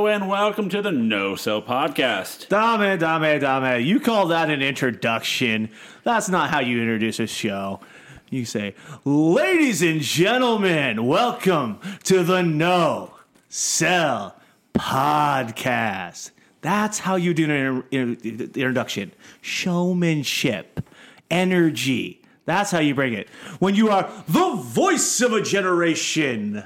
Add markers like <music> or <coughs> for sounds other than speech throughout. welcome to the No Sell Podcast. Dame, dame, dame. You call that an introduction. That's not how you introduce a show. You say, Ladies and gentlemen, welcome to the No Sell Podcast. That's how you do an inter- inter- introduction. Showmanship, energy. That's how you bring it. When you are the voice of a generation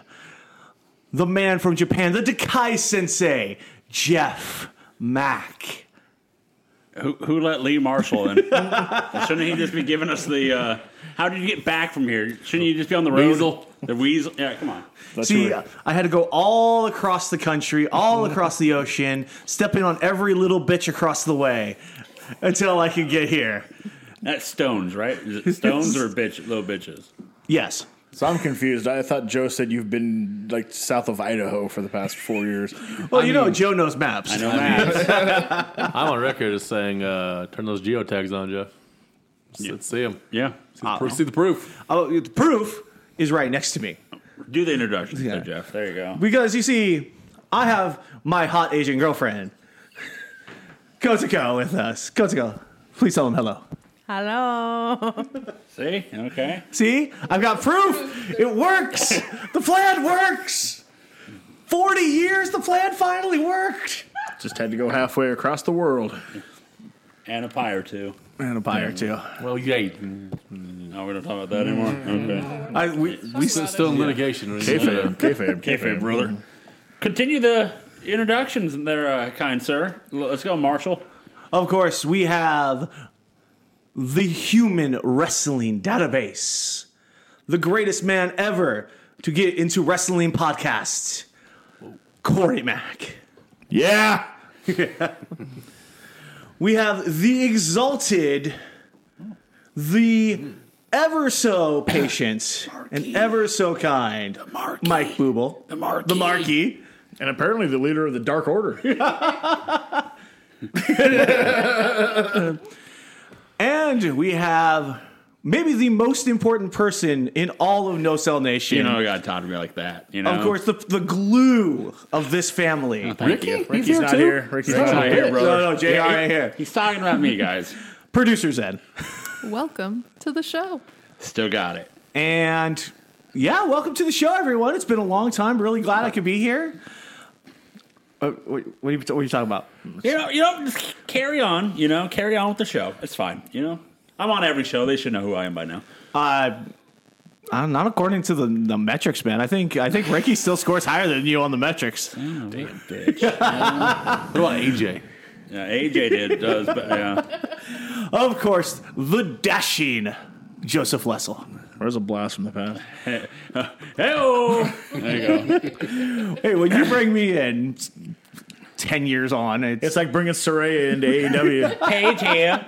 the man from Japan, the Dakai Sensei, Jeff Mack. Who, who let Lee Marshall in? Shouldn't he just be giving us the? Uh, how did you get back from here? Shouldn't you just be on the road? Weasel. The weasel. Yeah, come on. See, uh, I had to go all across the country, all <laughs> across the ocean, stepping on every little bitch across the way until I could get here. That's stones, right? Is it stones or bitch, little bitches? Yes. So I'm confused. I thought Joe said you've been like south of Idaho for the past four years. Well, you know, Joe knows maps. I know that. I'm on record as saying, uh, turn those geotags on, Jeff. Let's, let's see them. yeah. Uh, see the proof. Oh, the proof is right next to me. Do the introduction, Yeah. there, Jeff. There you go. Because you see, I have my hot Asian girlfriend, <laughs> Kotoko, with us. Kotoko, please tell him hello. Hello. See? Okay. See, I've got proof. <laughs> It works. The plan works. 40 years, the plan finally worked. Just had to go halfway across the world. And a pie or two. And a pie or two. Well, yeah. No, we don't talk about that anymore. Okay. I, we, we, It's still in litigation. Kayfabe. <laughs> Kayfabe. Kayfabe, brother. Continue the introductions, there, uh, kind sir. L- Let's go, Marshall. of course, we have the human wrestling database, the greatest man ever to get into wrestling podcasts, Corey Mack. Yeah. We have the exalted, the ever so patient and ever so kind Mike Booble, the Markey. The Markey. And apparently the leader of the Dark <laughs> Order. And we have maybe the most important person in all of No Cell Nation. You know, I got Todd to be like that. You know, of course, the, the glue of this family. Ricky, Ricky's not here. Ricky's He's not not here. here, brother. No, no, JR Yeah, ain't here. He's talking about me, guys. Producer Zen. Welcome to the show. Still got it. And yeah, welcome to the show, everyone. It's been a long time. Really glad I could be here. Uh, what, what, are you, what are you talking about? You know, you know, just carry on. You know, carry on with the show. It's fine. You know, I'm on every show. They should know who I am by now. Uh, I'm not according to the, the metrics, man. I think I think Ricky still scores higher than you on the metrics. Oh, Damn bitch. yeah, <laughs> What about AJ? AJ did does, but <laughs> yeah. Of course, the dashing Joseph Lessel. There's a blast from the past. Hey, Hey, when you bring me in s- ten years on, it's, It's like bringing Soraya into <laughs> AEW. Paige here.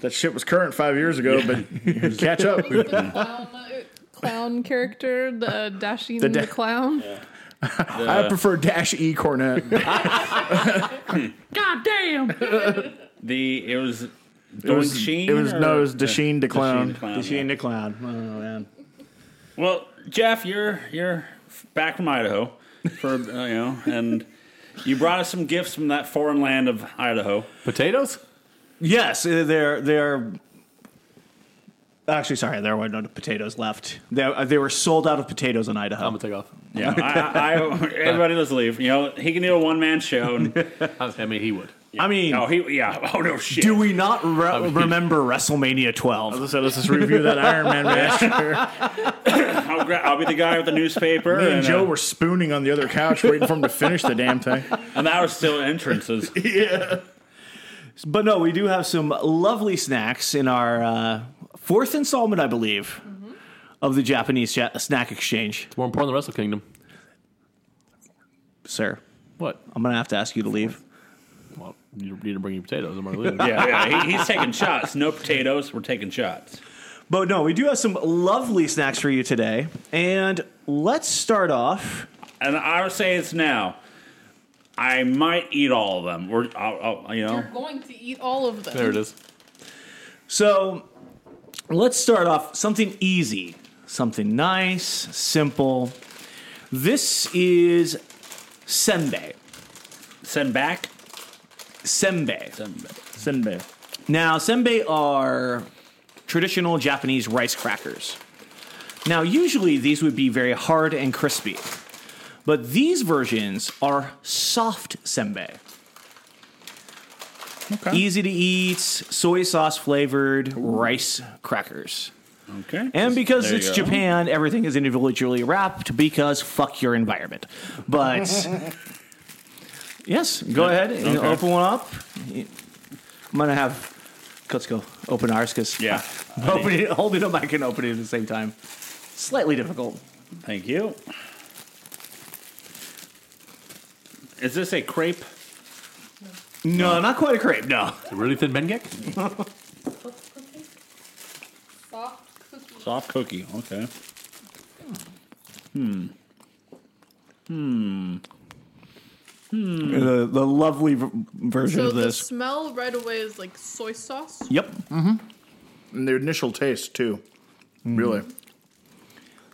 that shit was current five years ago, but catch up. Clown character, the dashing The the, da- clown. <laughs> I prefer Dash E Cornet. God damn. the it was. It was, Sheen it was or- no, it was Dasheen the Clown. Dasheen the clown. Oh man, Well, Jeff, you're you're f- back from Idaho, for uh, you know, and you brought us some gifts from that foreign land of Idaho. Uh, Potatoes? yes, uh, they're they're. Actually, sorry, there were no potatoes left. They, uh, they were sold out of potatoes in Idaho. I'm Um, going to take off. Yeah, I, I, I, everybody, let's leave. You know, he can do a one man show. And, I I mean, he would. I mean, oh, he yeah. Oh no, shit. do we not re- remember WrestleMania Oh, 12? So let's just review that Iron Man match. I'll, gra- I'll be the guy with the newspaper. Me and and, uh, Joe were spooning on the other couch, waiting for him to finish the damn thing. and that was still entrances. But no, we do have some lovely snacks in our uh, fourth installment, I believe, Mm-hmm. of the Japanese ja- snack exchange, It's more important than Wrestle Kingdom. sir. What? Um, I'm gonna have to ask you to leave. Well, you need to bring your potatoes. I'm going to leave. <laughs> Yeah, yeah he, he's taking shots. No potatoes. We're taking shots. But no, we do have some lovely snacks for you today. And let's start off. And I would say it's now. I might eat all of them. Or I'll, I'll, you know, You're going to eat all of them. There it is. So let's start off something easy, something nice, simple. This is senbei. Send back. Sembe. Send back. Sinbad. Now, sembe are traditional Japanese rice crackers. Now, usually these would be very hard and crispy, but these versions are soft sembe. Okay. Easy to eat, soy sauce flavored rice crackers. Okay. And because There you it's go. Japan, everything is individually wrapped because fuck your environment. <laughs> But yes, go ahead and Okay. open one up. I'm gonna have Kutsko open ours because Yeah. <laughs> open it, holding up, I can open it at the same time. Slightly difficult. Thank you. Is this a crepe? No, not quite a crepe. No, A really thin Bengek? Soft cookie. Soft cookie. Okay. Mm. the, the lovely v- version So of the this. smell right away is like soy sauce. yep. And their initial taste too. Really. Mm.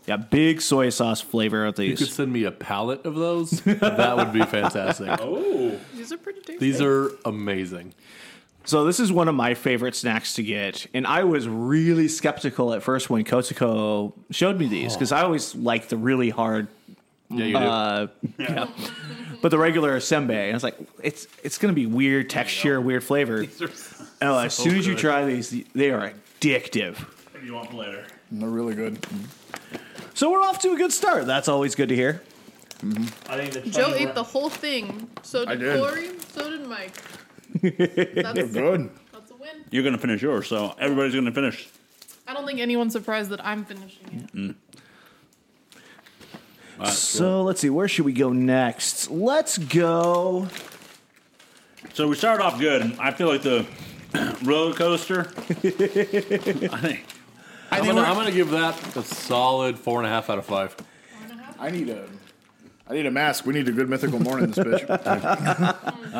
Yeah, big soy sauce flavor of You could these. send me a pallet of those. that would be <laughs> fantastic. Oh. These are pretty tasty. These are amazing. So this is one of my favorite snacks to get, and I was really skeptical at first when Kotsuko showed me these because I always like the really hard, Yeah, you do. uh, yeah. but the regular sembe. I was like, it's it's gonna be weird texture, weird flavor. Oh, as soon as you good. try these, they are addictive. You want later? They're really good. So we're off to a good start. That's always good to hear. I think the Joe ate the whole thing. So I did, did. Corey. So did Mike. They're <laughs> That's, good. that's a win. You're gonna finish yours, so everybody's gonna finish. I don't think anyone's surprised that I'm finishing it. So let's see, where should we go next? Let's go. So we started off good. and I feel like the <clears throat> roller <laughs> coaster. I think I'm gonna, I'm gonna give that a solid four and a half out of five. I need a I need a mask. We need a good mythical morning in this <laughs> bitch.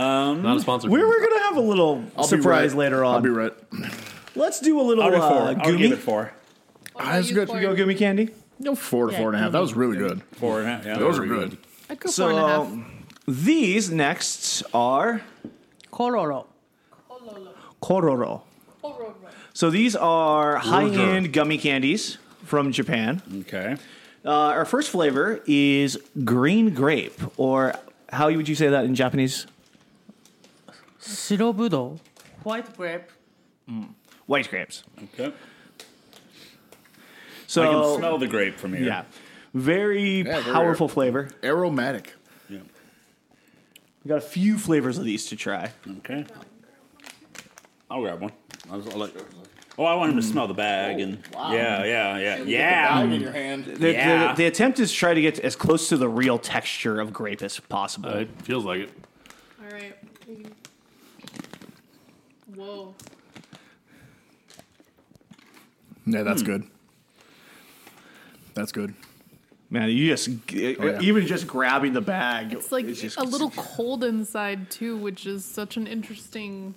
Not a sponsor. We're, we're gonna have a little I'll be surprise right. later I'll on. be right. Let's do a little I'll do four. uh, I'll give gumi. it four. Why don't that's you, good. Corey? Go gummy candy. No four to Yeah, four and a half. That was really good. Four and a half. Yeah. Those are good. I'd go four and a half. So these next are kororo. Kororo. So these are high-end gummy candies from Japan. Okay. Uh, our first flavor is green grape, or how would you say that in Japanese? 白ぶどう White grape White grapes. Okay. So I can smell the grape from here. yeah, very Yeah, they're- powerful flavor. Aromatic. We got a few flavors of these to try. Okay. I'll grab one. I was, I'll let- oh, I want him to smell the bag and Oh, wow. yeah, yeah, yeah, yeah. in your hand. The, Yeah. the, the attempt is to try to get as close to the real texture of grape as possible. Uh, it feels like it. All right. Whoa. Yeah, that's good. That's good. Man, you just g- Oh, yeah. even just grabbing the bag. It's like just- <laughs> a little cold inside too, which is such an interesting.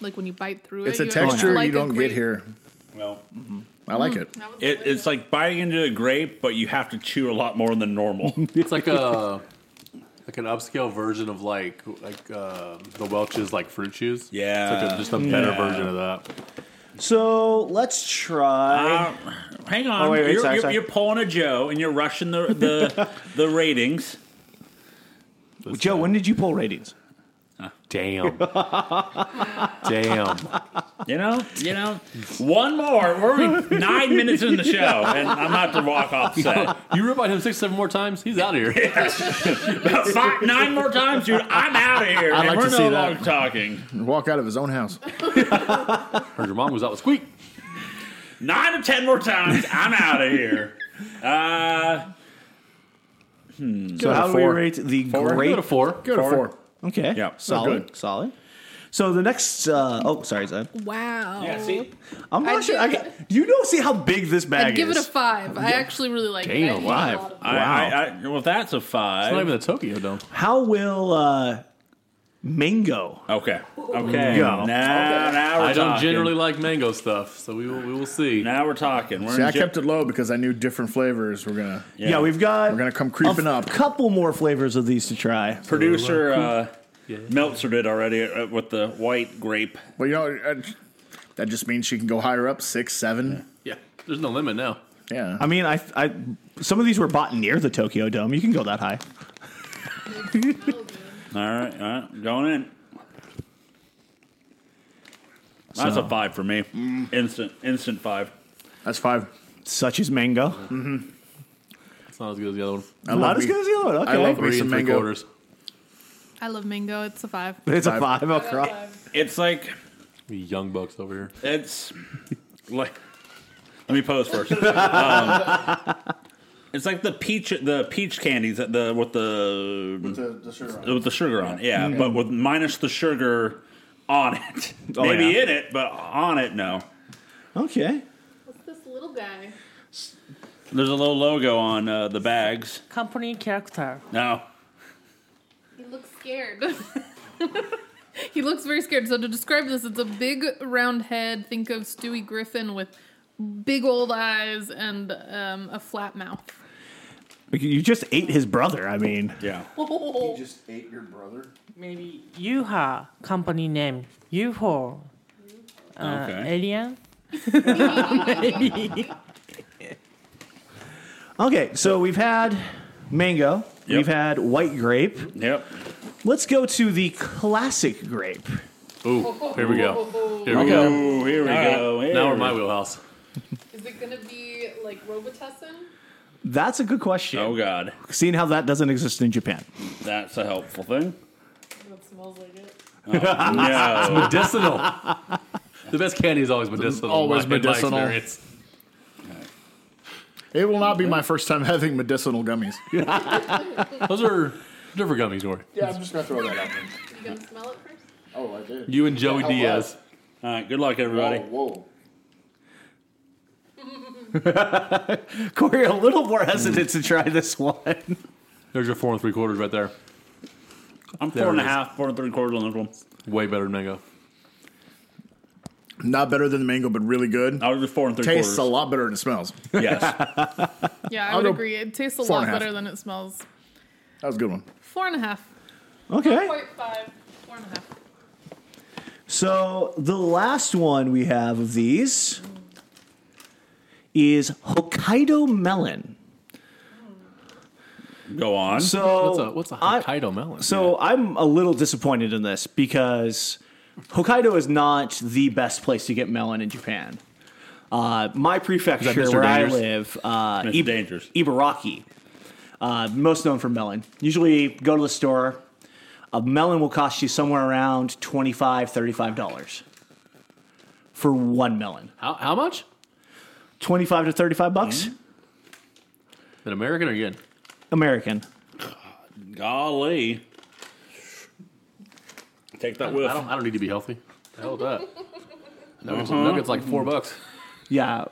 Like when you bite through it, It's a you have to texture like you a don't get grape. here. Well, I like it. That was it, it's like biting into a grape, but you have to chew a lot more than <laughs> normal. It's like a like an upscale version of like like uh, the Welch's like fruit chews. Yeah. it's like a, just a better Yeah. version of that. So let's Ah. try. Uh, hang on, Oh, wait, wait, you're, sorry, you're, sorry. you're pulling a Joe and you're rushing the <laughs> the, the ratings. That's Joe, it. when did you pull ratings? damn, damn. You know, you know, one more. We're only nine minutes in the show, and I'm about to walk off <laughs> set. <laughs> You rip on him six, seven more times, he's out of here. <laughs> About five, nine more times, dude. I'm out of here. I'd and like we're to no see that. longer talking. Walk out of his own house. Heard your mom was out with squeak. Nine or ten more times, I'm out of here. Uh, So how do we four. rate the Go grape? to four. Go to four. Okay, Yeah, solid, good. solid. So the next. Uh, oh, sorry, Zed. wow. yeah, see, I'm not I'd sure. I give got, you don't see how big this bag I'd give is. it a five. I actually really like it. Damn, I ate a five. lot of it. I, I, I, well, that's a Not five. even the Tokyo Dome. how will uh, mango. Okay. Okay. Now, Go. now we're I don't talking. generally like mango stuff, so we will we will see. Now we're talking. We're See, in I ge- kept it low because I knew different flavors were gonna. Yeah, we've got We're gonna come a creeping up. couple more flavors of these to try. producer uh, Meltzer did already uh, with the white grape. Well, you know, I- that just means she can go higher up, six, seven. Yeah, there's no limit now. Yeah. I mean, I, I some of these were bought near the Tokyo Dome. You can go that high. All right, all right, going in. That's So- a five for me. Instant, instant five. That's five. Such as mango. Mm, It's not as good as the other one. I Not love as me- good as the other one. I Okay. love me Three some and three mango. quarters. I love mango. It's a five. It's a five. Okay. It's like Young bucks over here. it's like. Let me pose first. um, it's like the peach, the peach candies that the with the with the, sugar on, it, yeah, but with minus the sugar on it. Oh, Maybe yeah. in it, but on it, no. Okay. What's this little guy? There's a little logo on uh, the bags. Company character. No, He looks scared. <laughs> he looks very scared. So to describe this, it's a big round head. Think of Stewie Griffin with big old eyes and um, a flat mouth. You just ate his brother. I mean, yeah. Just ate your brother. Maybe Yuha company name. UFO. Uh, Okay. Alien. okay. So we've had mango. Yep. We've had white grape. Yep. Let's go to the classic grape. Ooh, here we go. Here we go. Oh, here we go. Here Now we're we- my wheelhouse. Is it gonna be like Robitussin? That's a good question. Oh God, Seeing how that doesn't exist in Japan. <laughs> that's a helpful <laughs> thing. That smells like it. No, Medicinal. <laughs> the best candy is always medicinal. Always in my- in my medicinal. experience. It will not be my first time <laughs> having medicinal gummies. Those are different gummies, Rory. <laughs> Yeah, I'm just gonna throw that out there. You gonna smell it first? Oh, I did. You and Joey Yeah, how Diaz. all right. Good luck, everybody. whoa. Corey, a little more hesitant to try this one. <laughs> There's your four and three quarters right there. I'm There four and it a is. half, four and three quarters on this one. Way better than mango. Not better than the mango, but really good. I was just four and three Tastes a quarters. lot better than it smells. That Yes. <laughs> All Yeah, I I'll would go agree. It tastes a four lot and a half. better than it smells. was a good one. Four and a half. Okay. Point five. Four and a half. So the last one we have of these is Hokkaido melon. Go on. So What's Oh, a what's a I- Hokkaido melon? So I'm a little disappointed in this because Hokkaido is not the best place to get melon in Japan. Uh, my prefecture, Mr. where Dangerous? I live, uh, Mr. e- Ib- Dangerous. Ibaraki, uh, most known for melon. Usually, go to the store. A melon will cost you somewhere around $25, $35 for one melon. how, how much? 25 to 35 bucks? An American or yen? American. Golly. Take that I whiff. don't I don't need to be healthy. The hell with that. Nuggets, Uh-huh. nuggets like four bucks. Yeah.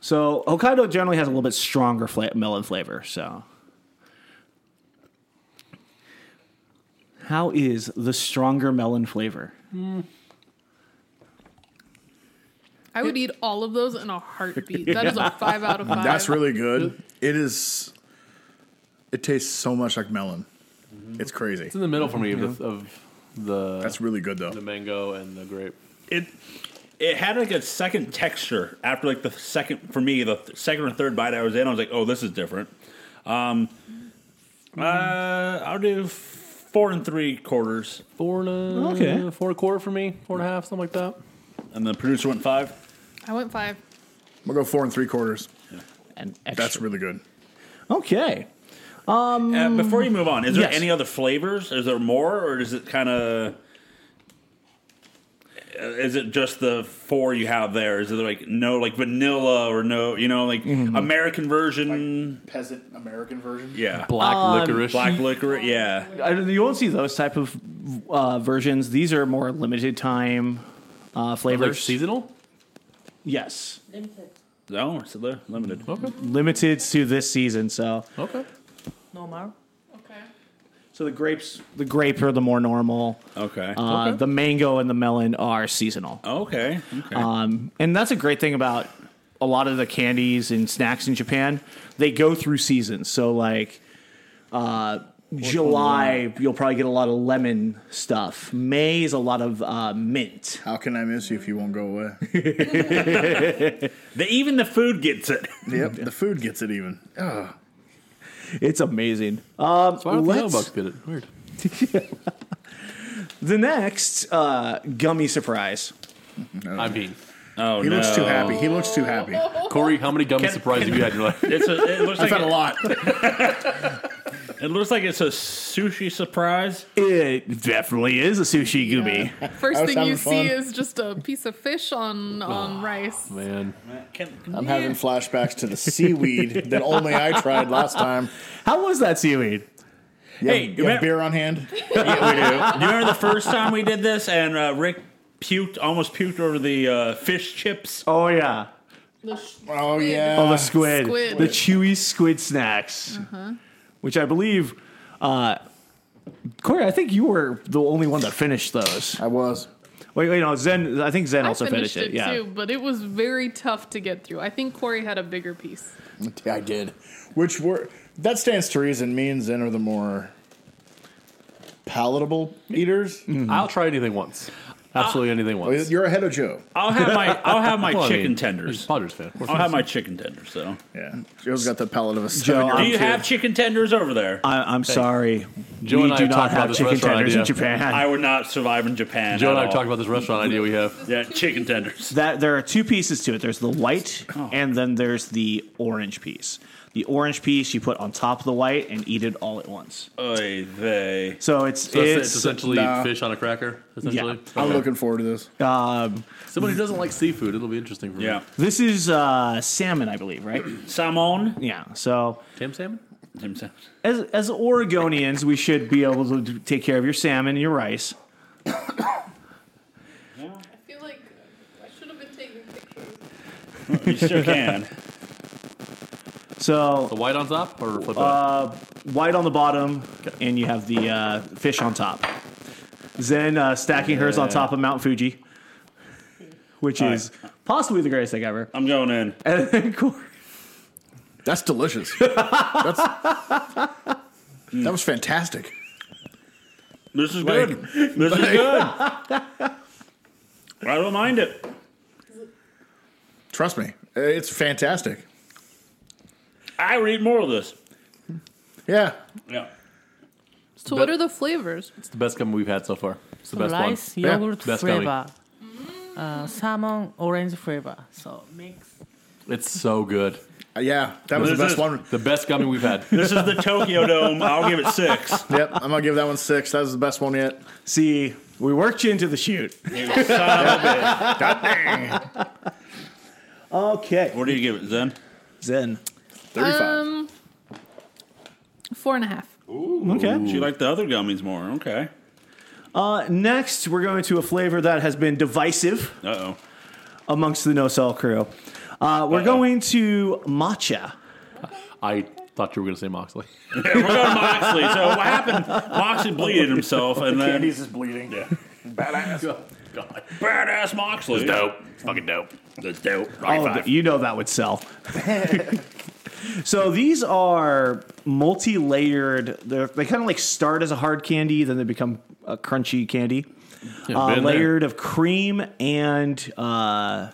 So Hokkaido generally has a little bit stronger fla- melon flavor. So, how is the stronger melon flavor? I would eat all of those in a heartbeat. <laughs> That is a five out of five. That's really good. It is. It tastes so much like melon. It's crazy. It's in the middle for me of the, of the Mm-hmm. That's really good the though. mango and the grape. It. It had like a second texture after like the second for me the th- second or third bite I was in I was like oh this is different. Um, Mm-hmm. uh, I'll do f- four and three quarters, Four and a, Okay. four and a quarter for me, four and a half, something like that. and the producer went five. I went five. We'll go four and three quarters. And That's extra. really good. okay. Uh, before you Mm. move on, is there yes. any other flavors? Is there more, or is it kind of? Is it just the four you have there? Is it like no, like vanilla or no, you know, like Mm-hmm. American version? Peasant American version. yeah, Black Um, licorice. black licorice. Yeah, I don't, you won't see those type of uh, versions. These are more limited time uh, like flavors. seasonal? yes, no, it's li- Oh, limited. Mm-hmm. Okay. limited to this season. So, Okay. Normal. Okay. so So the grapes, the grape are the more normal. Okay. Um, Uh, The mango and the melon are seasonal. okay. Okay. Um, and that's a great thing about a lot of the candies and snacks in Japan. They go through seasons. So, like, uh, July, you'll probably get a lot of lemon stuff. May is a lot of uh, mint. How can I miss you if you won't go <laughs> away? the, even the food gets it. <laughs> yep, the food gets it even. Ugh. It's amazing. Um, Why don't the let's- Hellbucks get it? Weird. the next uh, gummy surprise. I mean, Oh He no! looks too happy. He looks too happy. I've Corey, how many gummy surprises have you had in your life? It's a, it looks like had a it- lot. It looks like it's a sushi surprise. It definitely is a sushi gummy. First was thing you having fun. see Oh, is just a piece of fish on on rice. Man, Can, I'm having flashbacks to the seaweed that only I tried last time. How was that seaweed? You have- Hey, you have remember- beer on hand? you remember the first time we did this and uh, Rick puked, almost puked over the uh, fish chips? Oh yeah. The sh- Oh squid. yeah. Oh, the squid. Squid. Uh-huh. The chewy squid snacks. Which I believe, uh, Corey, I think you were the only one that finished those. I was. Wait, wait, no, Zen, I think Zen I also finished finished, it. Yeah. too, but it was very tough to get through. I think Corey had a bigger piece. I did. Which were that stands to reason. Me and Zen are the more palatable eaters. I'll try anything once. Absolutely anything Well, once. You're ahead of Joe. I'll have my I'll have my Well, I chicken mean, tenders. Padres fan. I'll have my chicken tenders. So, Yeah, Joe's got the palate of a Joe, do I'm you kidding. have chicken tenders over there? I, I'm sorry. Joe we and I do have not talked about have this chicken restaurant tenders in idea. Japan. I would not survive in Japan. Joe and I at have all. talked about this restaurant idea we have. yeah, chicken tenders. that there are two pieces to it. There's the white, Oh. and then there's the orange piece. The orange piece you put on top of the white and eat it all at once. Oy vey. So it's So it's, it's, it's essentially nah. fish on a cracker. Essentially, I'm Okay. looking forward to this. um, Somebody who doesn't like seafood, it'll be interesting for me. Yeah, this is uh, salmon, I believe, right? <clears throat> salmon. yeah. So Tim salmon. Himself. as as Oregonians, we should be able to d- take care of your salmon and your rice. I feel like I should have been taking pictures. You sure can. The So white on top or flip it. white on the bottom, and you have the uh, fish on top. Zen uh, stacking hers on Yeah. top of Mount Fuji, which All right. is possibly the greatest thing ever. <laughs> I'm going in. And then Corey, That's <laughs> delicious. That's, that was fantastic. This is good. Like- this is good. I don't mind it. Trust me, it's fantastic. I would eat more of this. Yeah, Yeah. So what are the flavors? it's the best gum we've had so far. It's the best rice Yeah, yogurt best gummy. flavor, uh, salmon orange flavor. So mix. one. It's so good. yeah, that was This the best is- one. The best gummy we've had. This is the Tokyo Dome. I'll give it six. Yep, I'm gonna give that one six. That was the best one yet. see, we worked you into <laughs> the shoot. Okay, What do you give it, Zen? Zen. Thirty-five. Um, four and a half. Okay. She liked the other gummies more. Okay. Uh, next, we're going to a flavor that has been divisive Uh oh. amongst the no sell crew. Uh, we're going to matcha. I thought you were going to say Moxley. <laughs> <laughs> We're going to Moxley. So what happened? Moxley bleeded himself, and then is bleeding. Yeah. Badass. God. badass Moxley. Dope. It's fucking dope. That's dope. Oh, Rocky Five. you know that <laughs> would sell. so these are multi-layered. They're, they kind of like start as a hard candy, then they become a crunchy candy, uh, been there. layered of cream and uh,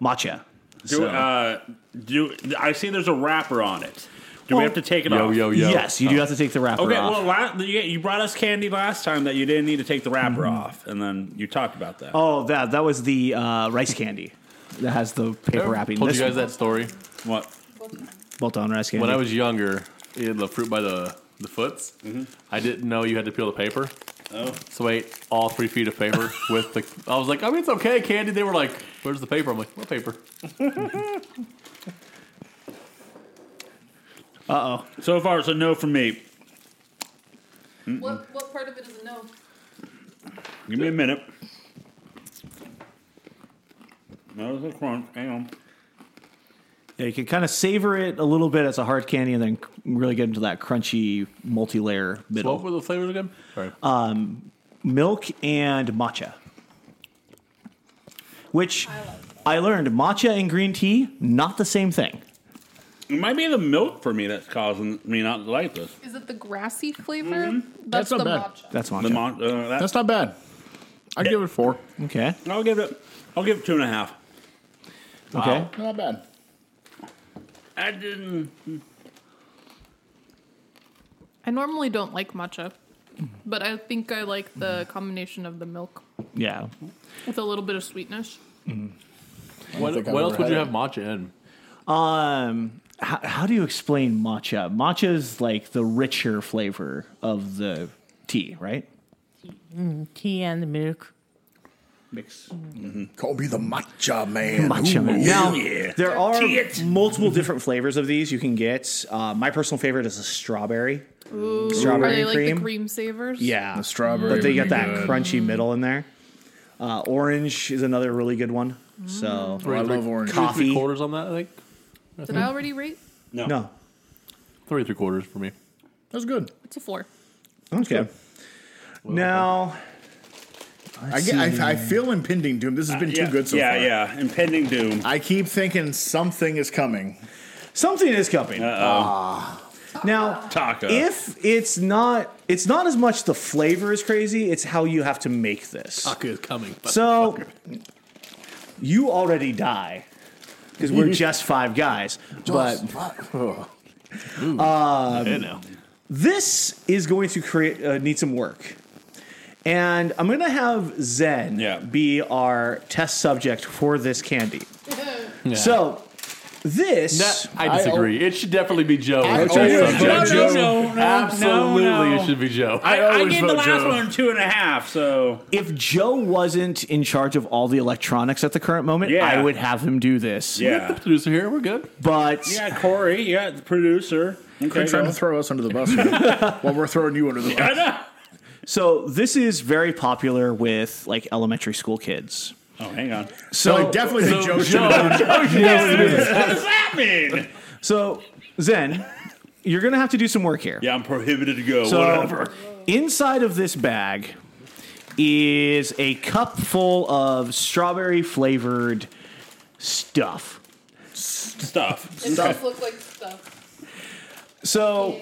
matcha. Do, uh, do I see? There's a wrapper on it. Do Oh. we have to take it Yo, off? yo, yo. Yes, you do have to take the wrapper Okay, off. well, la- you you brought us candy last time that you didn't need to take the wrapper Mm-hmm. off, and then you talked about that. oh, that that was the uh, rice candy that has the I Oh. paper wrapping. told This you guys that story. What? bolt-on rice candy. When I was younger, in the fruit by the the foots, I didn't know you had to peel the paper. Oh. So I ate all three feet of paper with the. I was like, I mean, it's okay, candy. They were like, "Where's the paper?" I'm like, "What paper?" So far, it's a no from me. What what part of it is a no? Give me a minute. That was a crunch. Hang on. Yeah, you can kind of savor it a little bit as a hard candy, and then really get into that crunchy multi-layer What middle. were the flavors again? Sorry. Milk and matcha, which I learned matcha and green tea not the same thing. It might be the milk for me that's causing me not to like this. Is it the grassy flavor? Mm-hmm. That's not the bad. matcha. That's matcha. The mon- uh, that- That's not bad. I give it four. okay. I'll give it. I'll give it two and a half. Okay. Not bad. I didn't. I normally don't like matcha, but I think I like the Mm. combination of the milk Yeah. with a little bit of sweetness. What, think I've what ever else would had you it. have matcha in? Um, how, how do you explain matcha? Matcha is like the richer flavor of the tea, right? Tea and milk. Mix. Call me the matcha man. Matcha Ooh. man. Now there are Tea it. multiple different flavors of these you can get. Uh, my personal favorite is a strawberry. Are Strawberry they like cream. the cream savers? Yeah, The strawberry But they would got be that good. crunchy middle in there. Uh, orange is another really good one. So Mm. I love orange. Three and Coffee. three quarters on that, I think. Did I already rate? No. no, Three and three quarters for me. That's good. It's a four. okay. Now I, get, I, I feel impending doom. This has been too yeah, good so yeah, far. yeah. Impending doom. I keep thinking something is coming. something is coming. Ah. Now Taco. if it's not it's not as much the flavor is crazy it's how you have to make this is coming. so you already die <laughs> because we're just five guys but uh, I know. this is going to create uh, need some work and i'm going to have zen Yeah. be our test subject for <laughs> this candy so this I disagree. it should definitely be Joe. I That's always our subject. vote Joe. no, no, Absolutely, no, no. it should be Joe. I, I always gave the vote last Joe. one two and a half. So if Joe wasn't in charge of all the electronics at the current moment, Yeah. I would have him do this. the yeah, producer here. We're good. But yeah. Corey, you got the producer. Okay, They're trying go. to throw us under the bus <laughs> here, while we're throwing you under the bus. I know. so this is very popular with like elementary school kids. Oh, hang on. So I definitely think Joe should have done it. What does that mean? so Zen, you're gonna have to do some work here. Yeah, I'm prohibited to go. So whatever. inside of this bag is a cup full of strawberry flavored stuff. <laughs> Stuff. It does look like stuff. So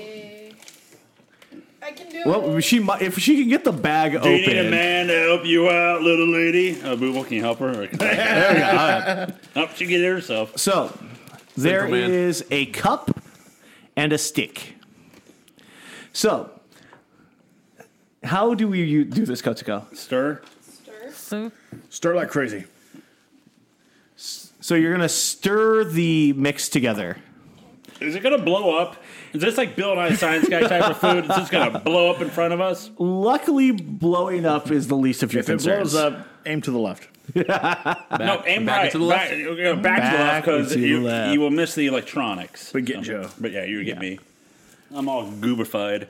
I can do well, she might, if she can get the bag Do open. you need a man to help you out, little lady? Uh, Booble, can you help her? Up she get herself. So there Central man. is a cup and a stick. So how do we u- do this, Kotsuko? Stir. So Stir like crazy. So you're gonna stir the mix together. Is it gonna blow up? Is this like Bill and I Science Guy type of food? Is this gonna blow up in front of us? Luckily, blowing up is the least of your If it concerns. blows up, aim to the left. no, aim back right. into the left? Back, we're gonna back, to the left Back because into the you, left. you will miss the electronics. Um, But get Joe. But yeah, you would get Yeah. me. I'm all goobified.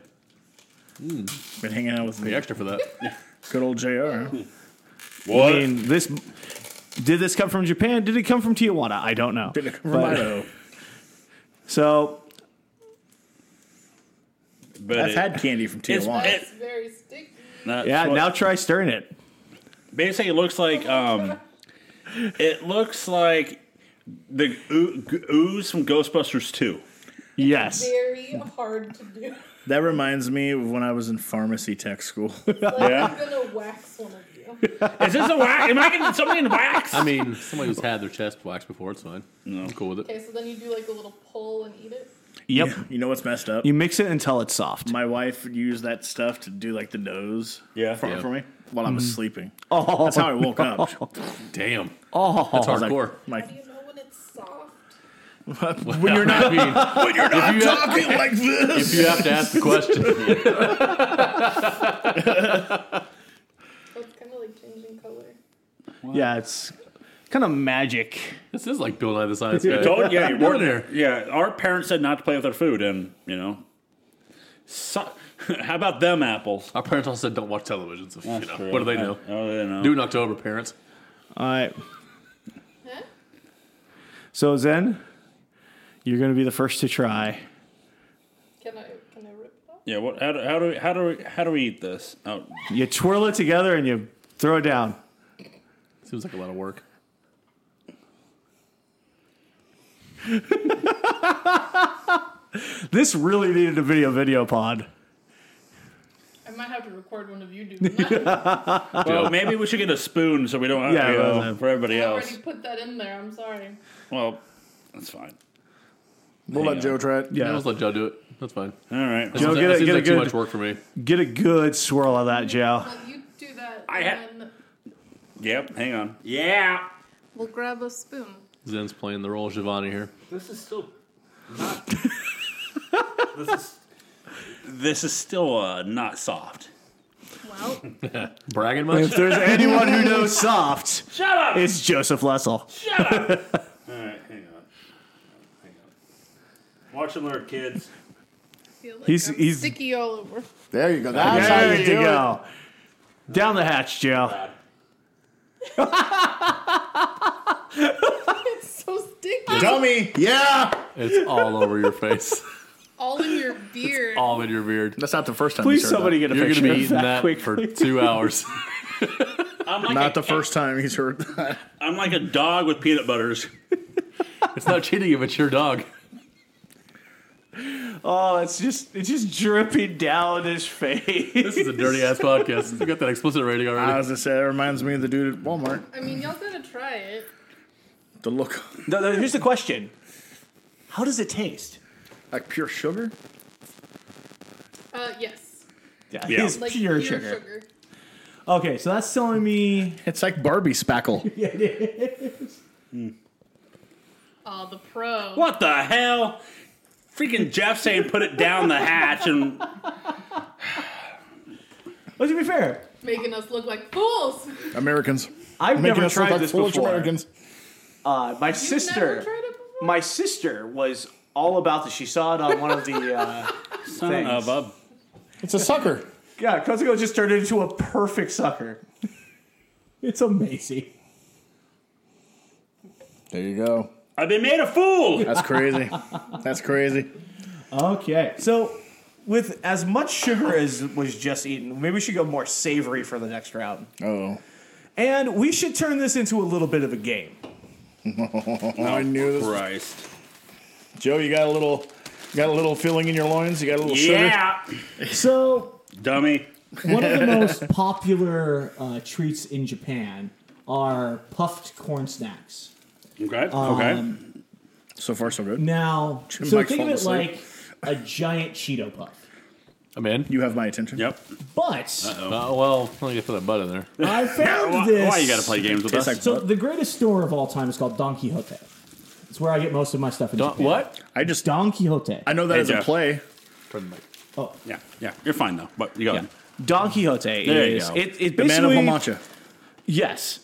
Been hanging out with Be me. extra for that. Good old JR. What? I mean, this did this come from Japan? Did it come from Tijuana? I don't know. Didn't come from But- Idaho. So but I've it- had candy from it's, Tijuana. it- very sticky. that's yeah, what- now try stirring it. basically it looks like um, it looks like the oo- g- ooze from Ghostbusters Two. Yes. Very hard to do. that reminds me of when I was in pharmacy tech school. <laughs> Yeah. gonna wax one of you. Is this a wax? Am I getting something in wax? <laughs> I mean, somebody who's had their chest waxed before, it's fine. I'm cool with it. Okay, so then you do like a little pull and eat it. Yep. you know what's messed up? You mix it until it's soft. My wife used that stuff to do like the nose Yeah. for, Yeah. Mm-hmm. for me while I was sleeping. Oh, That's how I woke <laughs> up. Damn. oh. That's hardcore. My, How do you know when it's soft? When you're not being. <laughs> When you're not if you have, talking like this. if you have to ask the <laughs> question. So it's kind of like changing color. Yeah, it's kind of magic. this is like Bill Nye the Science Guy. Told- yeah, you We're weren't- there. yeah, our parents said not to play with our food, and you know, so, <laughs> how about them apples? Our parents also said don't watch television, so you know, True. what do they know? Oh, they know. Do in October, parents. All right. So Zen, You're going to be the first to try. Can I can I rip it off? Yeah. What? How do, how do we, how do we, how do we eat this? Oh, You twirl it together and you throw it down. Seems like a lot of work. This really needed a video video pod. I might have to record one of you doing <laughs> that. well, maybe we should get a spoon so we don't have Yeah, to go well, for everybody I else. already put that in there. I'm sorry. Well, that's fine. We'll let Joe try it. Yeah, Yeah. let's let Joe do it. That's fine. All right. That seems, get that a- seems get a like too good- much work for me. Get a good swirl of that, Joe. Well, you do that, I ha- and then Yep. Hang on. Yeah. we'll grab a spoon. Zen's playing the role of Giovanni here. This is still not. this is. This is still uh, not soft. Well, Bragging If much? there's <laughs> anyone who knows soft, Shut up! it's Joseph Lessel. Shut up! All right, hang on. Hang on. Watch and learn, kids. feel like He's- I'm he's- sticky all over. <laughs> There you go. That's how There you, you do it. go. Down the hatch, Joe. It's so sticky. Dummy. Yeah. it's all over your <laughs> face. all in your beard. all in your beard. That's not the first time. you Please, heard that. somebody get a You're going to picture be of eating that, that for quickly. two hours. <laughs> I'm like Not a, the first time he's heard that. I'm like a dog with peanut butters. it's not cheating if it's your dog. <laughs> Oh, it's just it's just dripping down his face. This is a dirty ass podcast. We got that explicit rating I Uh, already. was gonna say that reminds me of the dude at Walmart. I mean, y'all gotta try it. The look No, no, here's the question: How does it taste? like pure sugar. Uh, yes. Yeah, Yeah. it's Like pure, sugar. Okay, so that's telling me It's like Barbie spackle. Aw, Uh, the pro. What the hell? Freaking Jeff saying put it down the hatch and Let's be fair. Making us look like fools. Americans. I've Making never us look tried like this foolish before. Americans. Uh, my You've never sister, tried it before? my sister was all about this. She saw it on one of the. Uh, son Thanks. of a It's a sucker. yeah, Kozuko just turned into a perfect sucker. <laughs> It's amazing. There you go. I've been made a fool. That's crazy. That's crazy. Okay, so with as much sugar as was just eaten, maybe we should go more savory for the next round, Oh. and we should turn this into a little bit of a game. I knew this. Christ. Joe, you got a little got a little feeling in your loins. You got a little sugar. Yeah. So Dummy. One of the most <laughs> popular uh, treats in Japan are puffed corn snacks. Okay. okay. So far so good. Now, Jim so Mike's think of it falling like a giant Cheeto puff. I'm in. You have my attention. Yep. But Uh, well, I think I put that butt in there. I <laughs> Why, found this. why you got to play games with us? Tastes like So the greatest store of all time is called Don Quixote. It's where I get most of my stuff in Don't- Japan. what? I just Don Quixote. I know that Hey, as a Jeff. play. yeah. Yeah. You're fine though. But you go. ahead. Don Quixote There you is- go. it- it The man of Hamacha. yes,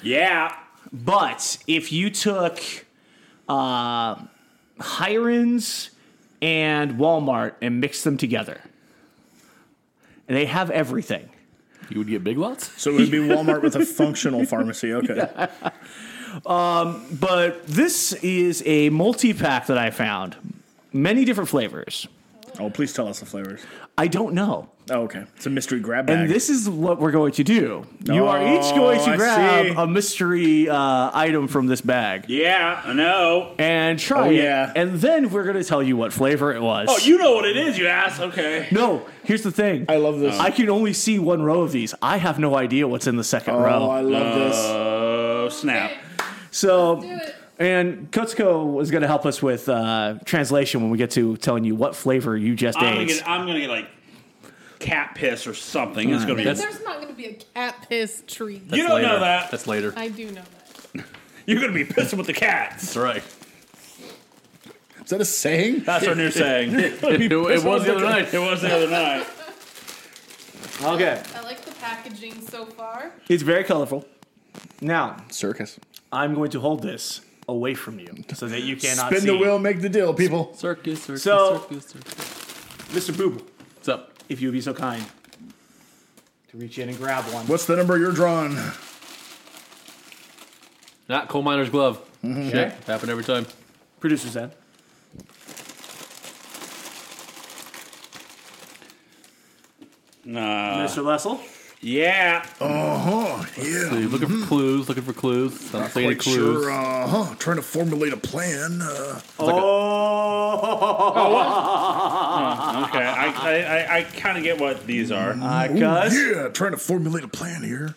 Yeah. But if you took uh, Hiron's and Walmart and mixed them together, and they have everything. You would get big lots? So it would be Walmart <laughs> with a functional pharmacy. Okay. But this is a multi pack that I found, many different flavors. Oh, please tell us the flavors. I don't know. Oh, okay. It's a mystery grab bag. And this is what we're going to do. you are each going Oh, to I grab see. a mystery uh, item from this bag Yeah. I know. and try Oh, it. yeah. And then we're going to tell you what flavor it was. Oh, you know what it is, you ass. Okay. No, here's the thing. I love this. I can only see one row of these. I have no idea what's in the second oh, I row. love this. Oh snap. Do So, it. and Kotsuko was going to help us with uh, translation when we get to telling you what flavor you just I'm gonna, ate. get, I'm gonna get like cat piss or something. It's gonna be. That's- There's not gonna be a cat piss treat. you don't know Later. that. That's later. I do know that. You're gonna be pissing with the cats. That's right. Is that a saying? <laughs> That's our new saying. <laughs> it <laughs> It, it was the other night. was the other night. Okay. I like the packaging so far. It's very colorful. Now, Circus. I'm going to hold this away from you so that you cannot Spin see. the wheel, make the deal, people. Circus, circus, So- circus, circus. Mr. Boob, What's up? if you would be so kind to reach in and grab one. What's the number you're drawn? Mm-hmm. Not coal miner's glove. Shit. Happened every time. Producer's then. Mr. Lessel? Yeah. Uh huh. So Yeah. you're looking for clues, looking for clues. Mm-hmm. Not seeing any Quite clues. sure. Uh huh. Trying to formulate a plan. Uh, Oh, <laughs> Okay. I I, I, I kind of get what these are. I ooh, cuss. yeah. Trying to formulate a plan here.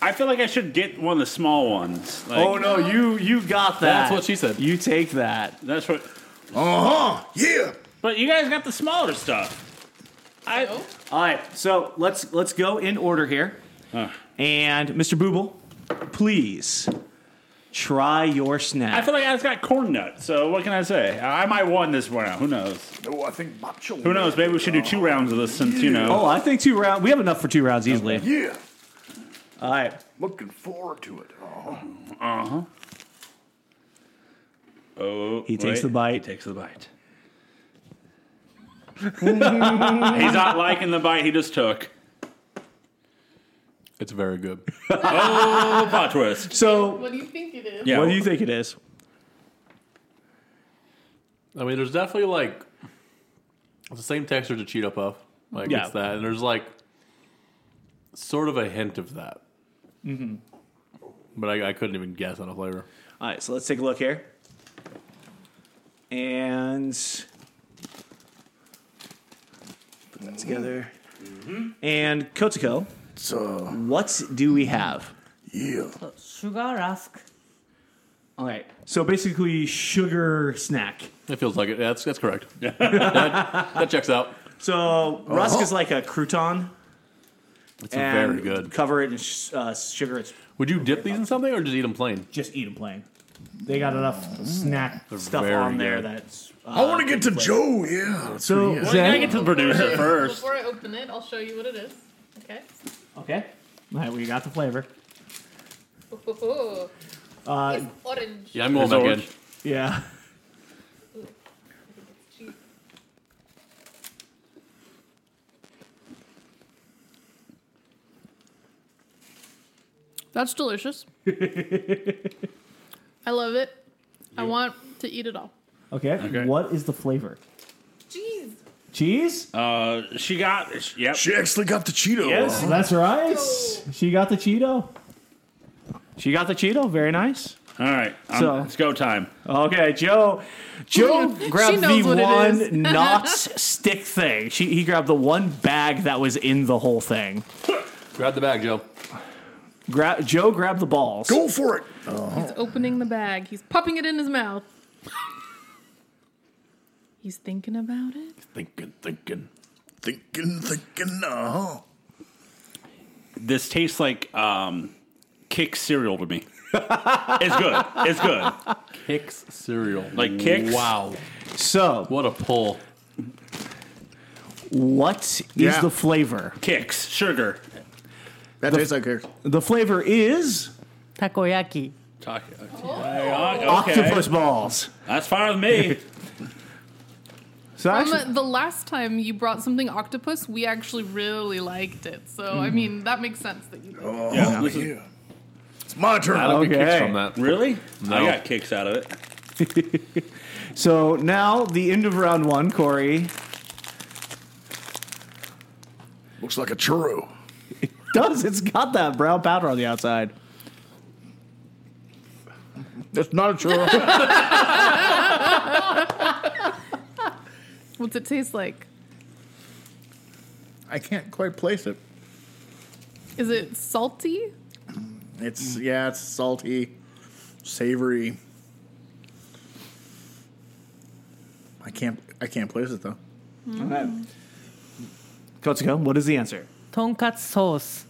I feel like I should get one of the small ones. Like, Oh no, you you got that. That's what she said. You take that. That's what. Uh huh. Yeah. But you guys got the smaller stuff. I, All right, so let's let's go in order here. And Mr. Booble, please try your I snack. feel like I just got corn nuts. So what can I say? I might won this round. Who knows? Oh, I think macho. Who knows? Maybe we should do two rounds of this since you know. oh, I think two rounds. We have enough for two rounds easily. Yeah. All right. Looking forward to it. Uh-huh. Oh, He takes the bite. He takes the bite. <laughs> He's not liking the bite he just took. It's very good. Oh, plot twist. So, what do you think it is? Yeah. what do you think it is? I mean, there's definitely like it's the same texture as a Cheeto Puff. Like Yeah. it's that, and there's like sort of a hint of that. Mm-hmm. But I, I couldn't even guess on a flavor. All right, so let's take a look here. And put that together. Mm-hmm. And Kotoko, So what do we have? uh, yeah. So sugar rusk. All right. So basically, sugar snack. It feels like it. Yeah, that's that's correct. that, <laughs> that checks out. So rusk is like a crouton. It's and very good. Cover it in sh- uh, sugar. It's Would you dip these in something or just eat them plain? just eat them plain. They got enough snack stuff very on there good. that's. I Uh, want to get to Joe. Yeah. That's So- what he is. Well, you gotta get to the Before producer I- first. <laughs> Before I open it, I'll show you what it is. Okay. okay. All right, we got the flavor. Ooh, Uh, it's orange. Yeah, I'm going There's back in. orange. yeah. Gee, <laughs> That's delicious. I love it. I want to eat it all. Okay. What is the flavor? Jeez. Cheese? Uh, she got. Yep. She actually got the Cheeto. yes, Uh, that's right. Cheeto. She got the Cheeto. She got the Cheeto. Very nice. All right. um, So- it's go time. Okay, Joe. Joe She grabbed the knows what it is. <laughs> one not stick thing. She, he grabbed the one bag that was in the whole thing. Grab the bag, Joe. Gra- Joe grabbed the balls. Go for it. He's opening the bag. He's popping it in his mouth. He's thinking about it. Thinking, thinking. Thinking, thinking. Uh huh. This tastes like um, kick cereal to me. it's good. It's good. Kicks cereal. Like Kix? Wow. So, What a pull. what is Yeah. the flavor? Kicks sugar. That tastes like here. The flavor is Takoyaki. Okay. Oh. octopus balls. That's fine with me. So From actually, the last time you brought something octopus, we actually really liked it. So Mm-hmm. I mean, that makes sense that you. Like it. Yeah. this is- Oh, Yeah. It's my turn. I don't get kicks Okay. from that. Really? I No. got kicks out of it. so now the end of round one, Corey Looks like a churro. does. It's got that brown powder on the outside. That's not a <laughs> churro. What's it taste like? I can't quite place it. Is it salty? It's yeah, it's salty, savory. I can't I can't place it though. Kotsuko, what is the answer? Tonkatsu sauce.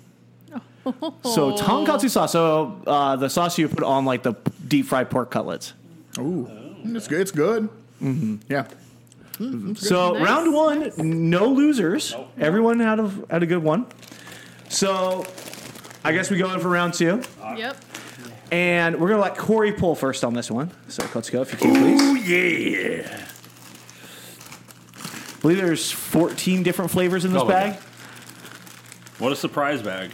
So tonkatsu sauce. So uh, the sauce you put on like the deep fried pork cutlets. Ooh, it's good. It's good. Mm-hmm. Yeah, So Nice. round one, no losers. Everyone had a had a good one. So I guess we go in for round two, Uh, Yep. and we're gonna let Corey pull first on this one. So Kotsuko, if you can, please. Oh yeah. I believe there's 14 different flavors in this Oh, my bag. God. What a surprise bag.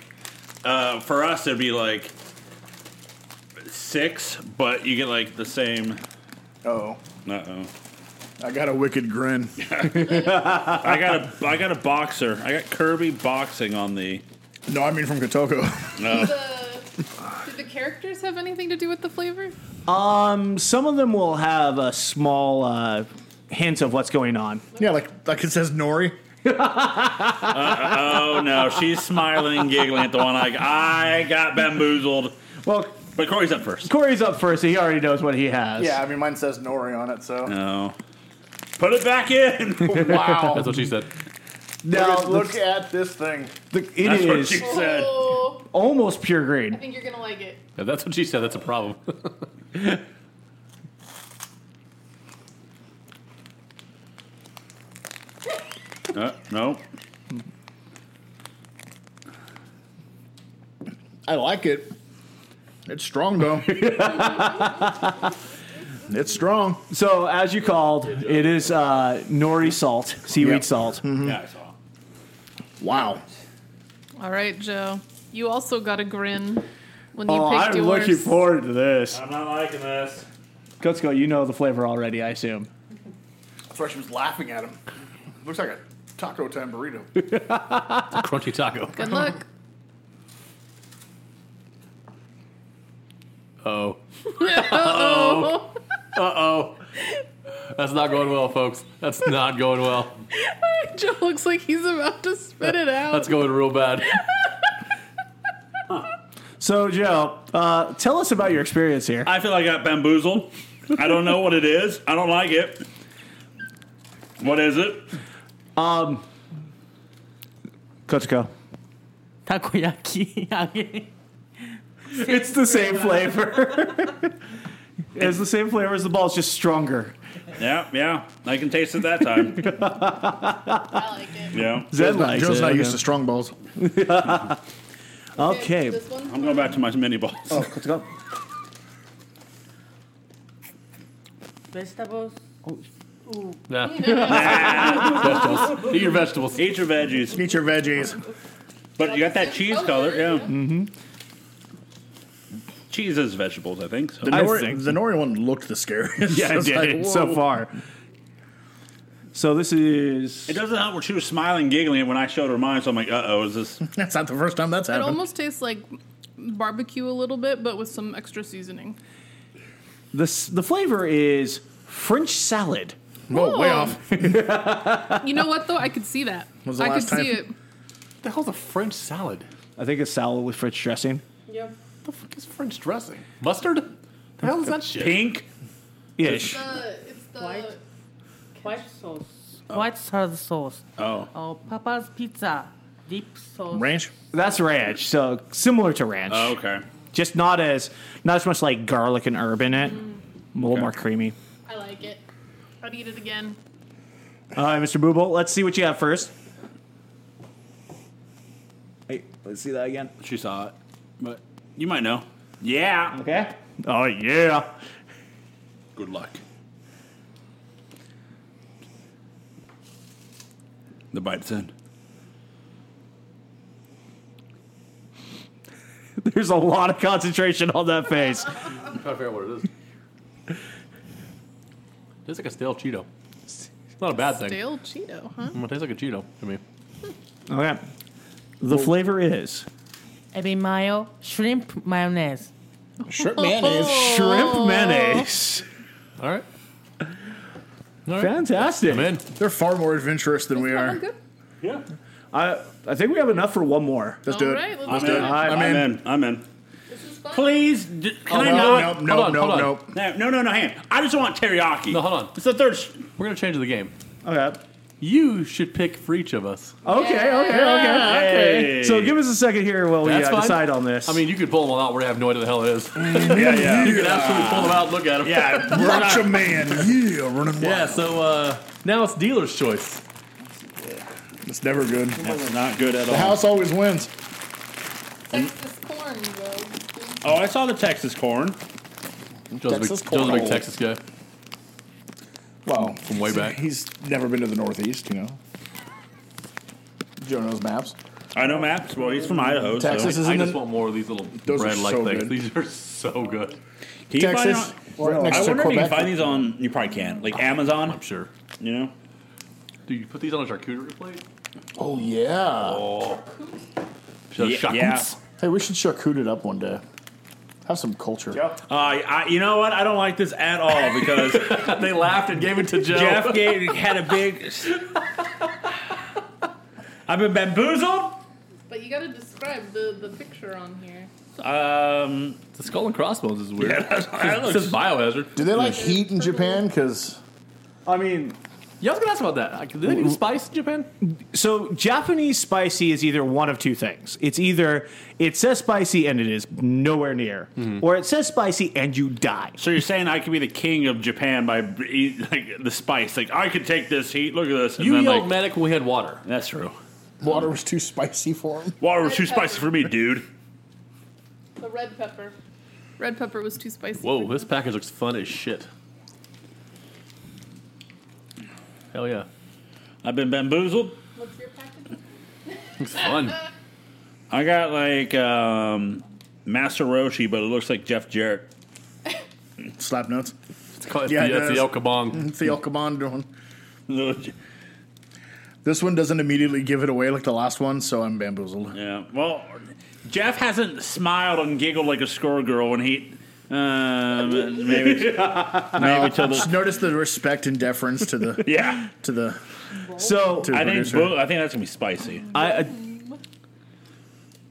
Uh, for us, it'd be like six, but you get like the same. Oh, Uh oh. I got a wicked grin. I got a I got a boxer. I got Kirby boxing on the. No, I mean from Kotoko. No, The, did the characters have anything to do with the flavor? Um, some of them will have a small uh, hint of what's going on. <laughs> yeah, like like it says Nori. oh no, she's smiling and giggling at the one. Like I got bamboozled. Well, But Corey's up first. Corey's up first, so he already knows what he has. Yeah, I mean, mine says Nori on it, so. <laughs> No, put it back in. Wow. That's what she said. Now, Look- look at this thing. the, it That's what is she said. Oh, almost pure I green. think you're gonna like it. If that's what she said, that's a problem. <laughs> Uh, no, I like it. It's strong <laughs> though. it's strong. So, as you called, it is uh, nori salt, seaweed Yep. salt. yeah, I saw. Wow. All right, Joe. You also got a grin when you Oh, picked I'm yours. looking forward to this. I'm not liking this. Kutsuko, you know the flavor already, I assume. That's why she was laughing at him. Looks like a taco time <laughs> burrito. Crunchy taco. Good luck. <laughs> Oh. Uh oh. That's not going well, folks. That's not going well. Joe looks like he's about to spit it out. That's going real bad. So, Joe, uh, tell us about your experience here. I feel I got bamboozled. I don't know what it is. I don't like it. What is it? Kutsuko. Takoyaki <laughs> again. It's the same flavor. <laughs> it's the same flavor as the ball, it's just stronger. Yeah, yeah. I can taste it that time. <laughs> I like it. Yeah. Zed likes Joe's it, not okay. used to strong balls. Okay. This one? I'm going back to my mini balls. <laughs> Oh. Kutsuko. Vegetables. Nah. Vegetables. Eat your vegetables. Eat your veggies. Eat your veggies. But you got that cheese color. Yeah. Mm-hmm. Cheese is vegetables, I think. So. The I Nori, think- the Nori one looked the scariest. Yeah, it <laughs> It's like, did so whoa. far. So this is It doesn't help when she was smiling, giggling when I showed her mine. So I'm like, uh oh, is <laughs> this? That's not the first time that's It happened. almost tastes like barbecue a little bit, but with some extra seasoning. this. The flavor is French salad. Whoa, way Oh. off. You know what though? I could see that. Was the I last could see it. time? the hell's a French salad? I think it's salad with French dressing. Yep. The fuck is French dressing? Mustard? The hell is that shit? Pink? Ish. it's the White. White sauce. Oh. White salad sauce. Oh. Oh, Papa's pizza. Deep sauce. Ranch. That's ranch. So similar to ranch, Oh, okay. just not as not as much like garlic and herb in it. A little more creamy. I like it. I'd eat it again. All right, Mr. Booble, let's see what you have first. Hey, let's see that again. She saw it, but you might know. Yeah. Okay. Oh yeah. <laughs> Good luck. The bite's in. There's a lot of concentration on that face. I'm trying to figure out what it is. Tastes like a stale Cheeto. It's not a bad thing. Stale Cheeto, huh? It tastes like a Cheeto to me. Okay. The flavor is Ebi mayo. Shrimp mayonnaise. Shrimp mayonnaise. shrimp mayonnaise. All right. All right. Fantastic. I'm in. They're far more adventurous than we That are. looked good. Yeah. I, I think we have enough for one more. Let's All do it. right, let's I'm do in. it. I'm, I'm in. I'm in. This is fun. Please, d- can I No, not? nope, Hold nope, on, nope, hold on. nope. No, no, no, no. Hang. on. I just want teriyaki. No, hold on. It's the third. sh- We're gonna change the game. Okay. You should pick for each of us. Okay, okay, okay. Hey. So give us a second here while we That's uh, fine. decide on this. I mean, you could pull them all out. We have no idea what the hell it is. Yeah, yeah, You could absolutely pull them out. Look at them. yeah. <laughs> We're Watch a not. man. Yeah, running wild. Yeah. So uh, now it's dealer's choice. It's never good. That's not good at The all. house always wins. Texas corn, though. Oh, I saw the Texas corn. Joe's a big, Texas Joe's a big cornhole. Texas guy. Well, From way back. He's never been to the Northeast, you know. Joe knows maps. I know Maps. Well, he's from Idaho. Texas so. is I in just the. want more of these little Those are bread-like so things. good. These are so so good. Can you find it Texas, on- right I next to wonder if you can Quebec. find these on. You probably can, like Amazon. I'm sure. You know, Dude, you put these on a charcuterie plate? oh yeah. Ye- Shucks. yeah. Hey, we should charcuterie it up one day. Have some culture. Yep. Uh, I, you know what? I don't like this at all <laughs> because They <laughs> laughed and gave it to Joe. Jeff gave, had a big. I've been bamboozled. But you gotta describe the, the picture on here. <laughs> Um, The skull and crossbones is weird. that it looks- says biohazard. Do they like heat in Japan? Because I mean, Yeah, I was gonna ask about that. Like, Do they do spice in Japan? So Japanese spicy is either one of two things. It's either it says spicy and it is nowhere near, Mm-hmm. or it says spicy and you die. so you're saying I could be the king of Japan by b- eat, like the spice? Like I could take this heat. Look at this. And You then, yelled like, medic when we had water. that's true. water was too spicy for them. Water was too spicy for me, dude. The red pepper. Red pepper was too spicy. Whoa, this package looks fun as shit. Hell yeah. I've been bamboozled. What's your package? Looks fun. I got like um, Master Roshi, but it looks like Jeff Jarrett. <laughs> Slap notes. It's called, it's Yeah, the, it it's the does. Mm-hmm. El Kabong. It's the El Caban doing. yeah. This one doesn't immediately give it away like the last one, so I'm bamboozled. Well, Jeff hasn't smiled and giggled like a scoregirl when he. Um, maybe, maybe till Just the notice the respect and deference to the yeah. to the So to the I think producer. bo- I think that's gonna be spicy. I, uh,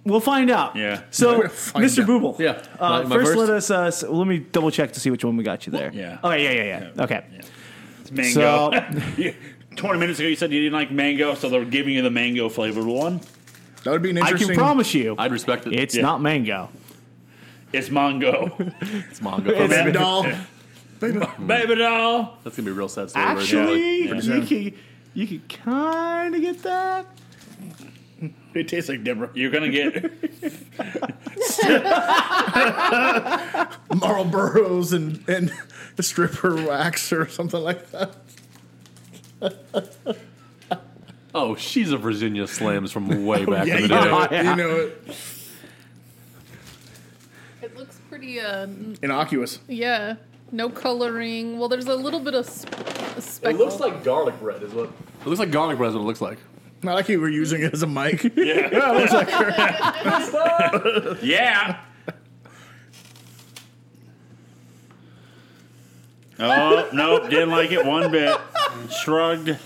we'll find out. Yeah. So We'll find Mr. out. Booble. Yeah. Uh, My- my first, first? let us. Uh, s- let me double check to see which one we got you there. yeah. Oh yeah yeah yeah. Okay. It's mango. So- You- <laughs> Twenty minutes ago, you said you didn't like mango, so they're giving you the mango flavored one. that would be an I interesting. can promise you, I'd respect it. it's Yeah. not mango. It's <laughs> mango, It's manga. Baby doll. Baby. baby doll. That's gonna be a real sad story. right there. Actually, Yeah. you can you can kind of get that. It tastes like Deborah. You're gonna get Marlboros and and <laughs> stripper wax or something like that. oh, she's a Virginia Slams from <laughs> way back in the you <laughs> know, day. it, you know it. It looks pretty, uh, n- Innocuous. yeah. No coloring. Well, there's a little bit of sp- a speckle. like garlic bread, is what. It looks like garlic bread is what it looks like. Not like you were using it as a <laughs> mic. yeah. Oh nope, didn't like it one bit. Shrugged.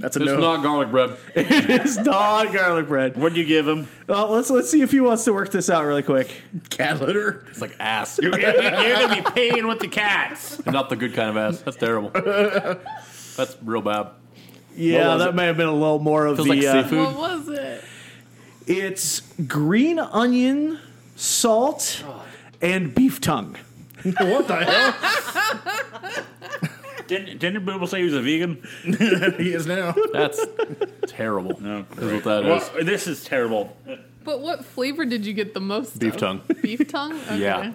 That's a It's no. not <laughs> garlic bread. It's not garlic bread. What'd you give him? Well, let's let's see if he wants to work this out really quick. cat litter. It's like ass. <laughs> You're gonna, you're gonna be peeing with the cats. Not the good kind of ass. That's <laughs> terrible. That's real bad. Yeah, was that it? may have been a little more of Feels the. like uh, seafood. <laughs> What was it? it's green onion, salt, and beef tongue. <laughs> What the hell? Didn't didn't Booble say he was a vegan? he is now. That's terrible. No. Is what that Well, is. this is terrible. But what flavor did you get the most? Beef of? tongue. Beef <laughs> tongue. Okay. Yeah.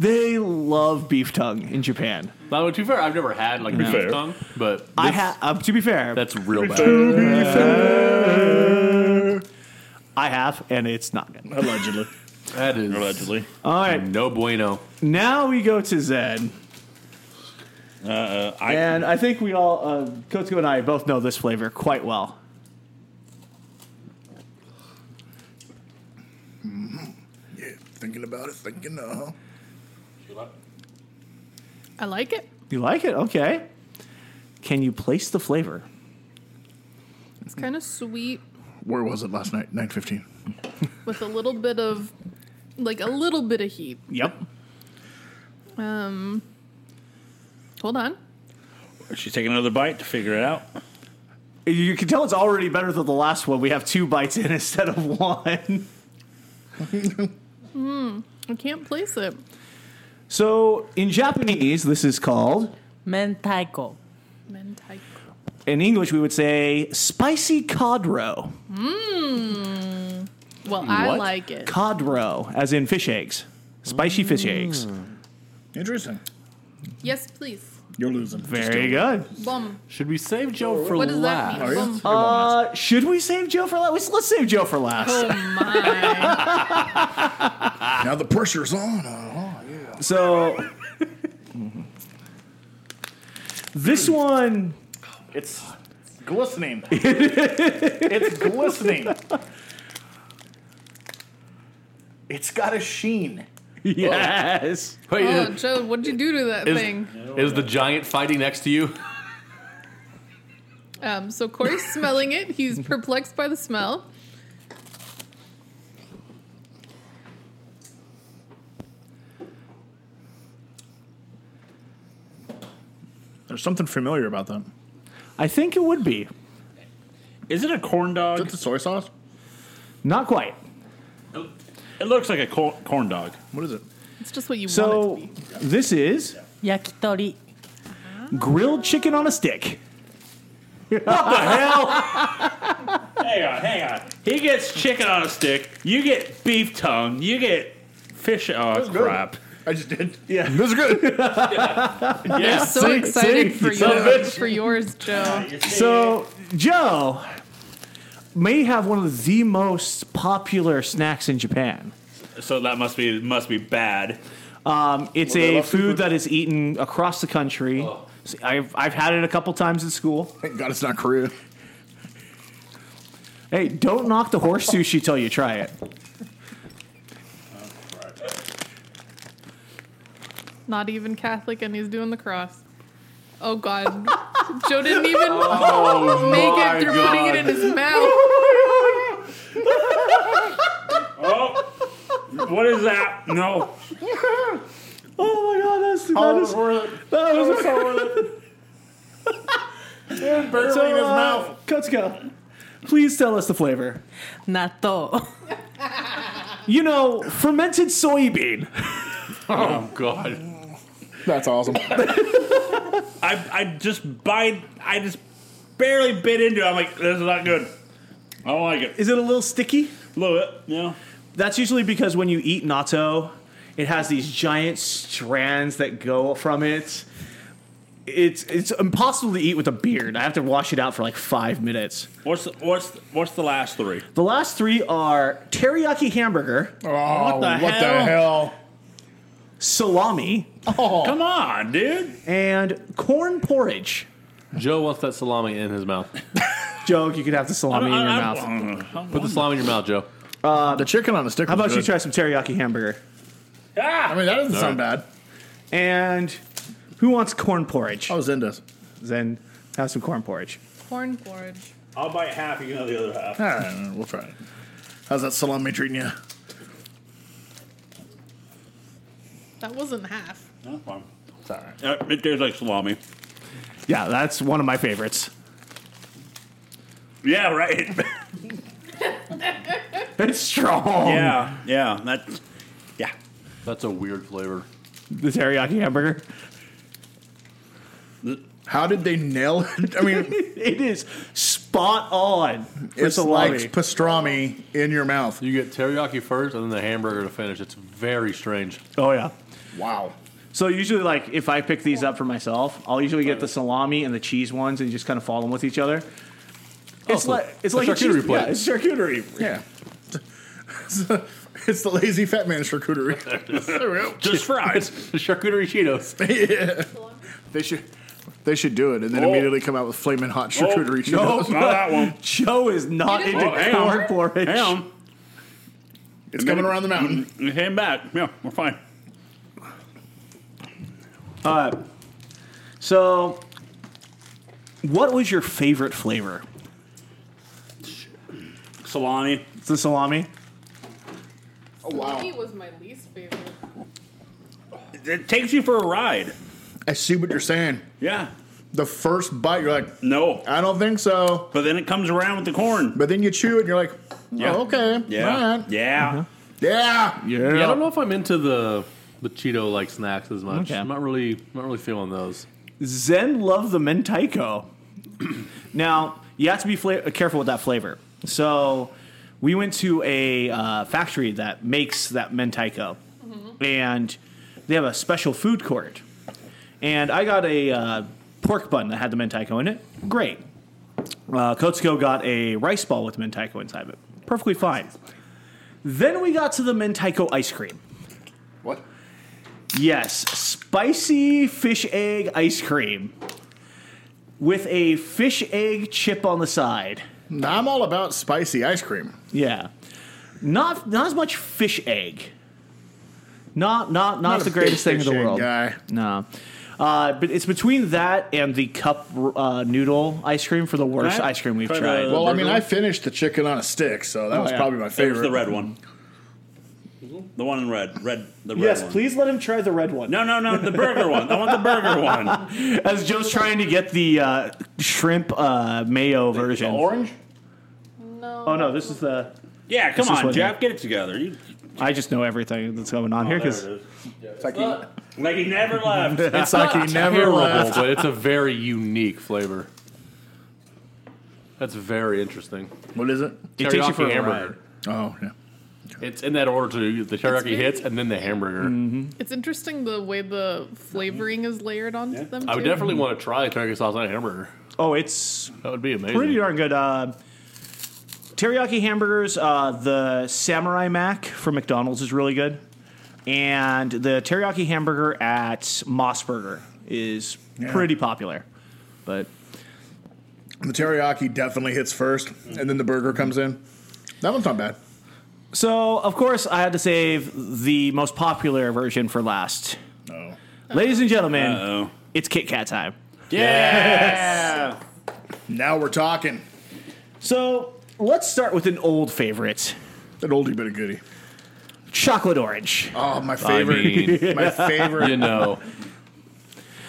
They love beef tongue in Japan. Now, to be fair, I've never had like beef fair. tongue, but this, I ha- uh, to be fair, that's real bad. I have, and it's not good. Allegedly. That is Allegedly. All right, no bueno. now we go to Zed, Uh, I, and I think we all, uh, Kotsuko and I, both know this flavor quite well. Yeah, thinking about it, thinking, uh I like it. You like it? Okay. Can you place the flavor? It's kind of sweet Where was it last night? 9.15. with a little bit of, like a little bit of heat. Yep. Um. Hold on. she's taking another bite to figure it out. You can tell it's already better than the last one. We have two bites in <laughs> instead of one. I can't place it. So in Japanese, this is called. Mentaiko. Mentaiko. In English, we would say spicy codro. Well, I What? like it. Codro, as in fish eggs. Spicy fish eggs. Mm. Interesting. Yes, please. You're losing. Very good. Bum. Should we save Joe for What does last? that mean? Bum. Uh, <laughs> should we save Joe for last? Let's, let's save Joe for last. Oh my. Now the pressure's on. Oh, yeah. <laughs> So this one, It's <laughs> glistening. it's glistening. It's got a sheen. yes, Wait, <laughs> Oh, is- Joe, what'd you do to that is, thing? is the giant fighting next to you? <laughs> Um, so Corey's smelling it. He's perplexed by the smell. There's something familiar about that. I think it would be Is it a corn Is that dog? the soy sauce? not quite. It looks like a cor- corn dog. What is it? It's just what you So want it to be. this is Yakitori. grilled chicken on a stick. Hang on, hang on. He gets chicken on a stick. You get beef tongue. You get fish. Oh good. <laughs> crap! I just did. <laughs> Yeah. This is good. I'm so see, excited see, for, son of a yours, for yours, Joe. <laughs> So Joe may have one of the most popular snacks in Japan. So that must be must be bad. Um, it's they a love seafood. food that is eaten across the country. Oh. So I've, I've had it a couple times at school. Thank God it's not Korea. Hey, don't knock the horse sushi till you try it. Not even Catholic, and he's doing the cross. Oh <laughs> God, Joe didn't even Oh <laughs> make it through putting it in his mouth. <laughs> What is that? No. Oh my god, that's that All is- worth it. that was Barely so, in his uh, mouth. Kotsuka, please tell us the flavor. Natto. <laughs> You know, fermented soybean. Oh God! That's awesome. I I just bite. I just barely bit into. it. I'm like, this is not good. I don't like it. Is it a little sticky? A little bit. Yeah. That's usually because when you eat natto, it has these giant strands that go from it. It's it's impossible to eat with a beard. I have to wash it out for like five minutes. What's the, what's the, what's the last three? The last three are teriyaki hamburger, Oh, what the hell? hell? salami, Oh. Come on, dude. and corn porridge. Joe wants that salami in his mouth. Joke, you could have the salami in your mouth. How mouth. Put the salami in your mouth, Joe. the chicken on a stick. How about you try some teriyaki hamburger? I mean, that doesn't sound bad. And who wants corn porridge? I was into this. Then have some corn porridge. Corn porridge. I'll bite half. You can have the other half. All right, we'll try it. How's that salami treating you? That wasn't half. That's fine. Sorry. Uh, It tastes like salami. Yeah, that's one of my favorites. Yeah. Right. <laughs> It's strong. yeah. Yeah. That's. Yeah. That's a weird flavor. The teriyaki hamburger. How did they nail it? <laughs> I mean, It is spot on for it's salami. like pastrami in your mouth. You get teriyaki first, and then the hamburger to finish. It's very strange. oh yeah. Wow. So usually, like if I pick these up for myself, I'll usually get the salami and the cheese ones, and just kind of follow them with each other. It's so like it's a like a charcuterie cheese- plate. Yeah, it's charcuterie. Yeah. It's the, <laughs> it's the lazy fat man charcuterie. there we <laughs> go. <laughs> Just fries. The charcuterie Cheetos. They should, they should do it and then Oh. immediately come out with flaming hot charcuterie. no, Cheetos. not that one. Joe is not You into want didn't corn? corn porridge. Hang on. <laughs> It's coming around the mountain. <clears throat> It came back. Yeah, we're fine. So, what was your favorite flavor? Salami. It's the salami. Oh, wow. Salami was my least favorite. It takes you for a ride. I see what you're saying. Yeah. The first bite, you're like, No. I don't think so. But then it comes around with the corn. But then you chew it and you're like, oh, Yeah. okay. Yeah. All right. Yeah. Yeah. Yeah, I don't know if I'm into the the Cheeto like snacks as much. Okay. I'm not really not really feeling those. Zen love the mentaiko. <clears throat> now you have to be fla- careful with that flavor. So we went to a uh, factory that makes that mentaiko, and they have a special food court. And I got a uh, pork bun that had the mentaiko in it. Great. Uh, Kotsuko got a rice ball with mentaiko inside of it. Perfectly fine. Then we got to the mentaiko ice cream. What? Yes, spicy fish egg ice cream with a fish egg chip on the side. I'm all about spicy ice cream. Yeah, not not as much fish egg. Not not not, a the greatest thing big in the fish egg world. Guy. No. Uh, but it's between that and the cup uh, noodle ice cream for the worst I ice cream we've try the- tried. Well, I mean, burger? I finished the chicken on a stick, so that was yeah. probably my It was favorite. the red one. The one in red. Red. The red yes, one. please let him try the red one. No, no, no. The burger one. I want the burger one. As Joe's trying to get the uh, shrimp uh, mayo The version. orange? No. Oh no, this is the. Yeah, come is on, what- Jeff. Get it together. You, Oh, I just know everything that's going on here because It's like you- like he never <laughs> left. It's like <laughs> he never terrible, left. but it's a very unique flavor. That's very interesting. What is it? it takes you Teriyaki for a hamburger. ride. Oh, yeah. It's in that order too. The teriyaki very- hits and then the hamburger. It's interesting the way the flavoring is layered onto them. I would too. definitely want to try teriyaki sauce on a hamburger. Oh, it's That would be amazing. pretty darn good. Uh, teriyaki hamburgers, uh, the Samurai Mac from McDonald's is really good, and the teriyaki hamburger at Mossburger is pretty popular. But The teriyaki definitely hits first, and then the burger comes in. That one's not bad. so, of course, I had to save the most popular version for last. No. Ladies and gentlemen, Oh, it's Kit Kat time. Now we're talking. So let's start with an old favorite, An oldie but a goodie. chocolate orange. Oh, my I favorite. <laughs> mean, my favorite. you know,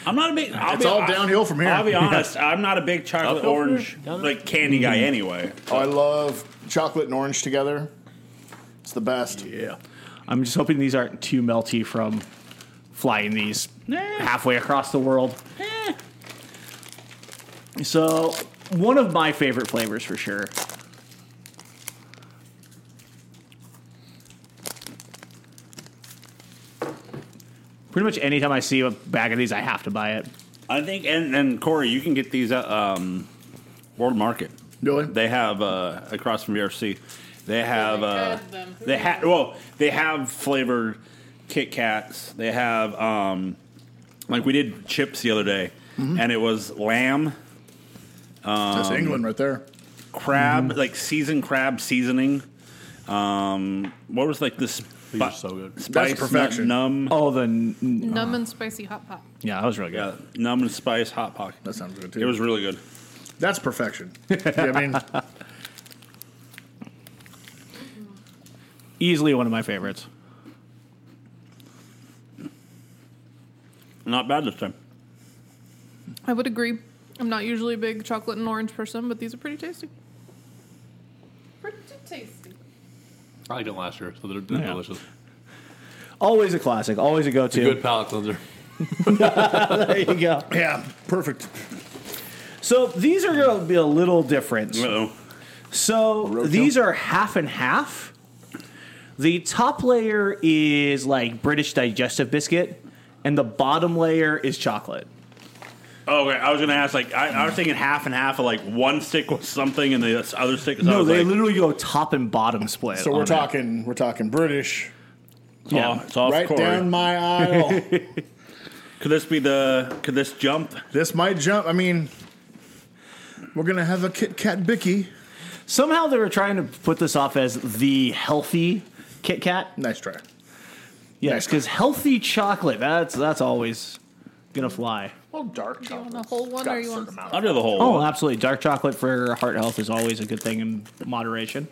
I'm not a big. I'll It's be, all I- downhill from here. I'll be honest. I'm not a big chocolate Uphill from orange here? Downhill? like candy guy. Anyway, Oh, I love chocolate and orange together. It's the best. Yeah. I'm just hoping these aren't too melty from flying these halfway across the world. So, one of my favorite flavors for sure. Pretty much anytime I see a bag of these, I have to buy it. I think. And and Corey, you can get these at um, World Market. Really? They have uh, across from BRC. They have. they Uh, had them. they have. Well, they have flavored Kit Kats. They have. Um, like we did chips the other day, Mm-hmm. and it was lamb. That's England right there. crab, Mm-hmm. like seasoned crab seasoning. Um, what was like this? these are so good. Spice That's perfection. nut- Num, Oh, the n- Numb and spicy hot pot. yeah, that was really good. yeah, num and spice hot pocket. That sounds good too. It was really good. That's perfection. <laughs> yeah, I mean, Easily one of my favorites. Not bad this time. I would agree. I'm not usually a big chocolate and orange person, but these are pretty tasty. Pretty tasty. I liked it last year, so they're, they're Yeah. delicious. Always a classic. Always a go-to. Good palate cleanser. <laughs> there you go. yeah, perfect. So these are going to be a little different. Uh-oh. So these are half and half. The top layer is like British digestive biscuit, and the bottom layer is chocolate. Oh, okay. I was gonna ask. Like, I, I was thinking half and half of like one stick was something and the other stick was. I no, was they like, literally go top and bottom split. So we're on it. talking, we're talking British. it's all- it's all right Corey. down my aisle. <laughs> Could this be the? Could this jump? this might jump. I mean, we're gonna have a Kit Kat Bicky. Somehow they were trying to put this off as the healthy Kit Kat. Nice try. Yes, because healthy chocolate. That's that's always gonna fly. Well, dark Do you chocolate. want a whole one Got or a you certain want? amount. I'll do the whole. Oh, absolutely. Dark chocolate for heart health is always a good thing in moderation.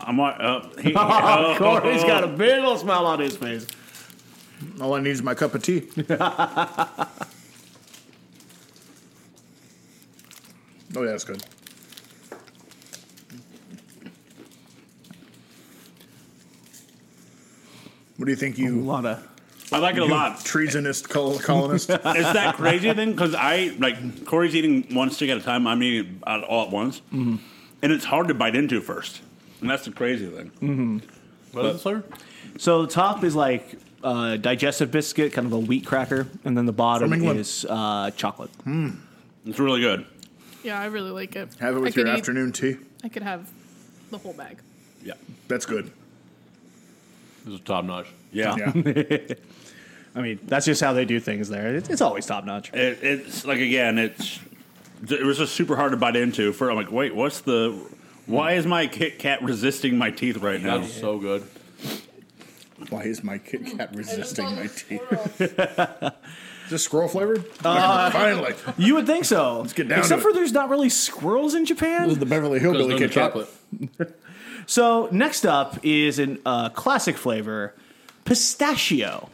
I'm like, uh, <laughs> he, Oh, oh, <laughs> Corey's got a big old smile on his face. All I need is my cup of tea. <laughs> oh yeah, that's good. What do you think, A you lot of. I like it a lot. treasonist col- <laughs> colonist? Is that crazy thing? Because I like Corey's eating one stick at a time. I'm eating it all at once, and it's hard to bite into first. And that's the crazy thing. What is this flavor? So the top is like uh, digestive biscuit, kind of a wheat cracker, and then the bottom From England. is uh, chocolate. It's really good. Yeah, I really like it. Have it with I your could eat- afternoon tea. I could have the whole bag. Yeah. That's good. This is top notch. Yeah. Yeah. I mean, that's just how they do things there. It's, it's always top notch. It, it's like, again, it's it was just super hard to bite into. For I'm like, wait, what's the. Why is my Kit Kat resisting my teeth right now? That's so good. Why is my Kit Kat resisting my tea? <laughs> Is this squirrel flavored? <laughs> Finally. You would think so. Let's get down Except to for it. there's not really squirrels in This is Japan. the Beverly Goes Hillbilly down to Kit Kat. chocolate. So next up is a uh, classic flavor, pistachio.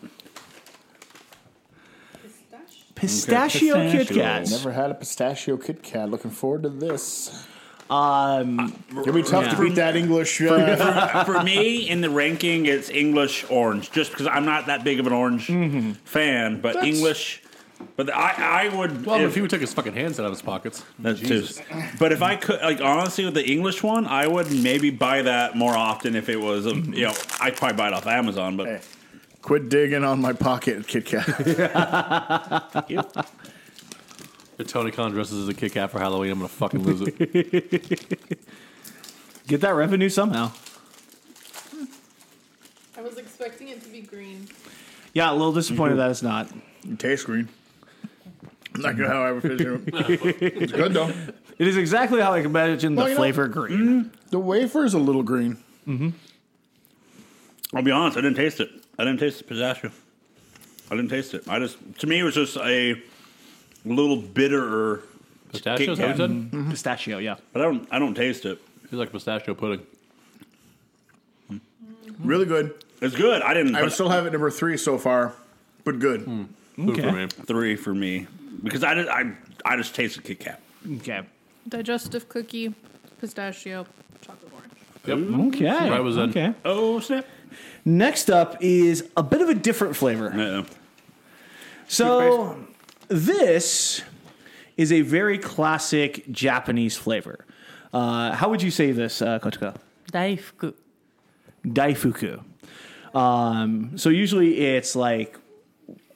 Pistachio Okay, Kit pistachio. Kats. Never had a pistachio Kit Kat. Looking forward to this. Um, It'll be tough Yeah. to beat that English. Uh, for me in the ranking it's english orange just because i'm not that big of an orange Mm-hmm. fan but That's- english but i i would Well, if, if- he would take his fucking hands out of his pockets. that's too- but if i could like honestly with the english one i would maybe buy that more often if it was a, you know i'd probably buy it off amazon but Hey. <laughs> quit digging on my pocket, Kit <laughs> Kat. If Tony Khan dresses as a Kit Kat for Halloween, I'm gonna fucking lose it. get that revenue somehow. I was expecting it to be green. Yeah, a little disappointed that it's not. It tastes green. Not good how I ever pictured it. <laughs> It's good though. It is exactly how I imagine Well, the you know- flavor green. The wafer is a little green. i'll be honest i didn't taste it i didn't taste the pistachio i didn't taste it i just to me it was just a little bitterer Pistachios? Kit Kat. Is that what you said? mm-hmm. Pistachio, yeah. but i don't i don't taste it He's like pistachio pudding. Really good. it's good i didn't I but- would still have it number three so far, but good. Food Okay. for me. three for me because I just, I, I just tasted Kit Kat. Okay. Digestive cookie, pistachio, chocolate orange. Yep. Okay. I was in. okay. Oh snap! Next up is a bit of a different flavor. Uh-uh. So this is a very classic Japanese flavor. Uh, how would you say this, uh, Kotoka? 大福 Daifuku. Um, so usually it's like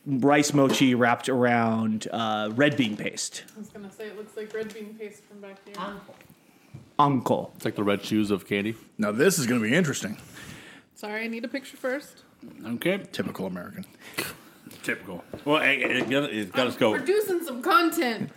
rice mochi wrapped around uh, red bean paste. I was gonna say it looks like red bean paste from back here. Ah. Anko. It's like the red shoes of candy. Now this is going to be interesting. Sorry, I need a picture first. Okay, Typical American. typical. Well, it, it, got- it got us going. Producing some content.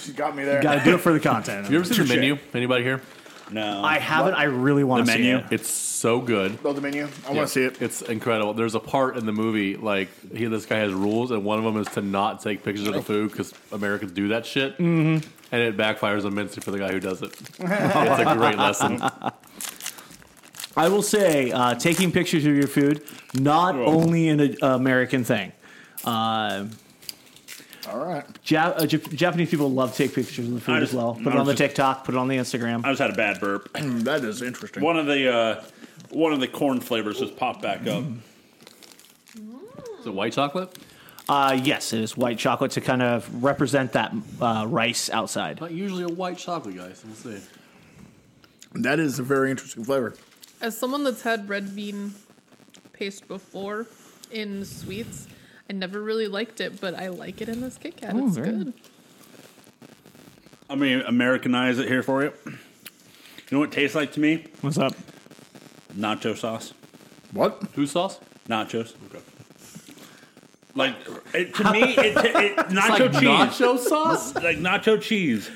She got me there. Got to do it for the <laughs> content. You ever seen the Touche. menu? Anybody here? No, I haven't. I really want The to see menu? it. It's so good. Build the menu. I want to see it. It's incredible. There's a part in the movie like he, this guy has rules, and one of them is to not take pictures of the food because Americans do that shit, mm-hmm. and it backfires immensely for the guy who does <laughs> it. it's a great lesson. I will say, uh, taking pictures of your food, not only an uh, American thing. Uh, All right. Ja- uh, Jap- Japanese people love to take pictures of the food I just- as well. Put I it on the just- TikTok. Put it on the Instagram. I just had a bad burp. Mm, That is interesting. One of the uh, one of the corn flavors just popped back up. Is it white chocolate? Uh, yes, it is white chocolate to kind of represent that uh, rice outside. Not usually a white chocolate, guys. Let's see. That is a very interesting flavor. As someone that's had red bean paste before in sweets, I never really liked it, but I like it in this Kit Kat. Oh, it's very good. I mean, Americanize it here for you. You know what it tastes like to me? What's up? Nacho sauce, What? Who sauce? nachos. Like it, to me, it, <laughs> it nacho like cheese, <laughs> nacho sauce. like nacho cheese.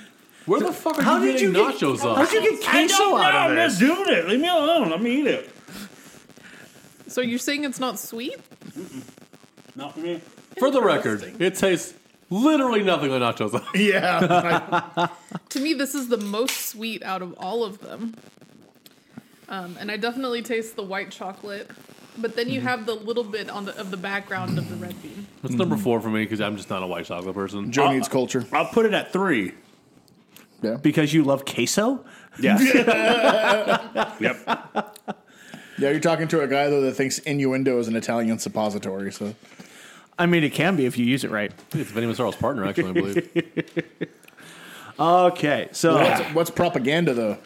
Where the fuck are How you did you getting get- nacho How'd sauce? you get queso No, out I'm of not this? doing it. Leave me alone. Let me eat it. So you're saying it's not sweet? Not for me. For the record, it tastes literally nothing like nacho sauce. <laughs> Yeah. I- To me, this is the most sweet out of all of them. Um, and I definitely taste the white chocolate, but then you Mm-hmm. have the little bit on the, of the background of the red bean. It's number four for me because I'm just not a white chocolate person. <laughs> Uh, Joe needs culture. I'll put it at three. Yeah. Because you love queso? <laughs> Yes. yep. Yeah, you're talking to a guy though that thinks innuendo is an Italian suppository. So I mean, it can be if you use it right. It's Vinny Massaro's partner, actually, I believe. <laughs> Okay, so what's, what's propaganda though?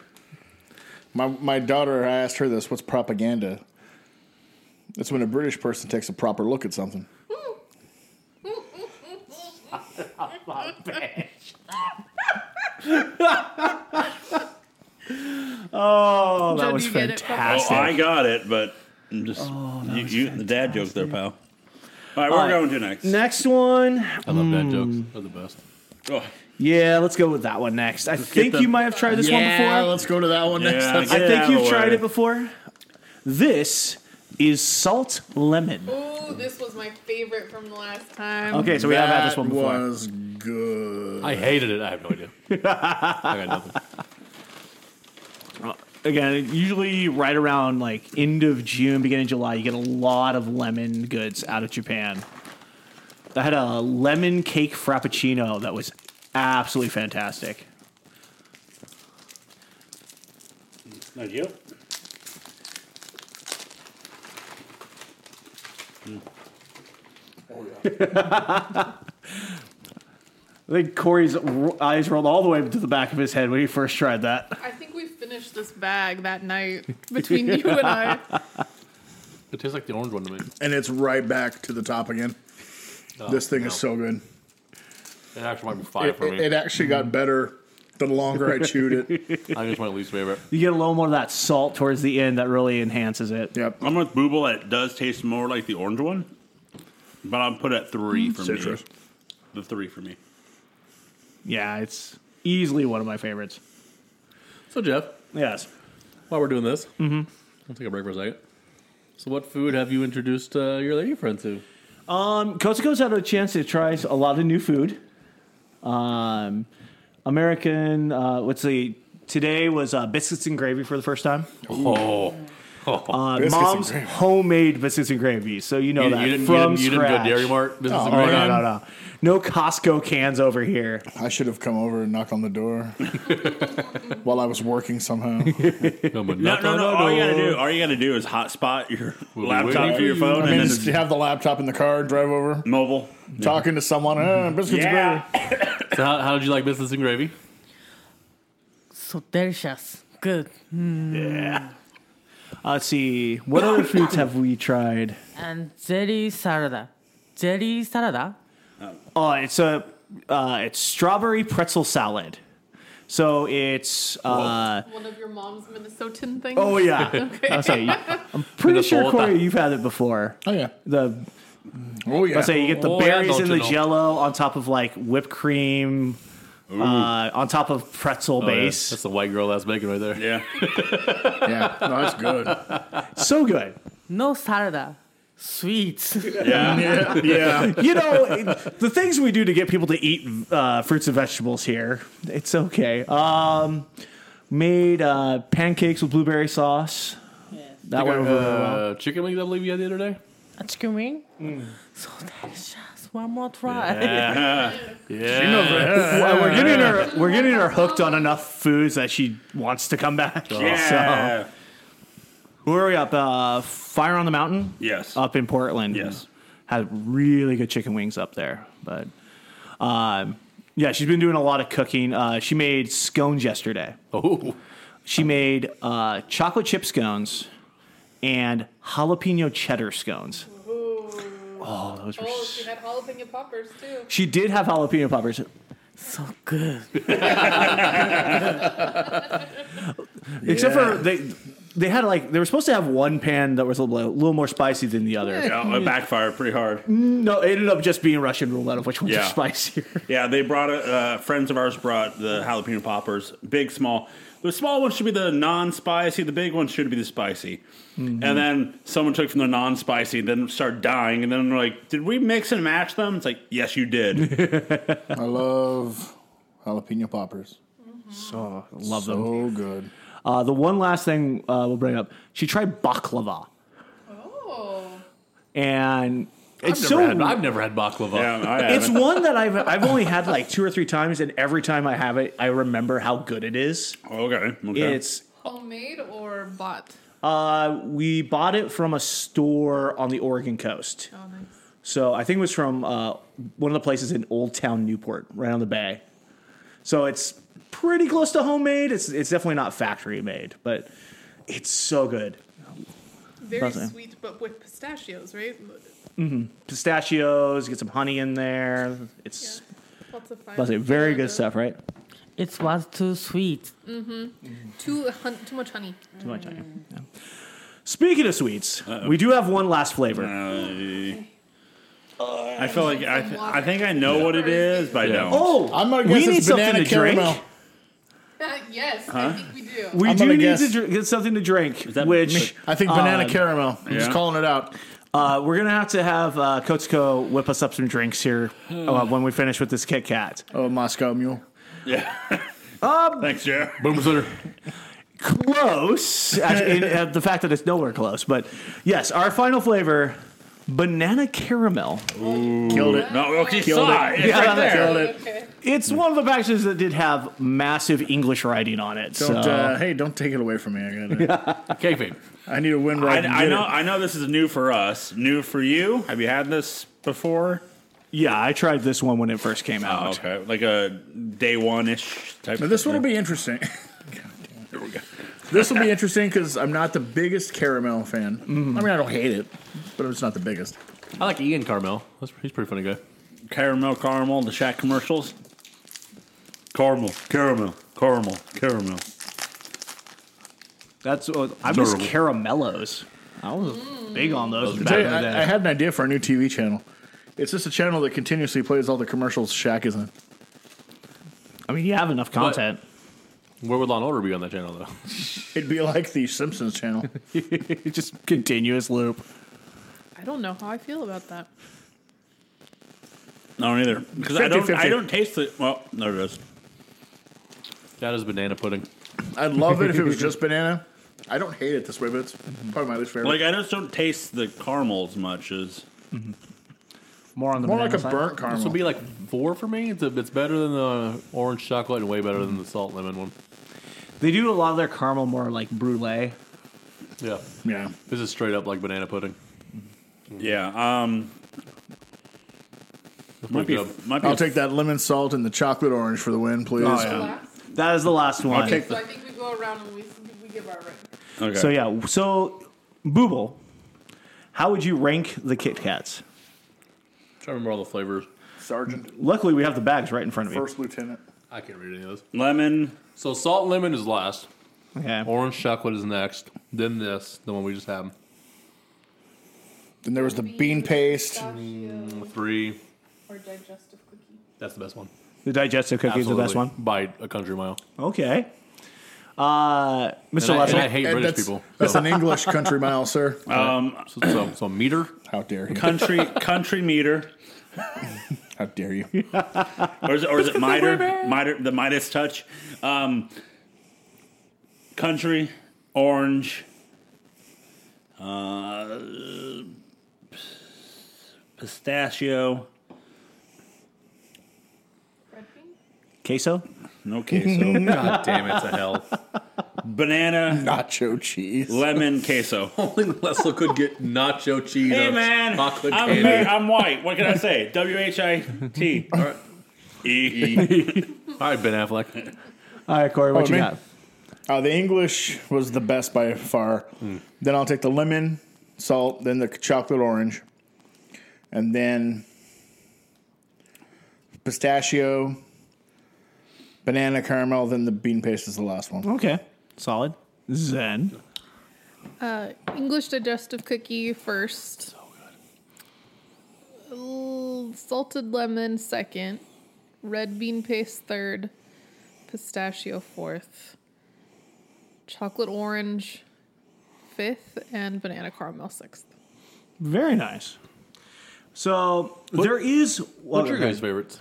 My my daughter, I asked her this. What's propaganda? It's when a British person takes a proper look at something. Oh, that Joe, was do you get it, Papa? Oh, fantastic. I got it, but I'm just you, you the dad jokes there, pal. All right, we're All right. going to next. Next one. I love dad jokes. They're the best. Oh, Yeah, let's go with that one next. I think the- you might have tried this Yeah, one before. let's go to that one next Yeah, time. I I think Get out you've of the tried way. it before. This is salt lemon. Oh, this was my favorite from the last time. Okay, so we have had this one That before. was good. I hated it. I have no idea. I got nothing. Again, usually right around like end of June, beginning of July, you get a lot of lemon goods out of Japan. I had a lemon cake frappuccino that was absolutely fantastic. not you. I think Corey's ro- eyes rolled all the way to the back of his head when he first tried that. I think we finished this bag <laughs> that night between you and I. It tastes like the orange one to me. and it's right back to the top again. Oh, this thing is so good. It actually might be five It, for me. it actually got better the longer I <laughs> chewed it. I think it's my least favorite. You get a little more of that salt towards the end that really enhances it. Yep. I'm with Booble. It does taste more like the orange one, but I'll put it at three for Citrus. me. The three for me. Yeah, it's easily one of my favorites. So Jeff, Yes. while we're doing this, mm-hmm. I'll take a break for a second. So what food have you introduced uh, your lady friend to? Um, Kozuko's had a chance to try a lot of new food. Um, American, uh, what's the, today was uh, biscuits and gravy for the first time. Oh, Uh, Biscuits and mom's gravy. homemade biscuits and gravy. So you know you, you that didn't, you from didn't, you didn't scratch. go Dairy Mart. This is Oh, American. no, no, no. No Costco cans over here. I should have come over and knocked on <laughs> the door while I was working somehow. No, but No, not no, on no. the All you gotta door. do, all you gotta do, is hotspot your We'll be waiting laptop for to your you. phone I mean, and just then have the laptop in the car, drive over, mobile. talking to someone. Mm-hmm. eh, biscuits and Yeah. <laughs> So how, how did you like biscuits and gravy? So delicious. Good. Uh, let's see. What <laughs> other foods have we tried? And jelly salad. Jelly salad? Oh, it's a uh, it's strawberry pretzel salad. So it's uh, One of your mom's Minnesotan things. oh yeah. <laughs> Okay. <laughs> I'll say, I'm <laughs> pretty sure Minnesota. Corey, you've had it before. Oh yeah. The Oh yeah. I say you get the Oh, yeah, berries don't and you the know? jello on top of like whipped cream, uh, on top of pretzel Oh, yeah. base. That's the white girl that's bacon right there. Yeah. yeah. No, that's good. <laughs> So good. No salad. Sweets. <laughs> Yeah. Yeah. You know it- the things we do to get people to eat uh, fruits and vegetables here. It's okay. Um, made uh, pancakes with blueberry sauce. That went over really well. Uh, chicken wings, I believe you had the other day. A chicken wing? So delicious. One more try. Well, we're getting her we're getting her hooked on enough foods that she wants to come back. So yeah. where are we up? Uh, Fire on the Mountain Yes. up in Portland. Yes. had really good chicken wings up there. But um, yeah, she's been doing a lot of cooking. Uh, she made scones yesterday. Oh, She made uh, chocolate chip scones and jalapeno cheddar scones. Oh, those were. Oh, s- she had jalapeno poppers too. She did have jalapeno poppers. <laughs> So good. Except Yeah. for they they had like they were supposed to have one pan that was a little, a little more spicy than the other. Yeah, it backfired pretty hard. No, it ended up just being Russian roulette of which ones are Yeah. <laughs> spicier. Yeah, they brought it. Uh, friends of ours brought the jalapeno poppers, big, small. The small one should be the non-spicy. The big one should be the spicy. And then someone took from the non-spicy, and then started dying. And then we're like, "Did we mix and match them?" It's like, "Yes, you did." I love jalapeno poppers. So love them. So good. Uh, the one last thing uh, we'll bring up. She tried baklava, Oh. and I've, it's never so had, I've never had baklava. yeah, I it's haven't. one that I've I've only had like two or three times, and every time I have it, I remember how good it is. okay. Okay. It's Homemade or bought? uh, we bought it from a store on the Oregon coast, Oh, nice. so I think it was from uh, one of the places in Old Town Newport, right on the bay. So it's pretty close to homemade. It's it's definitely not factory made, but it's so good. Very Buzzing. sweet, but with pistachios, right? Pistachios, get some honey in there. It's Lots of fine. That's it. Very good stuff, right? It was too sweet. Too hun- too much honey. Too much onion. Yeah. Speaking of sweets, we do have one last flavor. I, I feel like I, th- I think I know what it is, but I don't. oh, I'm gonna we guess need it's banana something to drink. caramel. <laughs> yes, I think we do. We I'm do gonna need guess. to dr- get something to drink, that which I think banana Um, caramel. I'm just yeah. calling it out. uh, we're gonna have to have uh, Kotsuko whip us up some drinks here <sighs> uh, when we finish with this Kit Kat. Oh, Moscow Mule. Thanks, Joe. Boom, sir. Close, as in, uh, the fact that it's nowhere close, but yes, our final flavor, banana caramel. Killed it. No, okay, Killed saw it. it. It's Yeah, right that's there. Killed it. <laughs> Okay. Hmm. It's one of the packages that did have massive English writing on it. so Don't, uh, hey, don't take it away from me. I, gotta, Cake fade. I need a win I, right I know. I know this is new for us. New for you. Have you had this before? yeah, I tried this one when it first came out. Oh, okay, like a day one ish type. Now, of this one will thing. be interesting. <laughs> God damn it. This will be interesting because I'm not the biggest caramel fan. Mm-hmm. I mean, I don't hate it, but it's not the biggest. I like Ian Carmel. That's, he's a pretty funny guy. caramel, caramel. The Shack commercials. Caramel, caramel, caramel, caramel. That's uh, I miss Adorable. caramellos. I was big on those Tell back you, in the day. I, I had an idea for a new TV channel. It's just a channel that continuously plays all the commercials Shaq is in. I mean, you have enough content. Where would Law and Order be on that channel, though? It'd be like the Simpsons channel. It's just continuous loop. I don't know how I feel about that. I don't either because I don't. 50-50. I don't taste it. Well, there it is. <laughs> That is banana pudding. I'd love it if it was <laughs> just banana. I don't hate it this way, but it's probably my least favorite. Like I just don't taste the caramel as much as More on the More like banana a side. burnt This caramel. would be like four for me. It's, a, it's better than the orange chocolate and way better than the salt lemon one. They do a lot of their caramel more like brulee. Yeah. yeah. This is straight up like banana pudding. yeah. Um, might be, good. might be I'll take that lemon salt and the chocolate orange for the win, please. Oh, yeah. That is the last one. take- So I think we go around and we, we give our rank. Okay. So yeah, so Booble, how would you rank the Kit Kats? trying to remember all the flavors. Sergeant, Luckily, we have the bags right in front of me. first lieutenant. I can't read any of those. Lemon. So salt and lemon is last. Okay. Orange chocolate is next. Then this, the one we just had. Then there was the bean paste. Pistachio Mm, Three. or digestive cookie. That's the best one. The digestive cookie is the best one. By a country mile. Okay. Uh, Mr. and I, and Leslie, I hate And British that's, people. <laughs> That's So, an English country mile, sir. so, so, so meter. How dare you? Country. <laughs> country meter. How dare you? or is it, or is it miter, miter, the Midas touch? Um, country, orange, uh, pistachio, Red bean? queso. no queso, God damn it, to hell. banana, Nacho cheese. lemon, queso. <laughs> Only Leslie could get nacho cheese. Hey on man, chocolate I'm, candy. Amer- I'm white. What can I say? W H I T E. All right, Ben Affleck. All right, Corey, what Oh, you me? got? Uh, the English was the best by far. Then I'll take the lemon, salt, then the chocolate orange, and then pistachio, banana caramel, then the bean paste is the last one. Okay, solid. Zen. Uh, English digestive cookie first. L- Salted lemon second. Red bean paste third. Pistachio fourth. Chocolate orange fifth. And banana caramel sixth. Very nice. So there is. What's your guys' favorites?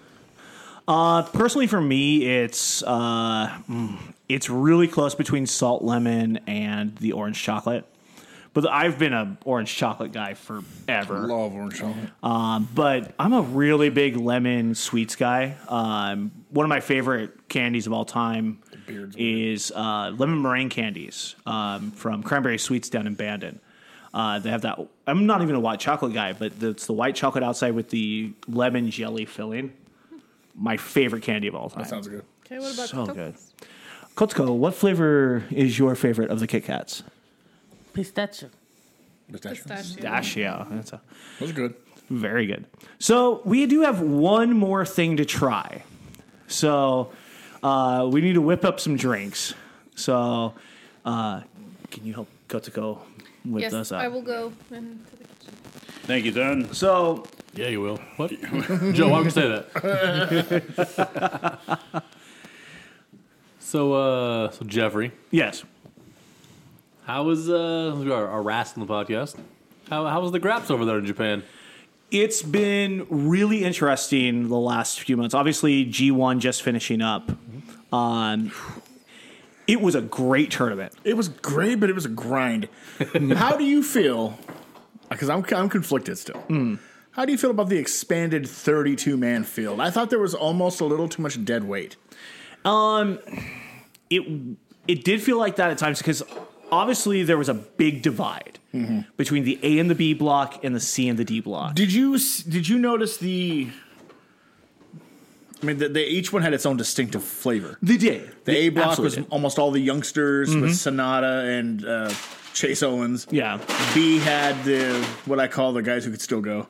Uh, personally, for me, it's uh, mm, it's really close between salt lemon and the orange chocolate. But I've been a orange chocolate guy forever. Love orange chocolate. Um, but I'm a really big lemon sweets guy. Um, one of my favorite candies of all time is uh, lemon meringue candies um, from Cranberry Sweets down in Bandon. Uh, they have that. I'm not even a white chocolate guy, but it's the white chocolate outside with the lemon jelly filling. My favorite candy of all time. Sounds good. Okay, what about So the good. tokens? Kotsko, what flavor is your favorite of the Kit Kats? Pistachio. Pistachio. Pistachio. Pistachio. That's a, Those are good. very good. So we do have one more thing to try. So Uh, we need to whip up some drinks. So, uh, can you help Kotoko whip Yes, us up? I will go into the kitchen. Thank you, John. So, Yeah, you will. What? <laughs> Joe, why would you say that? <laughs> so, uh, so Jeffrey, yes. how was uh, we are our Rast in the podcast? How, how was the graps over there in Japan? It's been really interesting the last few months. Obviously, G1 just finishing up. Mm-hmm. Um, it was a great tournament. It was great, but it was a <laughs> grind. How do you feel? Because I'm, I'm conflicted still. How do you feel about the expanded 32 man field? I thought there was almost a little too much dead weight. Um, it it did feel like that at times because obviously there was a big divide Mm-hmm. between the A and the B block and the C and the D block. Did you s- did you notice the? I mean, the, they each one had its own distinctive flavor. They did. The A block was absolutely did. almost all the youngsters with Sonata and uh, Chase Owens. yeah. B had the what I call the guys who could still go.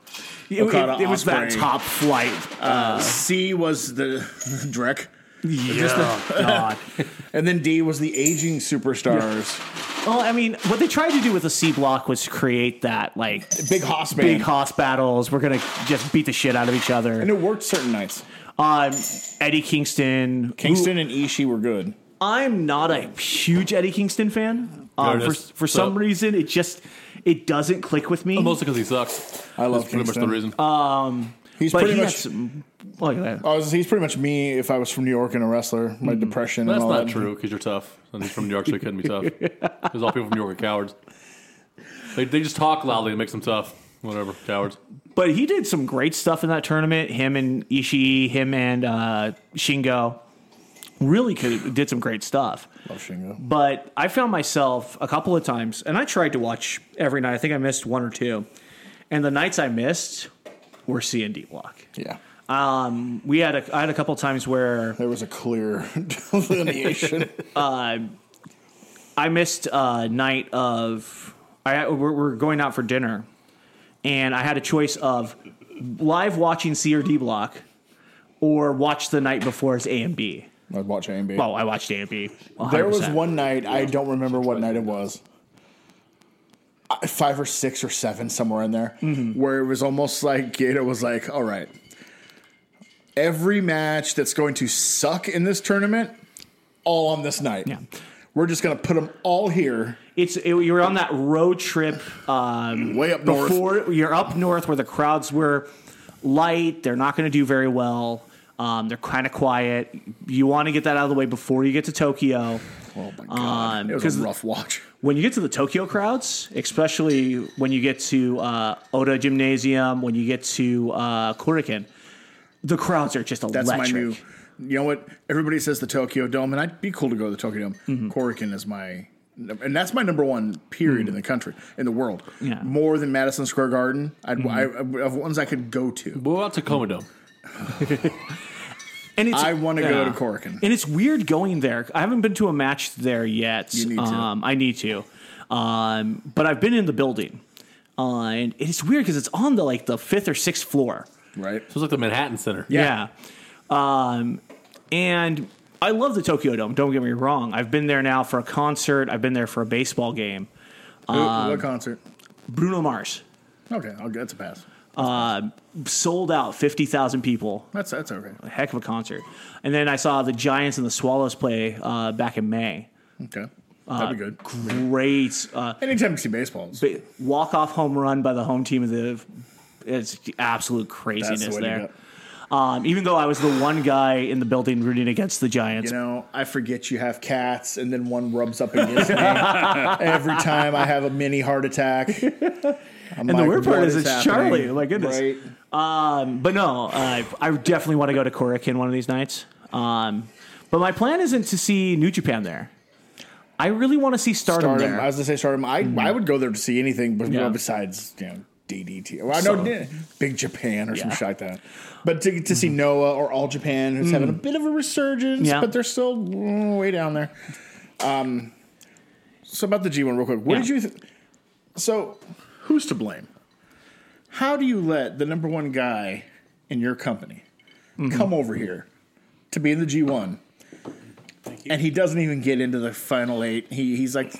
It, Okada, it- it was that Ospreay. top flight. C was the <laughs> Drek, yeah. God. and then D was the aging superstars. <laughs> Well, I mean, what they tried to do with the C block was create that like Big Hoss band. big hoss battles. We're gonna just beat the shit out of each other. and it worked certain nights. Um, Eddie Kingston. who- Kingston and Ishii were good. I'm not a huge Eddie Kingston fan. Um, Fair for enough. for some So- reason, it just it doesn't click with me. Mostly because he sucks. I love That's pretty much the Kingston. Uh, reason. He's but pretty he much. had some. Look at that. I was, he's pretty much me if I was from New York and a wrestler. My depression. That's and all not that. true because you're tough. And he's from New York, so he couldn't <laughs> be tough. Because all people from New York are cowards. They, they just talk loudly and makes them tough. Whatever, cowards. But he did some great stuff in that tournament. Him and Ishii, him and uh, Shingo, really could, did some great stuff. Love Oh, Shingo. But I found myself a couple of times, and I tried to watch every night. I think I missed one or two. And the nights I missed were C and D block. Yeah. Um, we had a, I had a couple of times where There was a clear <laughs> delineation. I missed a night of I we're, we're going out for dinner, and I had a choice of live watching C or D Block, or watch the night before as A and B. I'd watch A and B. Well, Oh, I watched A and B. 100%. there was one night I don't remember what night it was. I- Five or six or seven, somewhere in there, where it was almost like Gato was like, "All right, every match that's going to suck in this tournament, all on this night. Yeah. We're just going to put them all here, It's it, you were on that road trip um, way up north." before you're up north where the crowds were light. They're not going to do very well. Um, they're kind of quiet. You want to get that out of the way before you get to Tokyo. oh my god, Um, it was 'cause- a rough watch. when you get to the Tokyo crowds, especially when you get to uh, Oda Gymnasium, when you get to uh, Kurikan, the crowds are just electric. That's my new. You know what? Everybody says the Tokyo Dome, and I'd be cool to go to the Tokyo Dome. Mm-hmm. Korakuen is my, and that's my number one period in the country, in the world. Mm. Yeah. Mm-hmm. More than Madison Square Garden. I'd, I, of ones I could go to. What about Tacoma Dome? and it's I want to go yeah. to <laughs> Korakuen. And it's weird going there. I haven't been to a match there yet. You need to. Um, I need to, um, but I've been in the building, uh, and it's weird because it's on the like the fifth or sixth floor. Right? So it's like the Manhattan Center. Yeah. Um, and I love the Tokyo Dome. Don't get me wrong. I've been there now for a concert. I've been there for a baseball game. Who- Um, what concert? Bruno Mars uh, Okay, I'll, that's a pass. sold out 50,000 people. That's that's okay. A heck of a concert. And then I saw the Giants and the Swallows play uh, back in May. Okay, Uh, that'd be good. Great uh, Anytime you see baseball, it's- walk off home run by the home team of the. It's absolute that's craziness the way to there. go. Um, even though I was the one guy in the building rooting against the Giants, You know, I forget you have cats, and then one rubs <laughs> up against me every time I have a mini heart attack. and the weird part is it's Charlie, my goodness. Um, but no, uh, I definitely want to go to Korakuen one of these nights. Um, but my plan isn't to see New Japan there. I really want to see Stardom, Stardom. there. Hmm. I was gonna say Stardom. I I would go there to see anything, but Yeah. besides you know DDT. Well, I know So- Big Japan or some Yeah. Mm-hmm. shit like that. But to, to see Noah or All Japan, who's having a bit of a resurgence, Mm. Yeah. but they're still mm, way down there. Um, so about the G one real quick. What Yeah. did you? Th- so who's to blame? How do you let the number one guy in your company come over here to be in the G one? and he doesn't even get into the final eight. He he's like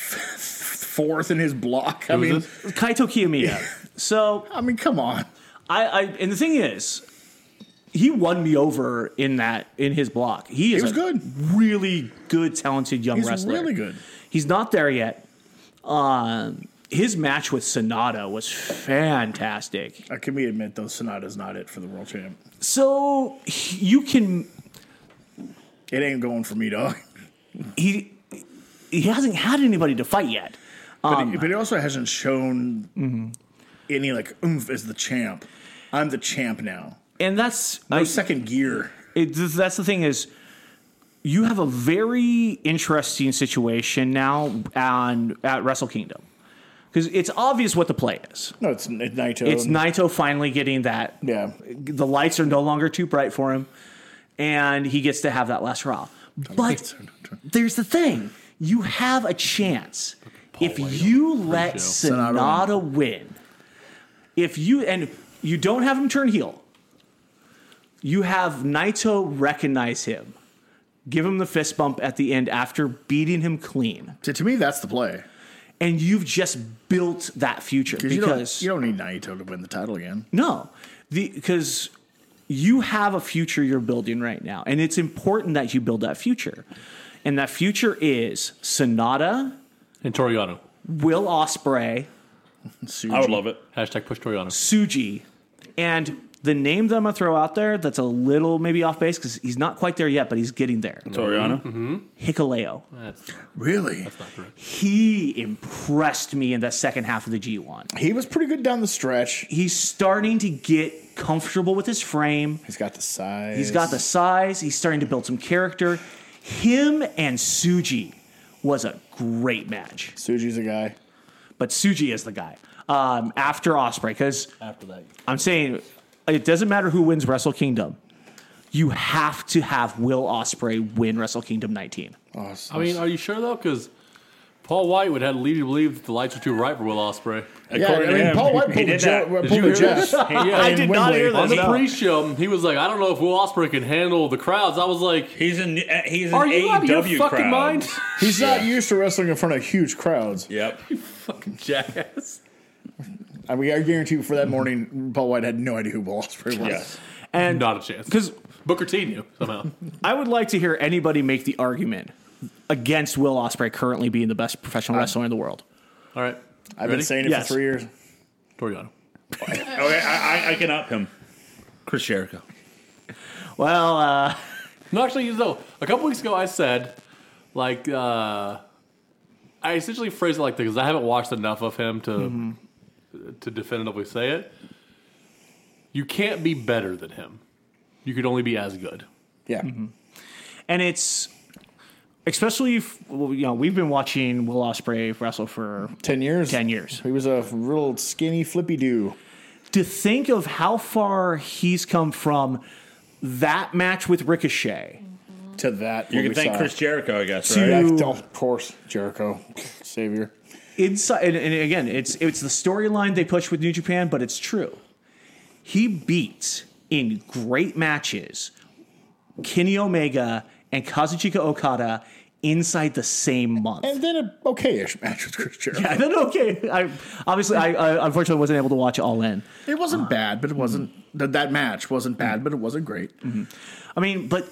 fourth in his block. I Who's mean, this? Kaito Kiyomiya. <laughs> So I mean, come on. I, I and the thing is, he won me over in that in his block. He is was a good. really good, talented young He's wrestler. really good. He's not there yet. Um, his match with Sonata was fantastic. Uh, Can we admit though, Sonata's not it for the world champ. So he- you can It ain't going for me, dog. <laughs> he he hasn't had anybody to fight yet. But, he, but he also hasn't shown any like oomph as the champ. I'm the champ now. And that's No I- second gear. it, that's the thing is you have a very interesting situation now on at Wrestle Kingdom because it's obvious what the play is. No, it's, it's Naito. It's Naito finally getting that. Yeah. The lights are no longer too bright for him, and he gets to have that last raw. But there's the thing: you have a chance if you let pre-show. Sonata win. If you and you don't have him turn heel, you have Naito recognize him, give him the fist bump at the end after beating him clean, To, to me, that's the play. and you've just built that future Because because you don't, you don't need Naito to win the title again. No, the because you have a future you're building right now, and it's important that you build that future. And that future is Sonata, And Toriano. Will I Osprey, would love it. Hashtag push Toriano. Suji, and the name that I'm gonna throw out there that's a little maybe off base because he's not quite there yet, but he's getting there. Toriano. Hikaleo. Really? He impressed me in the second half of the G1. He was pretty good down the stretch. He's starting to get comfortable with his frame. He's got the size. He's got the size. He's starting to build some character. Him and Suji was a great match, Suji's a guy. but Suji is the guy um, after Osprey because After that. I'm saying it doesn't matter who wins Wrestle Kingdom. You have to have Will Osprey win Wrestle Kingdom 19. Oh, so- I mean, are you sure though? Because Paul White would have lead you to believe that the lights are too bright for Will Osprey. yeah, I According to mean, him, Paul White he pulled the did Jeff. that. Pulled Did you the hear Jeff. I did not hear On the No. pre-show, he was like, "I don't know if Will Osprey can handle the crowds." I was like, He's in. uh, He's "Are an you out of your AEW fucking crowd. mind, <laughs> <laughs> He's not used to wrestling in front of huge crowds. Yep. jackass?" I mean, I guarantee you for that morning, Paul White had no idea who Will Ospreay was. Yes. And Not a chance. because Booker T knew somehow. I would like to hear anybody make the argument against Will Osprey currently being the best professional wrestler in the world. All right, I've Ready? been saying it Yes. for three years. Toriano. Okay, I, I, I can up him. Chris Jericho. Well, uh, No, actually, no. A couple weeks ago, I said, like, uh, I essentially phrased it like this because I haven't watched enough of him to to definitively say it. You can't be better than him. You could only be as good. Yeah. Mm-hmm. and it's especially if, well, you know we've been watching Will Osprey wrestle for Ten years. 10 years. He was a real skinny flippy do. To think of how far he's come from that match with Ricochet to that. You what can we thank saw. Chris Jericho, I guess. To- Right? Yeah, Jericho. don't- of course, Jericho, <laughs> savior. inside and, and again it's it's the storyline they push with New Japan but it's true. He beats in great matches Kenny Omega and Kazuchika Okada inside the same month. And then a okay-ish match with Chris Jericho. yeah, no, no, okay. <laughs> I obviously I, I unfortunately wasn't able to watch All In. It wasn't Uh, bad, but it wasn't hmm. that that match wasn't bad, but it wasn't great. I mean, but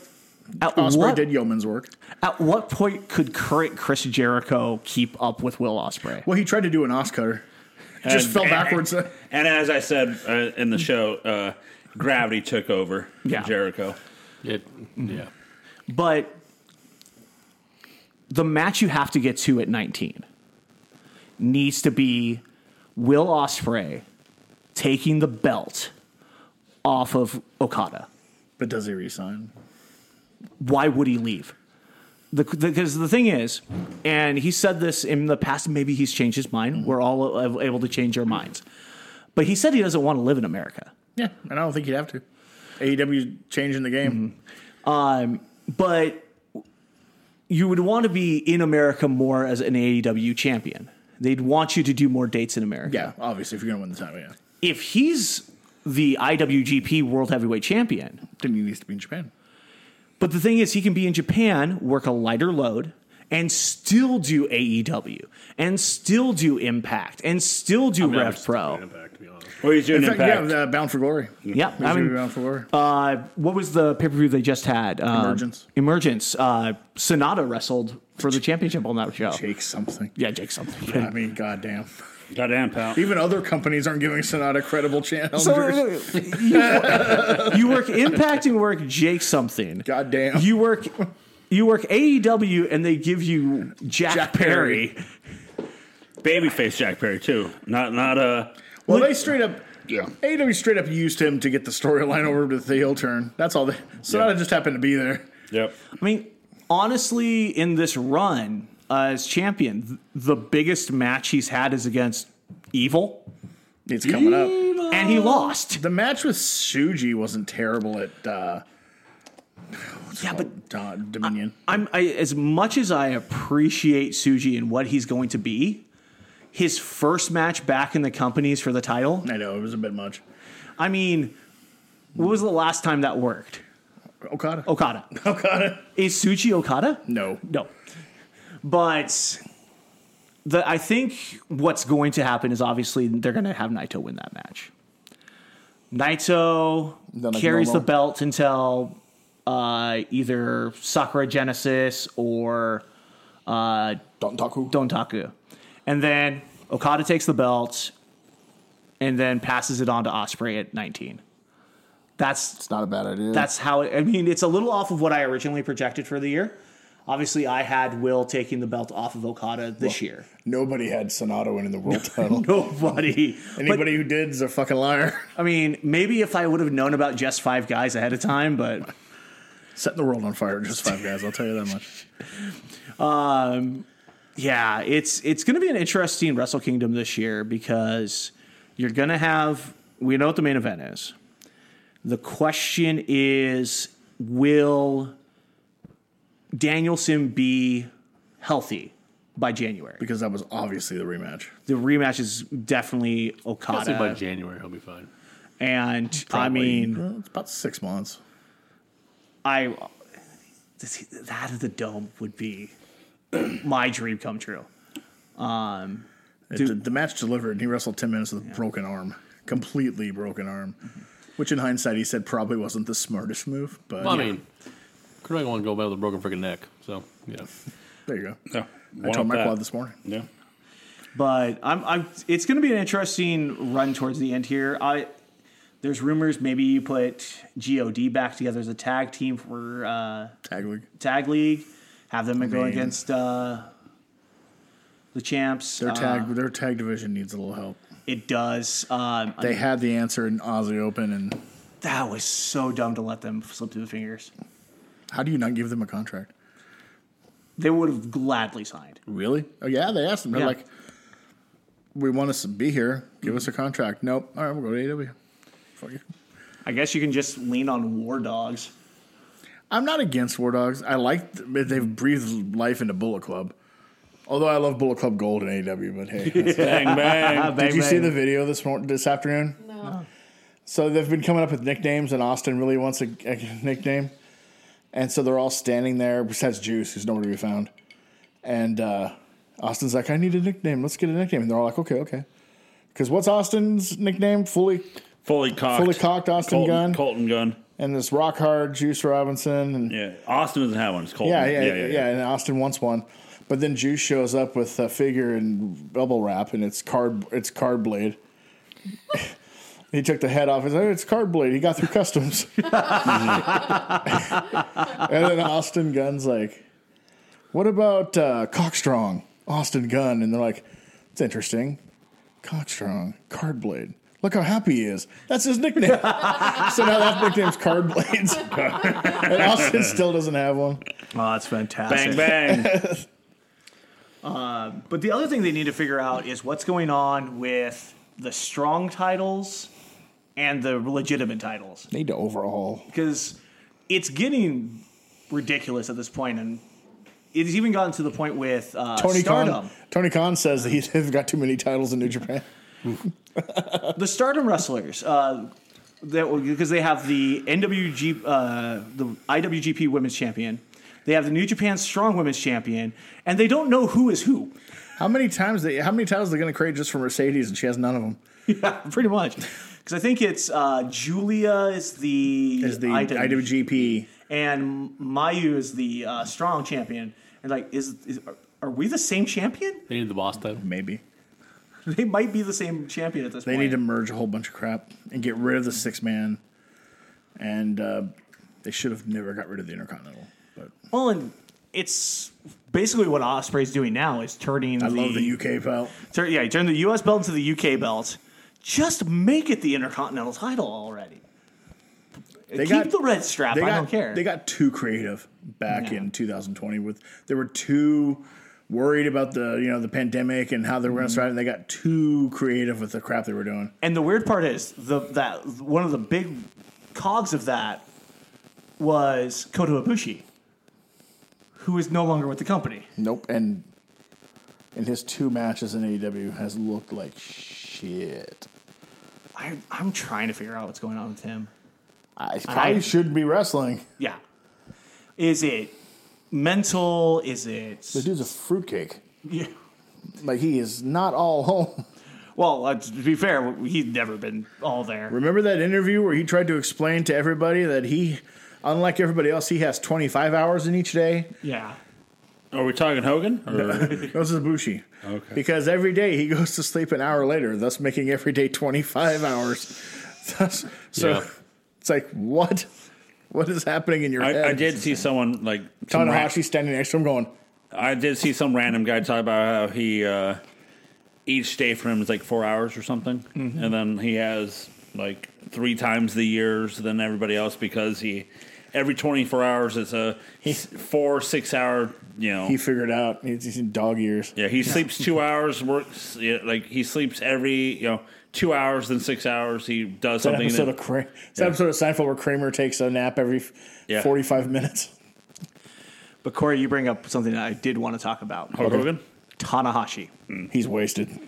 at Osprey Hmm. what did yeoman's work. At what point could current Chris Jericho keep up with Will Osprey? Well, he tried to do an os cutter, just And- <laughs> fell and- backwards. And, as I said uh, in the show, uh, gravity took over Yeah. Jericho. It, Yeah. But the match you have to get to at 19 needs to be Will Osprey taking the belt off of Okada. but does he resign? Why would he leave? Because the, 'cause the thing is, and he said this in the past, maybe he's changed his mind. We're all a- able to change our minds. But he said he doesn't want to live in America. Yeah, and I don't think you'd have to. AEW changing the game. Mm-hmm. Um, but you would want to be in America more as an AEW champion. They'd want you to do more dates in America. Yeah, obviously, if you're gonna win the title, yeah, If he's the IWGP World Heavyweight Champion, then he needs to be in Japan. But the thing is, he can be in Japan, work a lighter load, and still do AEW, and still do Impact, and still do Never Rev seen Pro. an Impact, to be honest. Or he's doing In fact, impact. yeah, uh, Bound for Glory. Yeah, He's I gonna be mean, Bound for Glory. uh, what was the pay per view they just had? Um, Emergence. Emergence. Uh, Sonata wrestled for the championship on that show. Jake something. Yeah, Jake something. I mean, goddamn. Goddamn, pal. Even other companies aren't giving Sonata credible channels. So uh, you, you work Impact and work Jake something. Goddamn. You work you work AEW and they give you Jack, Jack Perry. Perry. Babyface Jack Perry too. Not not uh well, they straight up. Yeah. AEW straight up used him to get the storyline over to the heel turn. That's all. They, Sonata Yeah. just happened to be there. Yep. I mean, honestly, in this run uh, as champion, th- the biggest match he's had is against Evil, It's coming up. and he lost. The match with Suji wasn't terrible at uh, Yeah, but Dom- Dominion. I'm I, as much as I appreciate Suji and what he's going to be. His first match back in the companies for the title. I know it was a bit much. I mean, what was the last time that worked? Okada. Okada. <laughs> Okada. Is Suchi Okada? No. No. But the I think what's going to happen is obviously they're going to have Naito win that match. Naito Then, like, carries normal. the belt until uh, either Sakura Genesis or uh, Don Taku. Dontaku. And then Okada takes the belt and then passes it on to Osprey at 19. That's It's not a bad idea. that's how it, I mean, it's a little off of what I originally projected for the year. Obviously, I had Will taking the belt off of Okada this year. <laughs> Nobody had Sonata winning the <laughs> world title. Nobody. Anybody who did is a fucking liar. <laughs> But, I mean, maybe if I would have known about just five guys ahead of time, but Setting the world on fire, just five guys. I'll tell you that much. um, yeah, it's it's going to be an interesting Wrestle Kingdom this year because you're going to have we know what the main event is. The question is will Danielson be healthy by January? Because that was obviously the rematch. the rematch is definitely I'll say by Okada. January he'll be fine. And I mean, Well, uh, it's about six months. I this, that of the dome would be <clears throat> my dream come true. Um, It- the, the match delivered, and he wrestled 10 minutes with a broken arm. Completely broken arm. Which, in hindsight, he said probably wasn't the smartest move, but Well, I mean, could I want to go by with a broken freaking neck? So yeah, there you go. Yeah. I told my that. quad this morning. Yeah. But I'm, I'm it's going to be an interesting run towards the end here. I there's rumors maybe you put God back together as a tag team for uh, Tag league. tag league, have them go mean- against uh, the champs. Their Uh, tag, their tag division needs a little help. it does. Um, They had the answer in Aussie Open, and that was so dumb to let them slip through the fingers. how do you not give them a contract? they would have gladly signed. Really? Oh yeah, they asked him. They're Yeah. like, "We want us to be here. Give us a contract." Nope. All right, we'll go to AW. Fuck you. I guess you can just lean on war dogs. I'm not against War Dogs. I like that they've breathed life into Bullet Club. Although I love Bullet Club Gold and AW, but hey, that's- Bang <laughs> bang. did you see the video this morning, this afternoon? No. So they've been coming up with nicknames, and Austin really wants a, a nickname. And so they're all standing there, besides Juice, who's nowhere to be found. And uh, Austin's like, I need a nickname. Let's get a nickname. And they're all like, okay, okay. Because what's Austin's nickname? Fully, Fully cocked. fully cocked Austin Colton, Gunn. Colton Gunn. And this rock hard Juice Robinson. And Yeah. Austin doesn't have one. It's Colton. yeah, yeah, yeah, And Austin wants one. But then Juice shows up with a figure and bubble wrap, and it's card, it's card blade. <laughs> he took the head off. He's like, "Oh, it's card blade. He got through customs. <laughs> and then Austin Gunn's like, "What about uh, Cockstrong, Austin Gunn?" And they're like, "It's interesting. Cockstrong, card blade. Look how happy he is. That's his nickname. <laughs> so now that nickname's card blades. <laughs> and Austin still doesn't have one." Oh, that's fantastic. Bang <laughs> bang. But the other thing they need to figure out is what's going on with the strong titles and the legitimate titles Need to overhaul. because it's getting ridiculous at this point, and it's even gotten to the point with uh, Tony Stardom. Khan. Tony Khan says that he- <laughs> they've got too many titles in New Japan. The Stardom wrestlers. Uh, because they have the NWG, uh, the IWGP Women's Champion. They have the New Japan Strong Women's Champion, and they don't know who is who. <laughs> How many times they? How many titles are they going to create just for Mercedes, and she has none of them? Yeah, pretty much. Because I think it's uh, Julia is the Is the IW, IWGP? and Mayu is the uh, Strong Champion. And like, is, is are, are we the same champion? <laughs> They need the boss title. Maybe They might be the same champion at this they point. need to merge a whole bunch of crap and get rid of the six man, and uh, they should have never got rid of the Intercontinental. But Well, and it's basically what Osprey's doing now is turning. I the, love the UK belt. Turn, yeah, turn the U.S. belt into the U.K. belt. Just make it the Intercontinental title already. Keep got- the red strap. I They got don't care. they got too creative back Yeah. in 2020 with they were too worried about the you know the pandemic and how they were going to Mm-hmm. start and they got too creative with the crap they were doing. and the weird part is the that one of the big cogs of that was Kota Ibushi, who is no longer with the company. Nope. And in his two matches in AEW has looked like shit. I, I'm trying to figure out what's going on with him. I probably I- shouldn't be wrestling. Yeah, is it mental? Is it The dude's a fruitcake. yeah? Like he is not all home. Well, uh, to be fair, he'd never been all there. Remember that interview where he tried to explain to everybody that he, unlike everybody else, he has 25 hours in each day. Yeah. Are we talking Hogan? Or Goes to Bushi. Okay. Because every day he goes to sleep an hour later, thus making every day 25 hours. <laughs> Thus, so Yeah. it's like, what? What is happening in your head? I, I did see someone like some ran- Tanahashi standing next to him going, I did see some random guy talk about how he uh, each day for him is like four hours or something, Mm-hmm. and then he has like three times the years than everybody else because he every twenty four hours is a s- four six hour you know he figured out. He's, he's in dog ears. yeah he sleeps <laughs> two hours works yeah, like he sleeps every you know two hours then six hours he does It's an something episode that- of Kra- it's an episode of Seinfeld where Kramer takes a nap every f- Yeah. 45 minutes. <laughs> But Corey, you bring up something that I did want to talk about. Hulk Hogan Tanahashi. He's wasted. Boy,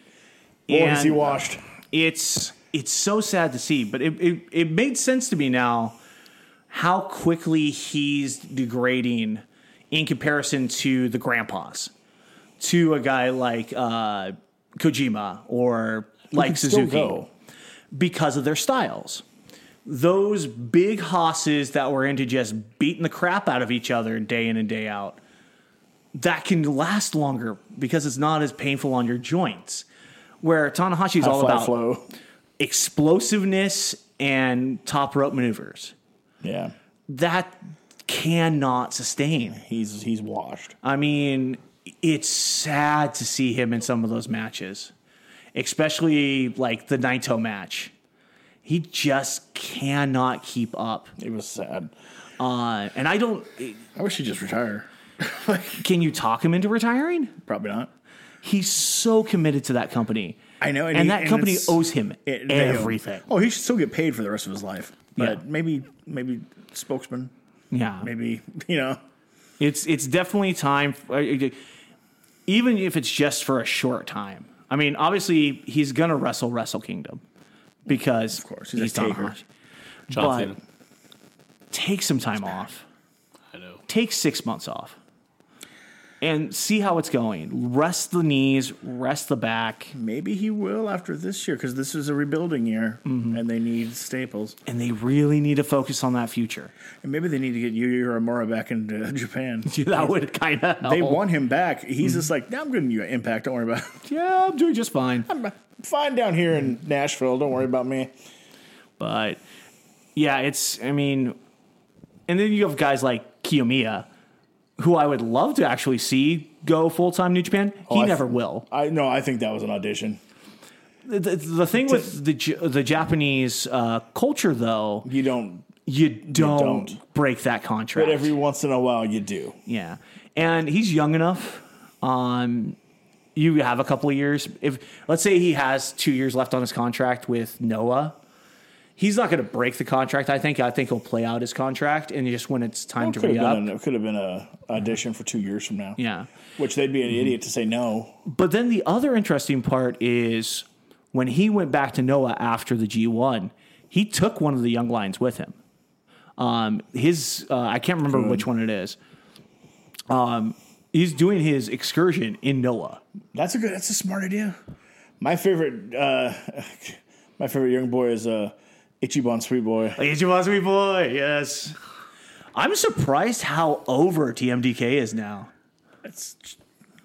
is And uh, he washed. It's it's so sad to see, but it, it, it made sense to me now how quickly he's degrading in comparison to the grandpas. To a guy like uh, Kojima or like still Suzuki. go. because of their styles. Those big hosses that were into just beating the crap out of each other day in and day out, that can last longer because it's not as painful on your joints. Where Tanahashi is all Fly about flow. explosiveness and top rope maneuvers. Yeah. That cannot sustain. He's he's washed. I mean, it's sad to see him in some of those matches, especially like the Naito match. He just cannot keep up. It was sad. Uh, and I don't. I wish he'd just retire. Can you talk him into retiring? Probably not. He's so committed to that company. I know, And, and he- that and company it's- owes him It- they owe- E, everything. Oh, he should still get paid for the rest of his life. But Yeah. maybe maybe spokesman. yeah. Maybe <laughs> you know. It's it's definitely time, for- even if it's just for a short time. I mean, obviously he's gonna wrestle Wrestle Kingdom because of course, he's a taker. John But- Cena. Take some time off. I know. Take six months off, and see how it's going. Rest the knees, rest the back, Maybe he will after this year because this is a rebuilding year Mm-hmm. and they need staples. and they really need to focus on that future. <laughs> And maybe they need to get Yuya Uemura back into <laughs> Japan. That would kind of help. They want him back. He's Hmm. just like, nah, I'm good in your impact. Don't worry about it. <laughs> yeah, I'm doing just fine. I'm fine down here in Nashville. Don't worry about me. But yeah, it's I mean, and then you have guys like Kiyomiya, who I would love to actually see go full time New Japan. he I never th- will. I no, I think that was an audition. The, the- the thing with the J- the Japanese uh, culture, though, You don't, you don't, don't. break that contract. but every once in a while you do. yeah, and he's young enough. Um, you have a couple of years. If let's say he has two years left on his contract with Noah. He's not going to break the contract. I think. I think he'll play out his contract, and just when it's time to Could re have up, been, an, could have been a audition for two years from now. Yeah. Mm-hmm. which they'd be an idiot to say no. But then the other interesting part is when he went back to Noah after the G1, he took one of the young lions with him. Um, his uh, I can't remember which one it is. Um, he's doing his excursion in Noah. That's a good. That's a smart idea. My favorite, uh, <laughs> my favorite young boy is uh, Ichiban Sweet Boy. It's your boss, me boy. Yes. I'm surprised how over TMDK is now. That's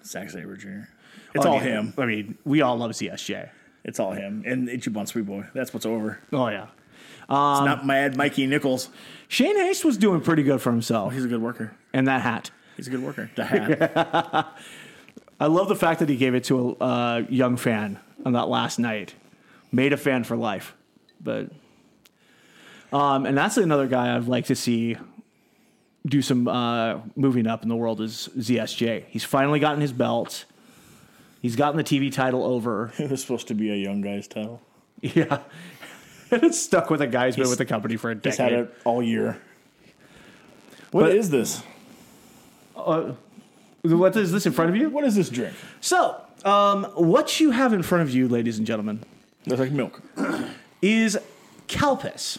Zack Saber Jr. It's all I mean, him. I mean, we all love CSJ. It's all him. And Ichiban Sweet Boy. That's what's over. Oh yeah. It's Um, not mad Mikey Nichols. Shane Haste was doing pretty good for himself He's a good worker. and that hat. He's a good worker. The hat. I love the fact that he gave it to a uh, young fan on that last night. Made a fan for life. But um, and that's another guy I'd like to see do some uh, moving up in the world is ZSJ. He's finally gotten his belt. He's gotten the TV title over. it was supposed to be a young guy's title. <laughs> yeah. And it's stuck with a guy who's been with the company for a He's had decade. it all year. What But- is this? What is this in front of you? What is this drink? So, um, what you have in front of you, ladies and gentlemen, That's like milk. is Calpis.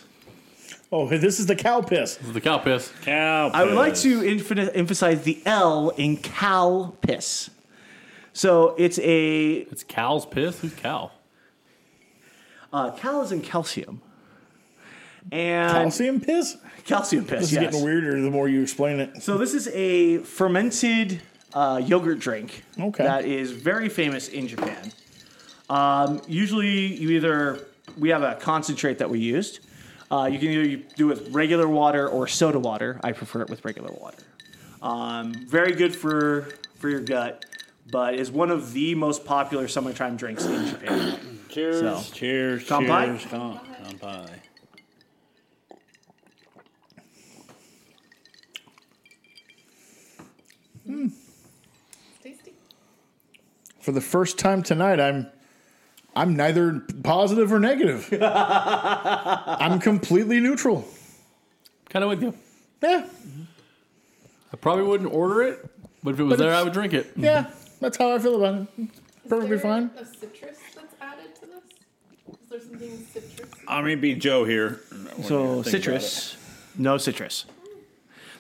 Oh, hey, this is the cow piss. The cow piss. Cow I would like piss. to infin- emphasize the L in Cal Piss. So it's a It's cow's piss. Who's cow? uh, Cal is in calcium and Calcium piss? calcium piss. This is yes. getting weirder the more you explain it. So this is a fermented uh, yogurt drink Okay. that is very famous in Japan. Um, usually, you either we have a concentrate that we used. Uh, you can either do it with regular water or soda water. I prefer it with regular water. Um, very good for for your gut, but is one of the most popular summertime drinks in Japan. Cheers, So. cheers, Kanpai? cheers, kan- kanpai. Tasty. For the first time tonight, I'm I'm neither positive <laughs> or negative. I'm completely neutral. Kind of with you. Yeah, I probably wouldn't order it, but if it was there, I would drink it. yeah. That's how I feel about it. Perfectly Is there fine. A citrus that's added to this? Is there something citrus? I'm gonna be Joe here. So citrus, no citrus.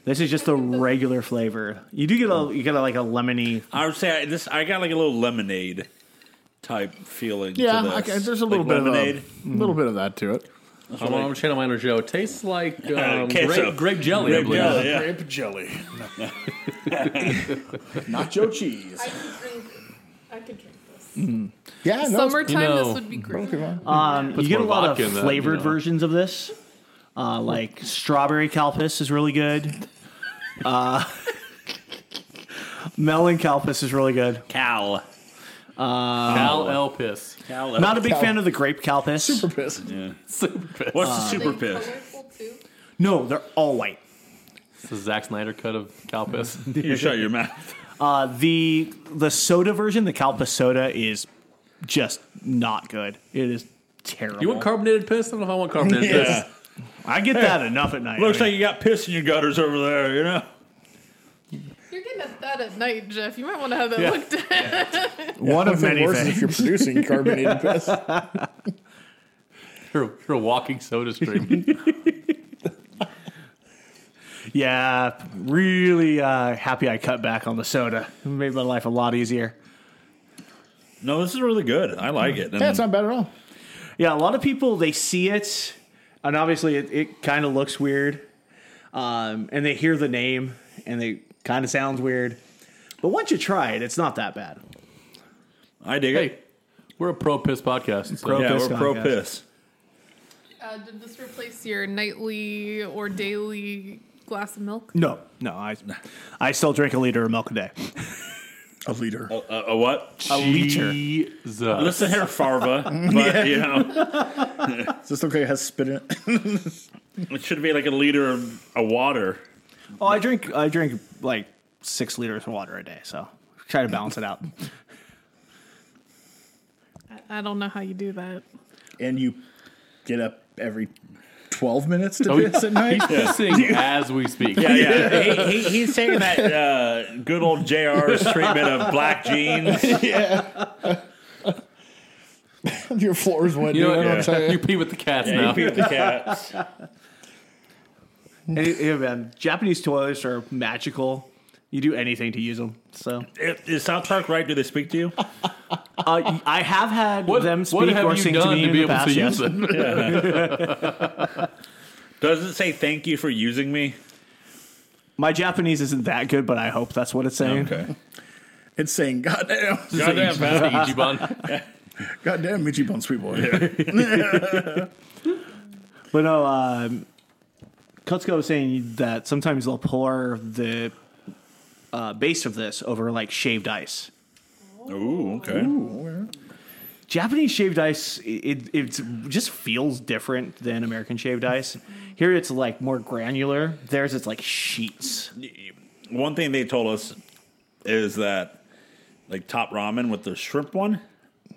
This is just the regular flavor. You do get a you get a, like a lemony I would say I, this. I got like a little lemonade type feeling. Yeah, to I this. ca- there's a Like little bit lemonade. of uh, a little bit of that to it. I'm on a channel miner show. <laughs> Tastes like um, queso. grape, grape jelly, I Grape believe. jelly, yeah. Grape jelly, nacho cheese. I could drink. I could drink this. Mm-hmm. Yeah, no, it's Summertime, You know- this would be great. You get a more lot vodka of in that, you flavored know. versions of this. Uh, like strawberry calpis is really good. Uh, <laughs> melon calpis is really good. Cal. Cow L piss. Uh, <laughs> Cal. Not a big Cal- fan of the grape calpis. super piss. What's uh, the Are they super <laughs> piss? colorful too? No, they're all white. It's the Zack Snyder cut of cow <laughs> piss. You shut your <laughs> mouth. Uh, the the soda version, the calpis soda, is just not good. It is terrible. you want carbonated piss? I don't know if I want carbonated piss. I get that enough at night. Looks I like you got piss in your gutters over there. You know. You're getting at that at night, Jeff. You might want to have that looked at. one of many worse is things. if you're producing carbonated piss. <laughs> You're, you're a walking soda <laughs> stream. Yeah, really uh, happy I cut back on the soda. It made my life a lot easier. No, this is really good. I like it. And Yeah, it's not bad at all. Yeah, a lot of people they see it, and obviously it, it kind of looks weird, um, and they hear the name and they kind of sounds weird. But once you try it, it's not that bad. I dig hey, it. we're a pro piss podcast. So. Pro Yeah, piss we're pro podcast. piss. Uh, did this replace your nightly or daily glass of milk? No, no, I, I still drink a liter of milk a day. A leader. A, a, a what? A liter. Jesus. Listen here, <laughs> Farva. But you know, Does this look like it has spit in it? <coughs> it should be like a liter of a water. Oh, I drink I drink like six liters of water a day, so try to balance it out. I, I don't know how you do that. And you get up every twelve minutes to Oh, <laughs> yeah. piss at night. Pissing as we speak. Yeah, yeah. he, he, he's taking that uh, good old JR's treatment of black jeans. <laughs> Your floor's windy. You know I what? don't tell You you. <laughs> pee with the cats Yeah, now. you pee with the cats. Hey, yeah, man. Japanese toilets are magical. You do anything to use them. So Is- Is South Park right? Do they speak to you? uh, I have had What, them what speak have or you sing done to me in be the able past. to yes. use it? <laughs> Does it say thank you for using me? My Japanese isn't that good, but I hope that's what it's saying. It's saying, goddamn, Goddamn, pal. Ichiban. goddamn, Ichiban, sweet boy. But no, um, Kutsuko was saying that sometimes they'll pour the uh, base of this over like shaved ice. Ooh, okay. Japanese shaved ice, it, it it's- just feels different than American shaved ice. Here it's like more granular. Theirs it's like sheets. One thing they told us is that, like top ramen with the shrimp one,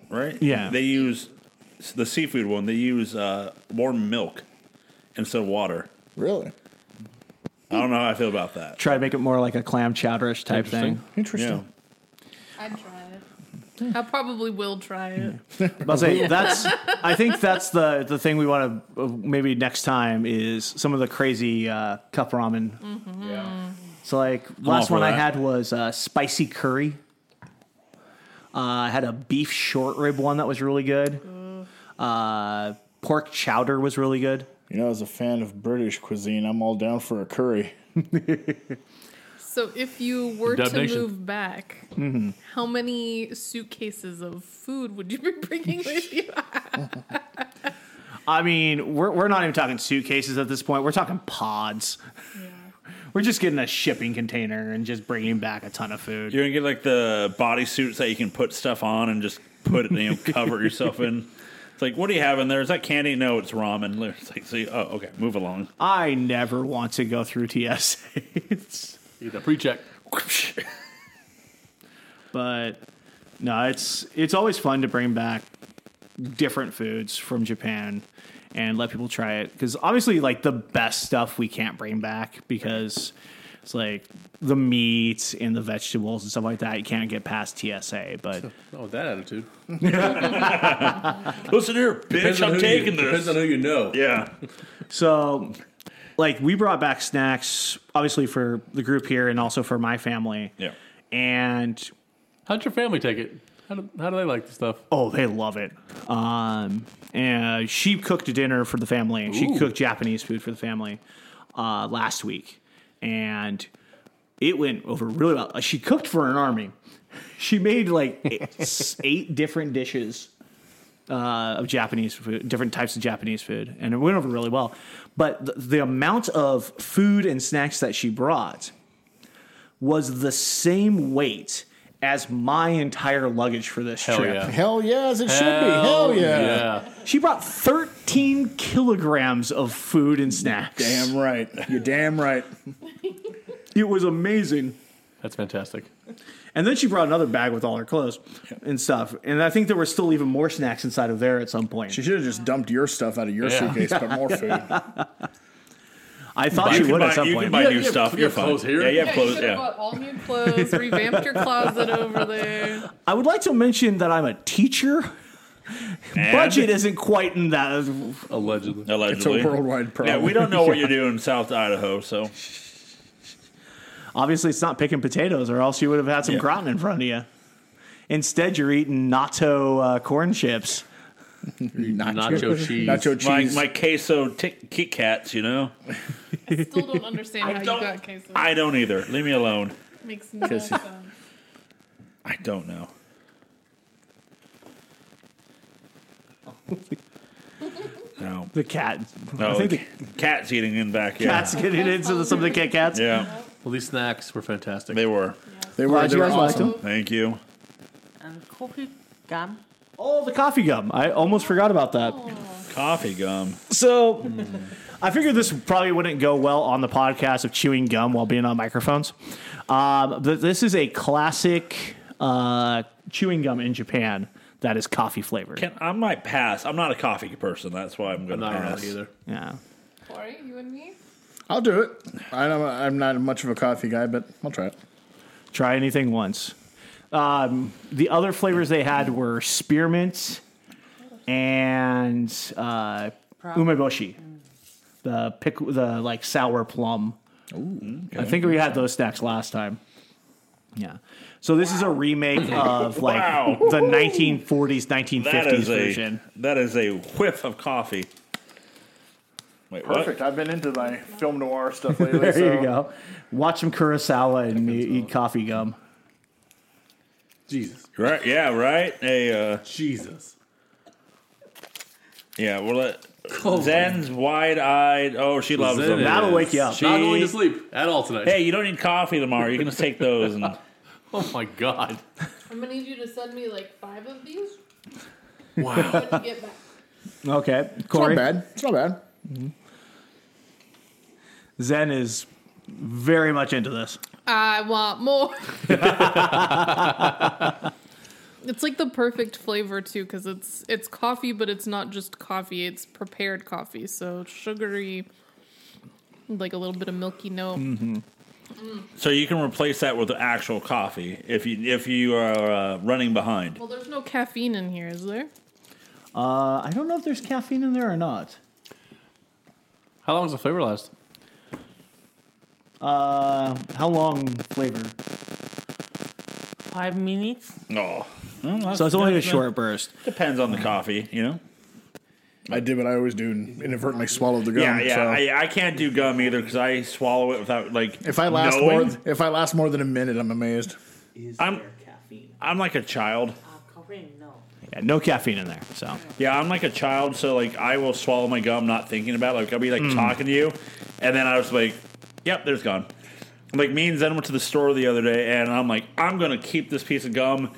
right? Yeah. They use the seafood one. They use uh, warm milk instead of water. <laughs> really? I don't know how I feel about that. Try to make it more like a clam chowderish type thing. Interesting. I'd try it. I probably will try it. I'll say that's. I think that's the the thing we want to maybe next time is some of the crazy uh, cup ramen. So like last for one I that. had was uh, spicy curry. Uh, I had a beef short rib one that was really good. Uh, pork chowder was really good. You know, as a fan of British cuisine, I'm all down for a curry. So if you were Dub to Nation. move back, how many suitcases of food would you be bringing with you? I mean, we're we're not even talking suitcases at this point. We're talking pods. <laughs> We're just getting a shipping container and just bringing back a ton of food. You're gonna get like the body suits that you can put stuff on and just put it, you know, cover yourself in. It's like, what do you have in there? Is that candy? No, it's ramen. It's like, see, oh, okay, move along. I never want to go through TSAs. <laughs> Eat the pre-check. but no, it's it's always fun to bring back different foods from Japan and let people try it because obviously, like the best stuff we can't bring back because it's like the meats and the vegetables and stuff like that. You can't get past TSA, but Oh, that attitude. Listen here, bitch, I'm taking this. who you know. Yeah, So, like, we brought back snacks, obviously for the group here and also for my family. Yeah. And How'd your family take it? How do, how do they like the stuff? Oh, they love it. Um, and she cooked dinner for the family. She cooked Japanese food for the family uh, last week, and it went over really well. Uh, She cooked for an army. <laughs> She made like <laughs> eight, eight different dishes uh, of Japanese food, different types of Japanese food, and it went over really well. But the, the amount of food and snacks that she brought was the same weight as my entire luggage for this Hell trip. <laughs> yeah. Hell yeah, as it should be. Hell yeah. yeah. She brought 13 kilograms of food and snacks. Damn right. You're damn right. It was amazing. That's fantastic. And then she brought another bag with all her clothes and stuff. And I think there were still even more snacks inside of there at some point. She should have just dumped your stuff out of your Yeah. suitcase, but <laughs> more food. I thought you she can would buy, at some you point. can buy Yeah, new you have- stuff. you You're have fine. clothes here. Yeah, you have Yeah, you clothes. should have Yeah, bought all new clothes, revamped your closet over there. I would like to mention that I'm a teacher. And- Budget isn't quite in that. Allegedly. It's a Allegedly, worldwide problem. yeah, we don't know what you do in South Idaho, so Obviously, it's not picking potatoes, or else you would have had some Yeah. gratin in front of you. Instead, you're eating natto uh, corn chips. Nacho cheese. Nacho my, cheese. my queso tic- Kit Kats, you know, Still don't understand how don't- you got queso. I don't either. Leave me alone. Makes no sense. I don't <laughs> know. No, The cat. no. I think the cat's eating in back. Oh, Yeah, cat's getting into the, some of the Kit Kats. yeah, Well, these snacks were fantastic. they were. they were, Glad they you were guys liked awesome. them. Thank you. and coffee gum. Oh, the coffee gum. I almost forgot about that. Coffee gum. So I figured this probably wouldn't go well on the podcast of chewing gum while being on microphones. Um, but this is a classic uh, chewing gum in Japan that is coffee flavored. Can, I might pass. I'm not a coffee person. That's why I'm I'm going to not pass. around either. yeah. Corey, you and me? I'll do it. I don't, I'm not much of a coffee guy, but I'll try it. Try anything once. Um, the other flavors they had were spearmint, and uh, umeboshi, the pick, the like sour plum. I think we had those snacks last time. Yeah. So this is a remake of like Wow. the 1940s, 1950s That is version. a that is a whiff of coffee. Wait, Perfect. I've been into my film noir <laughs> stuff lately. There so you go. Watch some Kurosawa and eat, eat coffee gum. Jesus. what? Right? Yeah, right. A uh, Jesus. yeah. Well, let Zen's wide-eyed. Oh, she loves Zen them. is- That'll wake you up. She- Not going to sleep at all tonight. Hey, you don't need coffee tomorrow. You can just take those and Oh my god. I'm gonna need you to send me like five of these Wow. when you get back. Okay, Not Corey. bad. It's not bad. Zen is very much into this. I want more. <laughs> it's like the perfect flavor too, because it's it's coffee, but it's not just coffee. It's prepared coffee, so sugary, like a little bit of milky note. so you can replace that with actual coffee if you if you are uh, running behind. Well, there's no caffeine in here, is there? Uh, I don't know if there's caffeine in there or not. How long does the flavor last? Uh, how long flavor? Five minutes. Oh, Well, that's- So it's only a that's- short burst. Depends on the coffee, you know. I did what I always do and inadvertently swallowed the gum. Yeah, yeah. so. I, I can't do gum either because I swallow it without like. if I last knowing. more, if I last more than a minute, I'm amazed. I'm- there caffeine? I'm like a child. Uh, caffeine, no. Yeah, no caffeine in there. So Yeah, I'm like a child, so like I will swallow my gum, not thinking about. it. Like I'll be like talking to you, and then I was like, "Yep, there's gone." Like me and Zen went to the store the other day, and I'm like, "I'm gonna keep this piece of gum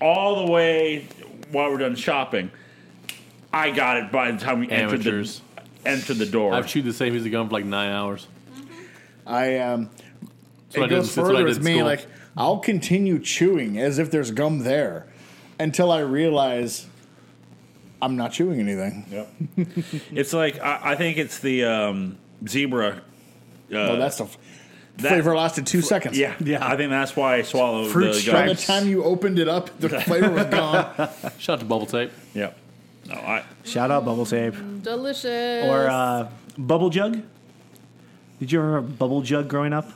all the way while we're done shopping." I got it by the time we entered the, Amateurs. entered the door. I've chewed the same piece of gum for like nine hours. I um, what I it did- goes that's what I further did with in me. school. Like I'll continue chewing as if there's gum there until I realize I'm not chewing anything. Yep. <laughs> it's like I, I think it's the um, zebra. Uh, Oh, that's the f- that- flavor lasted two seconds. Yeah, yeah. I think that's why I swallow Fruit the By gum. the stripe. time you opened it up, <laughs> the flavor was gone. Shout out to Bubble Tape. Yep. No, I. shout out bubble tape Delicious. or uh, bubble jug. Did you ever have a bubble jug growing up?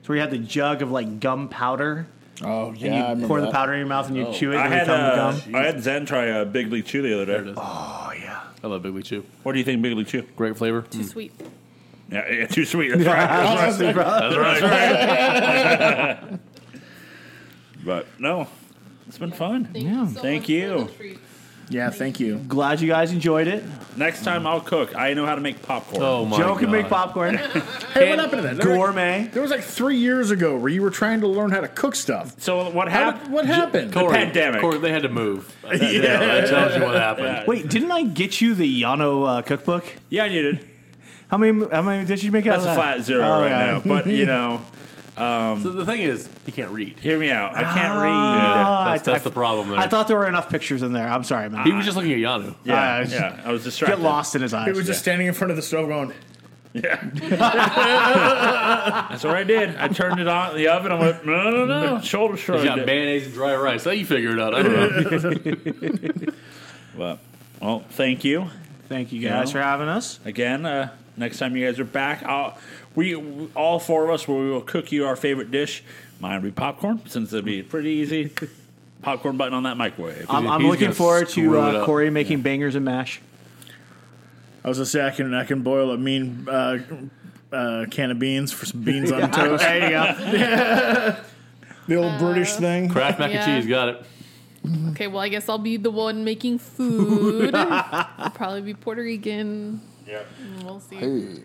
It's where you had the jug of like gum powder, Oh and yeah, I you remember pour the that. <laughs> Oh. powder in your mouth and you chew it I every had, time uh, the gum. I had Zen try a Big League Chew the other There it day. is. Oh yeah. I love Big League Chew. What do you think, Big League Chew? Great flavor. too sweet. Yeah, yeah too sweet. <laughs> That's right. That's right. <laughs> but no, it's been fun. Thank you. So Thank much for you. the treat. Yeah, thank you. <laughs> Glad you guys enjoyed it. Next time I'll cook. I know how to make popcorn. Oh my Joe god. can make popcorn. Hey, what happened to that? There were- Gourmet. There was like three years ago where you were trying to learn how to cook stuff. So what How happened? did, what happened? Corey, pandemic. Corey, they had to move. That, Yeah. yeah. that tells you what happened. Wait, didn't I get you the Yano uh, cookbook? Yeah, you did. How many? How many did you make out That's of a that? flat zero Oh, right yeah. now. But you know, So the thing is, he can't read. hear me out. I can't read. Ah. That's, I- that's the problem there. I thought there were enough pictures in there. I'm sorry, man. he was just looking at Yanu. Yeah, Uh, yeah. I was distracted. Get lost in his eyes. He was just standing in front of the stove going, That's what I did. I turned it on in the oven. I went no, no, <laughs> no. Shoulder He's got shrugged. it. mayonnaise and dry rice. That you figure it out. I don't know. But well, thank you. Thank you guys Yeah. for having us. again uh, next time you guys are back I'll, we all four of us we will cook you our favorite dish mine will be popcorn since it'd be pretty easy popcorn button on that microwave I'm, I'm he's looking gonna forward to screw it uh, up. Corey making bangers and mash. I was gonna say I can I can boil a mean uh, uh, can of beans for some beans <laughs> on toast. There you go. <laughs> The old British thing. Kraft mac Yeah. and cheese. Got it. Okay, well, I guess I'll be the one making food. I'll probably be Puerto Rican. Yep. We'll see. Hey,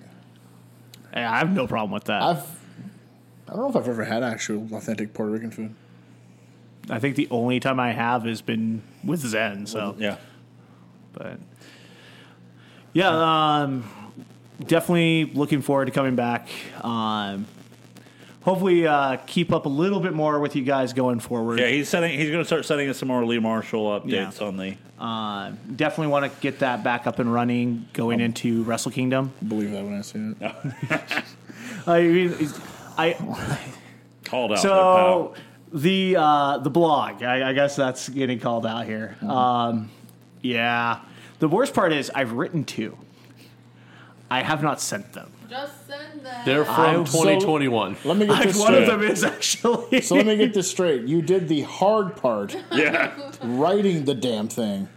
I have no problem with that. i I've I don't know if I've ever had actual authentic Puerto Rican food. think the only time I have has been with Zen. So, yeah but yeah, um, definitely looking forward to coming back. Um, hopefully, uh, keep up a little bit more with you guys going forward. yeah he's setting he's going to start sending us some more Lee Marshall updates Yeah. on the Uh, definitely want to get that back up and running going into Wrestle Kingdom. Believe that when I see it. I mean, it's- I called out so the uh, the blog. I, I guess that's getting called out here. Um, Yeah. The worst part is I've written two. I have not sent them. Just send that. They're from 2021. Let <laughs> me get Like this one straight. of them is actually. So let me get this straight. You did the hard part, Yeah. writing the damn thing,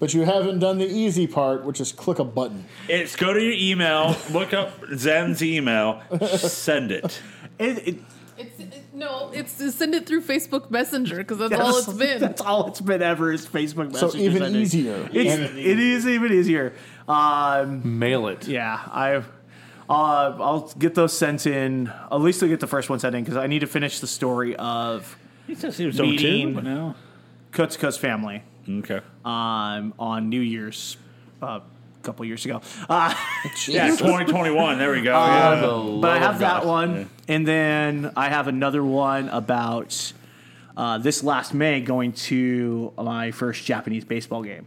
but you haven't done the easy part, which is click a button. It's go to your email, look up Zen's email, send it. It- it- It's it, no. It's to send it through Facebook Messenger because that's all that's- it's been. That's all it's been ever is Facebook So messages. even I think. easier. It's, it is even easier. Um, Mail it. yeah, I. Uh, I'll get those sent in. At least I'll get the first one sent in because I need to finish the story of He says he was Meeting. 02, but no. Kutsuko's family. Okay. um, on New Year's uh, a couple years ago. Uh, <laughs> Yeah, 2021. There we go. yeah. but I have that one, and then I have another one about uh, this last May going to my first Japanese baseball game,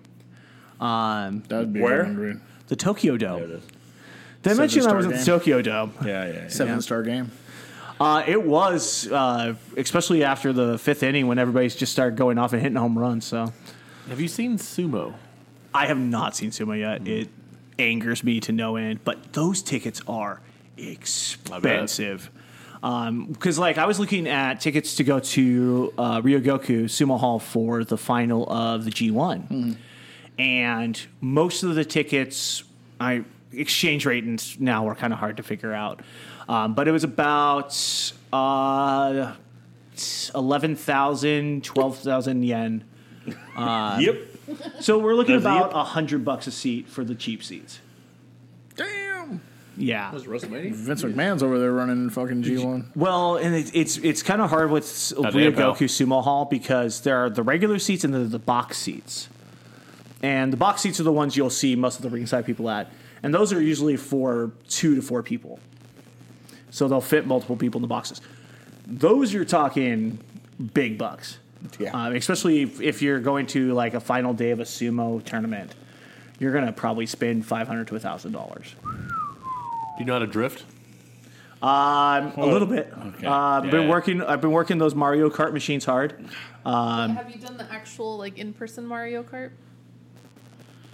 um, That'd be Where? wondering. the Tokyo There it Dome. is. Did I mention I Seven-star was at the game. Tokyo Dome? Yeah, yeah, yeah. Seven star game. Uh, it was, uh, especially after the fifth inning when everybody's just started going off and hitting home runs. So Have you seen Sumo? I have not seen Suma yet. It angers me to no end. But those tickets are expensive. Because like I was looking at tickets to go to uh, Ryogoku Sumo Hall for the final of the G one, and most of the tickets I exchange rate and s- now are kind of hard to figure out. Um, but it was about uh, 11,000, 12,000 yen. yep. So we're looking Does he- about a hundred bucks a seat for the cheap seats. Damn. Yeah. WrestleMania? Vince McMahon's over there running fucking G1. Well, and it, it's it's kind of hard with s- At the Ryogoku Sumo Hall because there are the regular seats and then the box seats. And the box seats are the ones you'll see most of the ringside people at, and those are usually for two to four people. So they'll fit multiple people in the boxes. Those you're talking big bucks. Yeah. Um, especially if, if you're going to like a final day of a sumo tournament, you're gonna probably spend five hundred to thousand dollars. Do you know how to drift? A little bit. Okay. Uh, I've been Yeah. working. I've been working those Mario Kart machines hard. Have you done the actual like in person Mario Kart?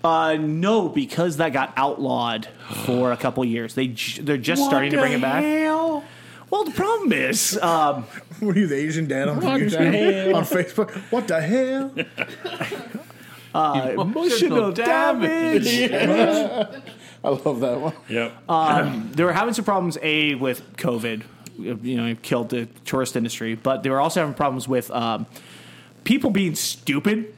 Uh, no, because that got outlawed for a couple years. They j- they're just starting to bring it back. Well, the problem is, uh, <laughs> What are you, the Asian dad on, What YouTube? the hell? on Facebook? What the hell? <laughs> emotional damage. <laughs> I love that one. Yep. they were having some problems a with COVID, you know, it killed the tourist industry, but they were also having problems with um, people being stupid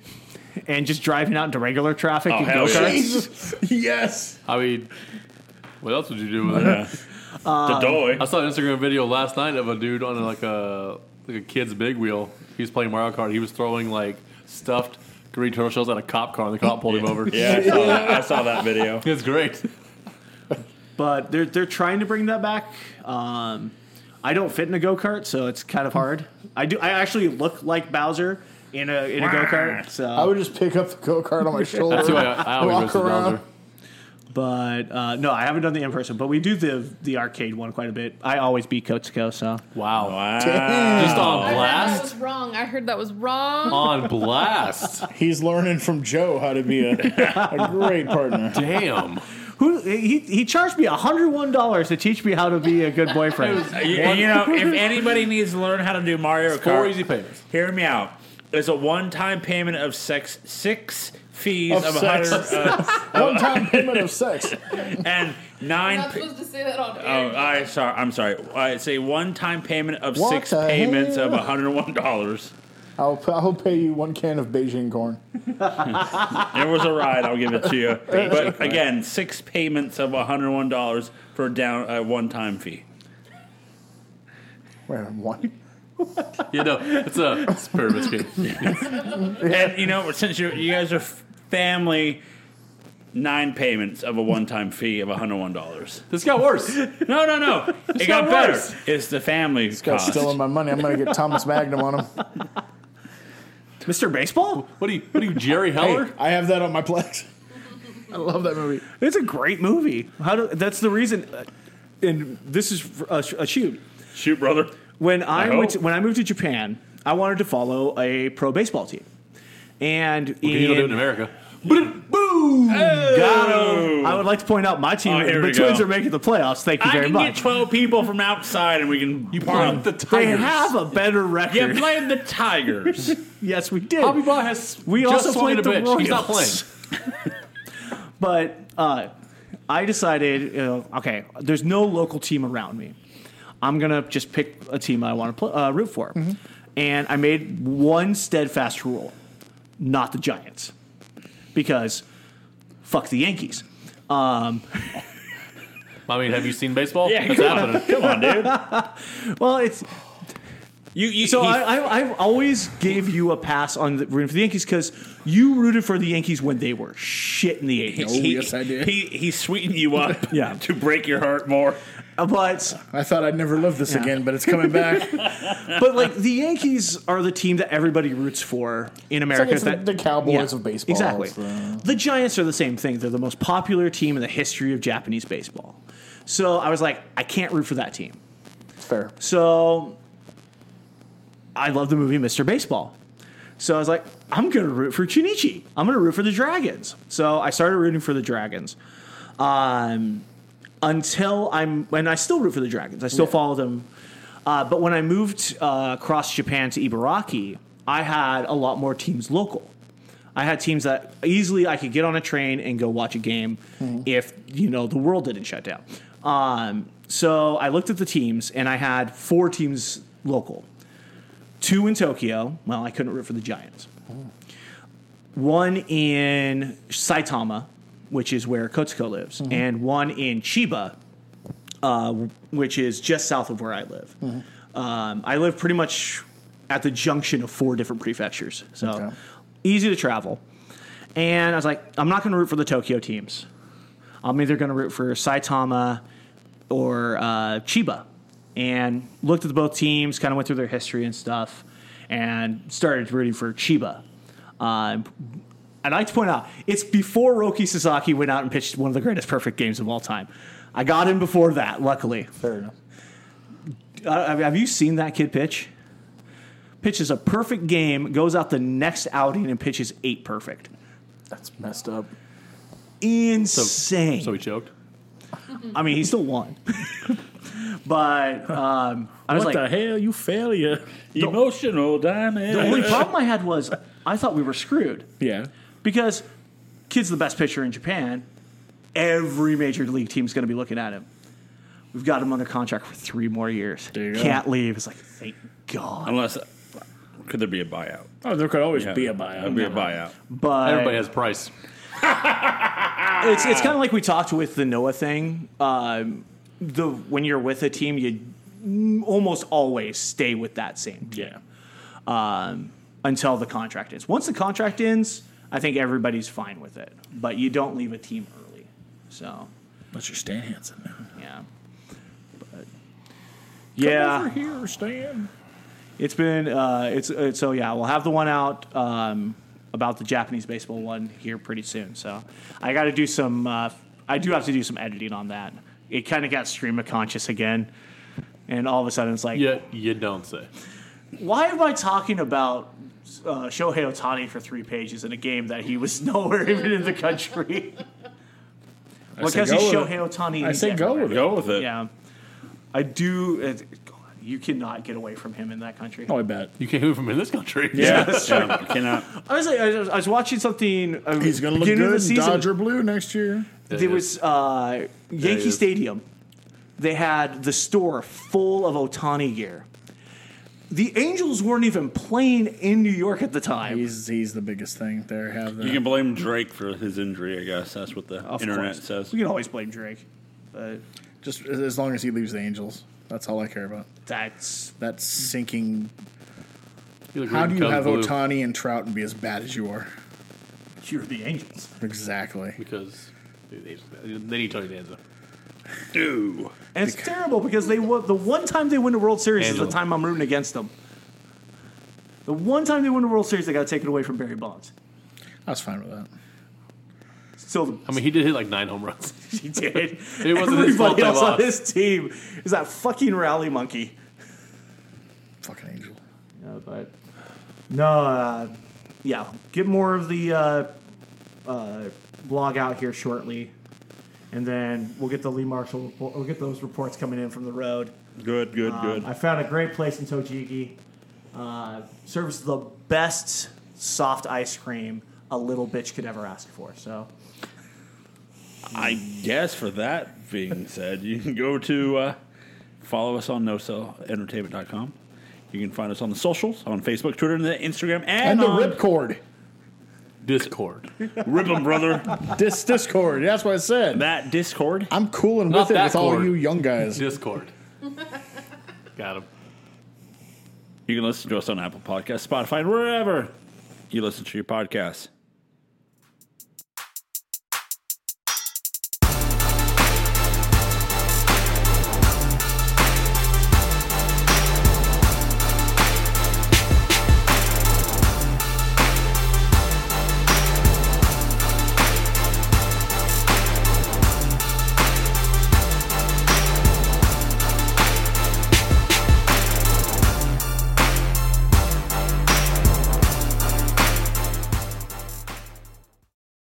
and just driving out into regular traffic. Oh, and hell yeah. go-karts. Jesus. <laughs> Yes. I mean, what else would you do with it? the doy. I saw an Instagram video last night of a dude on like a like a kid's big wheel. He was playing Mario Kart. He was throwing like stuffed green turtle shells at a cop car, and the cop pulled him over. Yeah, I <laughs> saw, that. I saw that video. <laughs> it's great. but they're they're trying to bring that back. Um, I don't fit in a go kart, so it's kind of hard. I do. I actually look like Bowser in a in a go kart. I So, would just pick up the go kart on my shoulder. That's who <laughs> I, I always Walk miss is Bowser. around. but uh, no, I haven't done the in person. But we do the the arcade one quite a bit. I always beat Kotsuko. So Wow. Wow. Damn. Just on I heard that was blast. wrong. I heard that was wrong. on blast. <laughs> He's learning from Joe how to be a, a great partner. <laughs> Damn. who he he charged me hundred one dollars to teach me how to be a <laughs> good boyfriend. <laughs> You, you know, if anybody needs to learn how to do Mario Four Kart, easy payments. hear me out. It's a one-time payment of sex, six fees of, Of a sex. hundred <laughs> uh, One time payment of sex. and I'm nine. not P- <laughs> supposed to say that on oh, air. I sorry. I'm sorry. I say one-time payment of What six the payments of hell? of hundred and one dollars. I'll, I'll pay you one can of Beijing corn. It was a ride. I'll give it to <laughs> you. But again, six payments of one hundred one dollars for a down a one-time fee. Wait, one? You know, it's a it's a pyramid scheme. And you know, since you you guys are f- family, nine payments of a one-time fee of one hundred one dollars. This got worse. No, no, no. it got got better. worse. It's the family Got cost. stealing my money. I'm going to get Thomas Magnum on <laughs> him. Mr. Baseball, What do you what do you Jerry Heller? I have that on my Plex. I love that movie. it's a great movie. How do that's the reason. Uh, and this is a, a shoot. Shoot, brother. When I, went hope. to, when I moved to Japan, I wanted to follow a pro baseball team, and You don't do it in in- America. Boom! Got him. I would like to point out my team, Oh, here the we Twins go. are making the playoffs. Thank you I very can much. get 12 people from outside and we can you played the they Tigers. have a better You record. played the Tigers. yes, we did. Bobby Ball has We just also swung played at a the bitch. He's not playing. Royals. <laughs> but uh, I decided, you know, okay, there's no local team around me. I'm gonna just pick a team I want to pl- uh, root for, Mm-hmm. and I made one steadfast rule: not the Giants, because fuck the Yankees. Um, I mean, have you seen baseball? Yeah, That's happening. Come on, dude. well, it's You, you, So he- I, I, I always gave you a pass on the, rooting for the Yankees because you rooted for the Yankees when they were shit in the he, eighties. he, yes, I did. He, he sweetened you up Yeah. to break your heart more. But I thought I'd never live this again, but it's coming back. but like the Yankees are the team that everybody roots for in America. it's the- that- the Cowboys of baseball. Exactly. It's the- The Giants are the same thing. They're the most popular team in the history of Japanese baseball. So I was like, I can't root for that team. <laughs> Fair. So I love the movie Mr. Baseball. So I was like, I'm going to root for Chinichi. I'm going to root for the Dragons. So I started rooting for the Dragons. Um, until I'm, and I still root for the Dragons. I still follow them. Uh, but when I moved uh, across Japan to Ibaraki, I had a lot more teams local. I had teams that easily I could get on a train and go watch a game if you know the world didn't shut down. Um, so I looked at the teams and I had four teams local, two in Tokyo. Well, I couldn't root for the Giants. One in Saitama, which is where Kotsuko lives, and one in Chiba, uh, which is just south of where I live. Um, I live pretty much at the junction of four different prefectures, so Okay. easy to travel. And I was like, I'm not going to root for the Tokyo teams. I'm either going to root for Saitama or uh, Chiba. And looked at both teams, kind of went through their history and stuff, and started rooting for Chiba. Uh, I'd like to point out, it's before Roki Sasaki went out and pitched one of the greatest perfect games of all time. I got in before that, luckily. Fair enough. Uh, have you seen that kid pitch? Pitches a perfect game, goes out the next outing and pitches eight perfect. That's messed up. Insane. So he choked. I mean, he still won. <laughs> but um, I was what the like, hell, you failure. Emotional damage. the only problem I had was I thought we were screwed yeah. because kid's the best pitcher in Japan. Every major league team's going to be looking at him. We've got him under contract for three more years. you go. Can't leave. It's like, thank God. Unless, could there be a buyout? Oh, there could always Yeah. be a buyout. There'd be a buyout. But Everybody has price. it's it's kind of like we talked with the Noah thing. Um, the when you're with a team, you almost always stay with that same team Yeah. um, until the contract ends. Once the contract ends, I think everybody's fine with it, but you don't leave a team early. So But you're Stan Hansen. yeah, but yeah. Over here, Stan. It's been uh, it's, it's so yeah. We'll have the one out um, about the Japanese baseball one here pretty soon. So I got to do some. Uh, I do have to do some editing on that. It kind of got stream of conscious again, and all of a sudden it's like, Yeah, you don't say. why am I talking about uh, Shohei Otani for three pages in a game that he was <laughs> nowhere even in the <laughs> country? say Because go he's with it. Shohei Otani. I say go with it. Go with it. Yeah, I do. It, God, you cannot get away from him in that country. Oh, I bet. You can't move him in this country. <laughs> Yeah, yeah, you cannot. I was, like, I was, I was watching something. uh, He's going to look beginning of good the in season. Dodger Blue next year. There was uh, Yankee is. Stadium. They had the store full of Otani gear. The Angels weren't even playing in New York at the time. He's he's the biggest thing there. Have You the can blame Drake for his injury, I guess. That's what the Of internet course. says. We can always blame Drake, but just as long as he leaves the Angels. That's all I care about. that's That sinking. You look How weird do in you Cubs have blue Otani and Trout and be as bad as you are? you're the Angels. Exactly. Because they they need Tony Danza. Do. And it's terrible because they won, the one time they win the World Series Angela. is the time I'm rooting against them. The one time they win the World Series, they got taken away from Barry Bonds. I was fine with that. Still, I mean, he did hit like nine home runs. <laughs> He did. It wasn't Everybody his fault they else on lost. this team is that fucking rally monkey. Fucking Angel. Yeah, but no, uh, yeah. Get more of the uh, uh, blog out here shortly, and then we'll get the Lee Marshall report. We'll get those reports coming in from the road. Good, good, good. Um, I found a great place in Tojiki. Uh, serves the best soft ice cream a little bitch could ever ask for. So I guess for that being said, you can go to uh, follow us on nocellentertainment.com. You can find us on the socials on Facebook, Twitter, and the Instagram, and, And the on ripcord. Discord. Rip 'em, brother. Dis- Discord. That's what I said. that Discord. I'm cooling with Not it that with all cord. you young guys. Discord. <laughs> Got him. You can listen to us on Apple Podcasts, Spotify, and wherever you listen to your podcasts.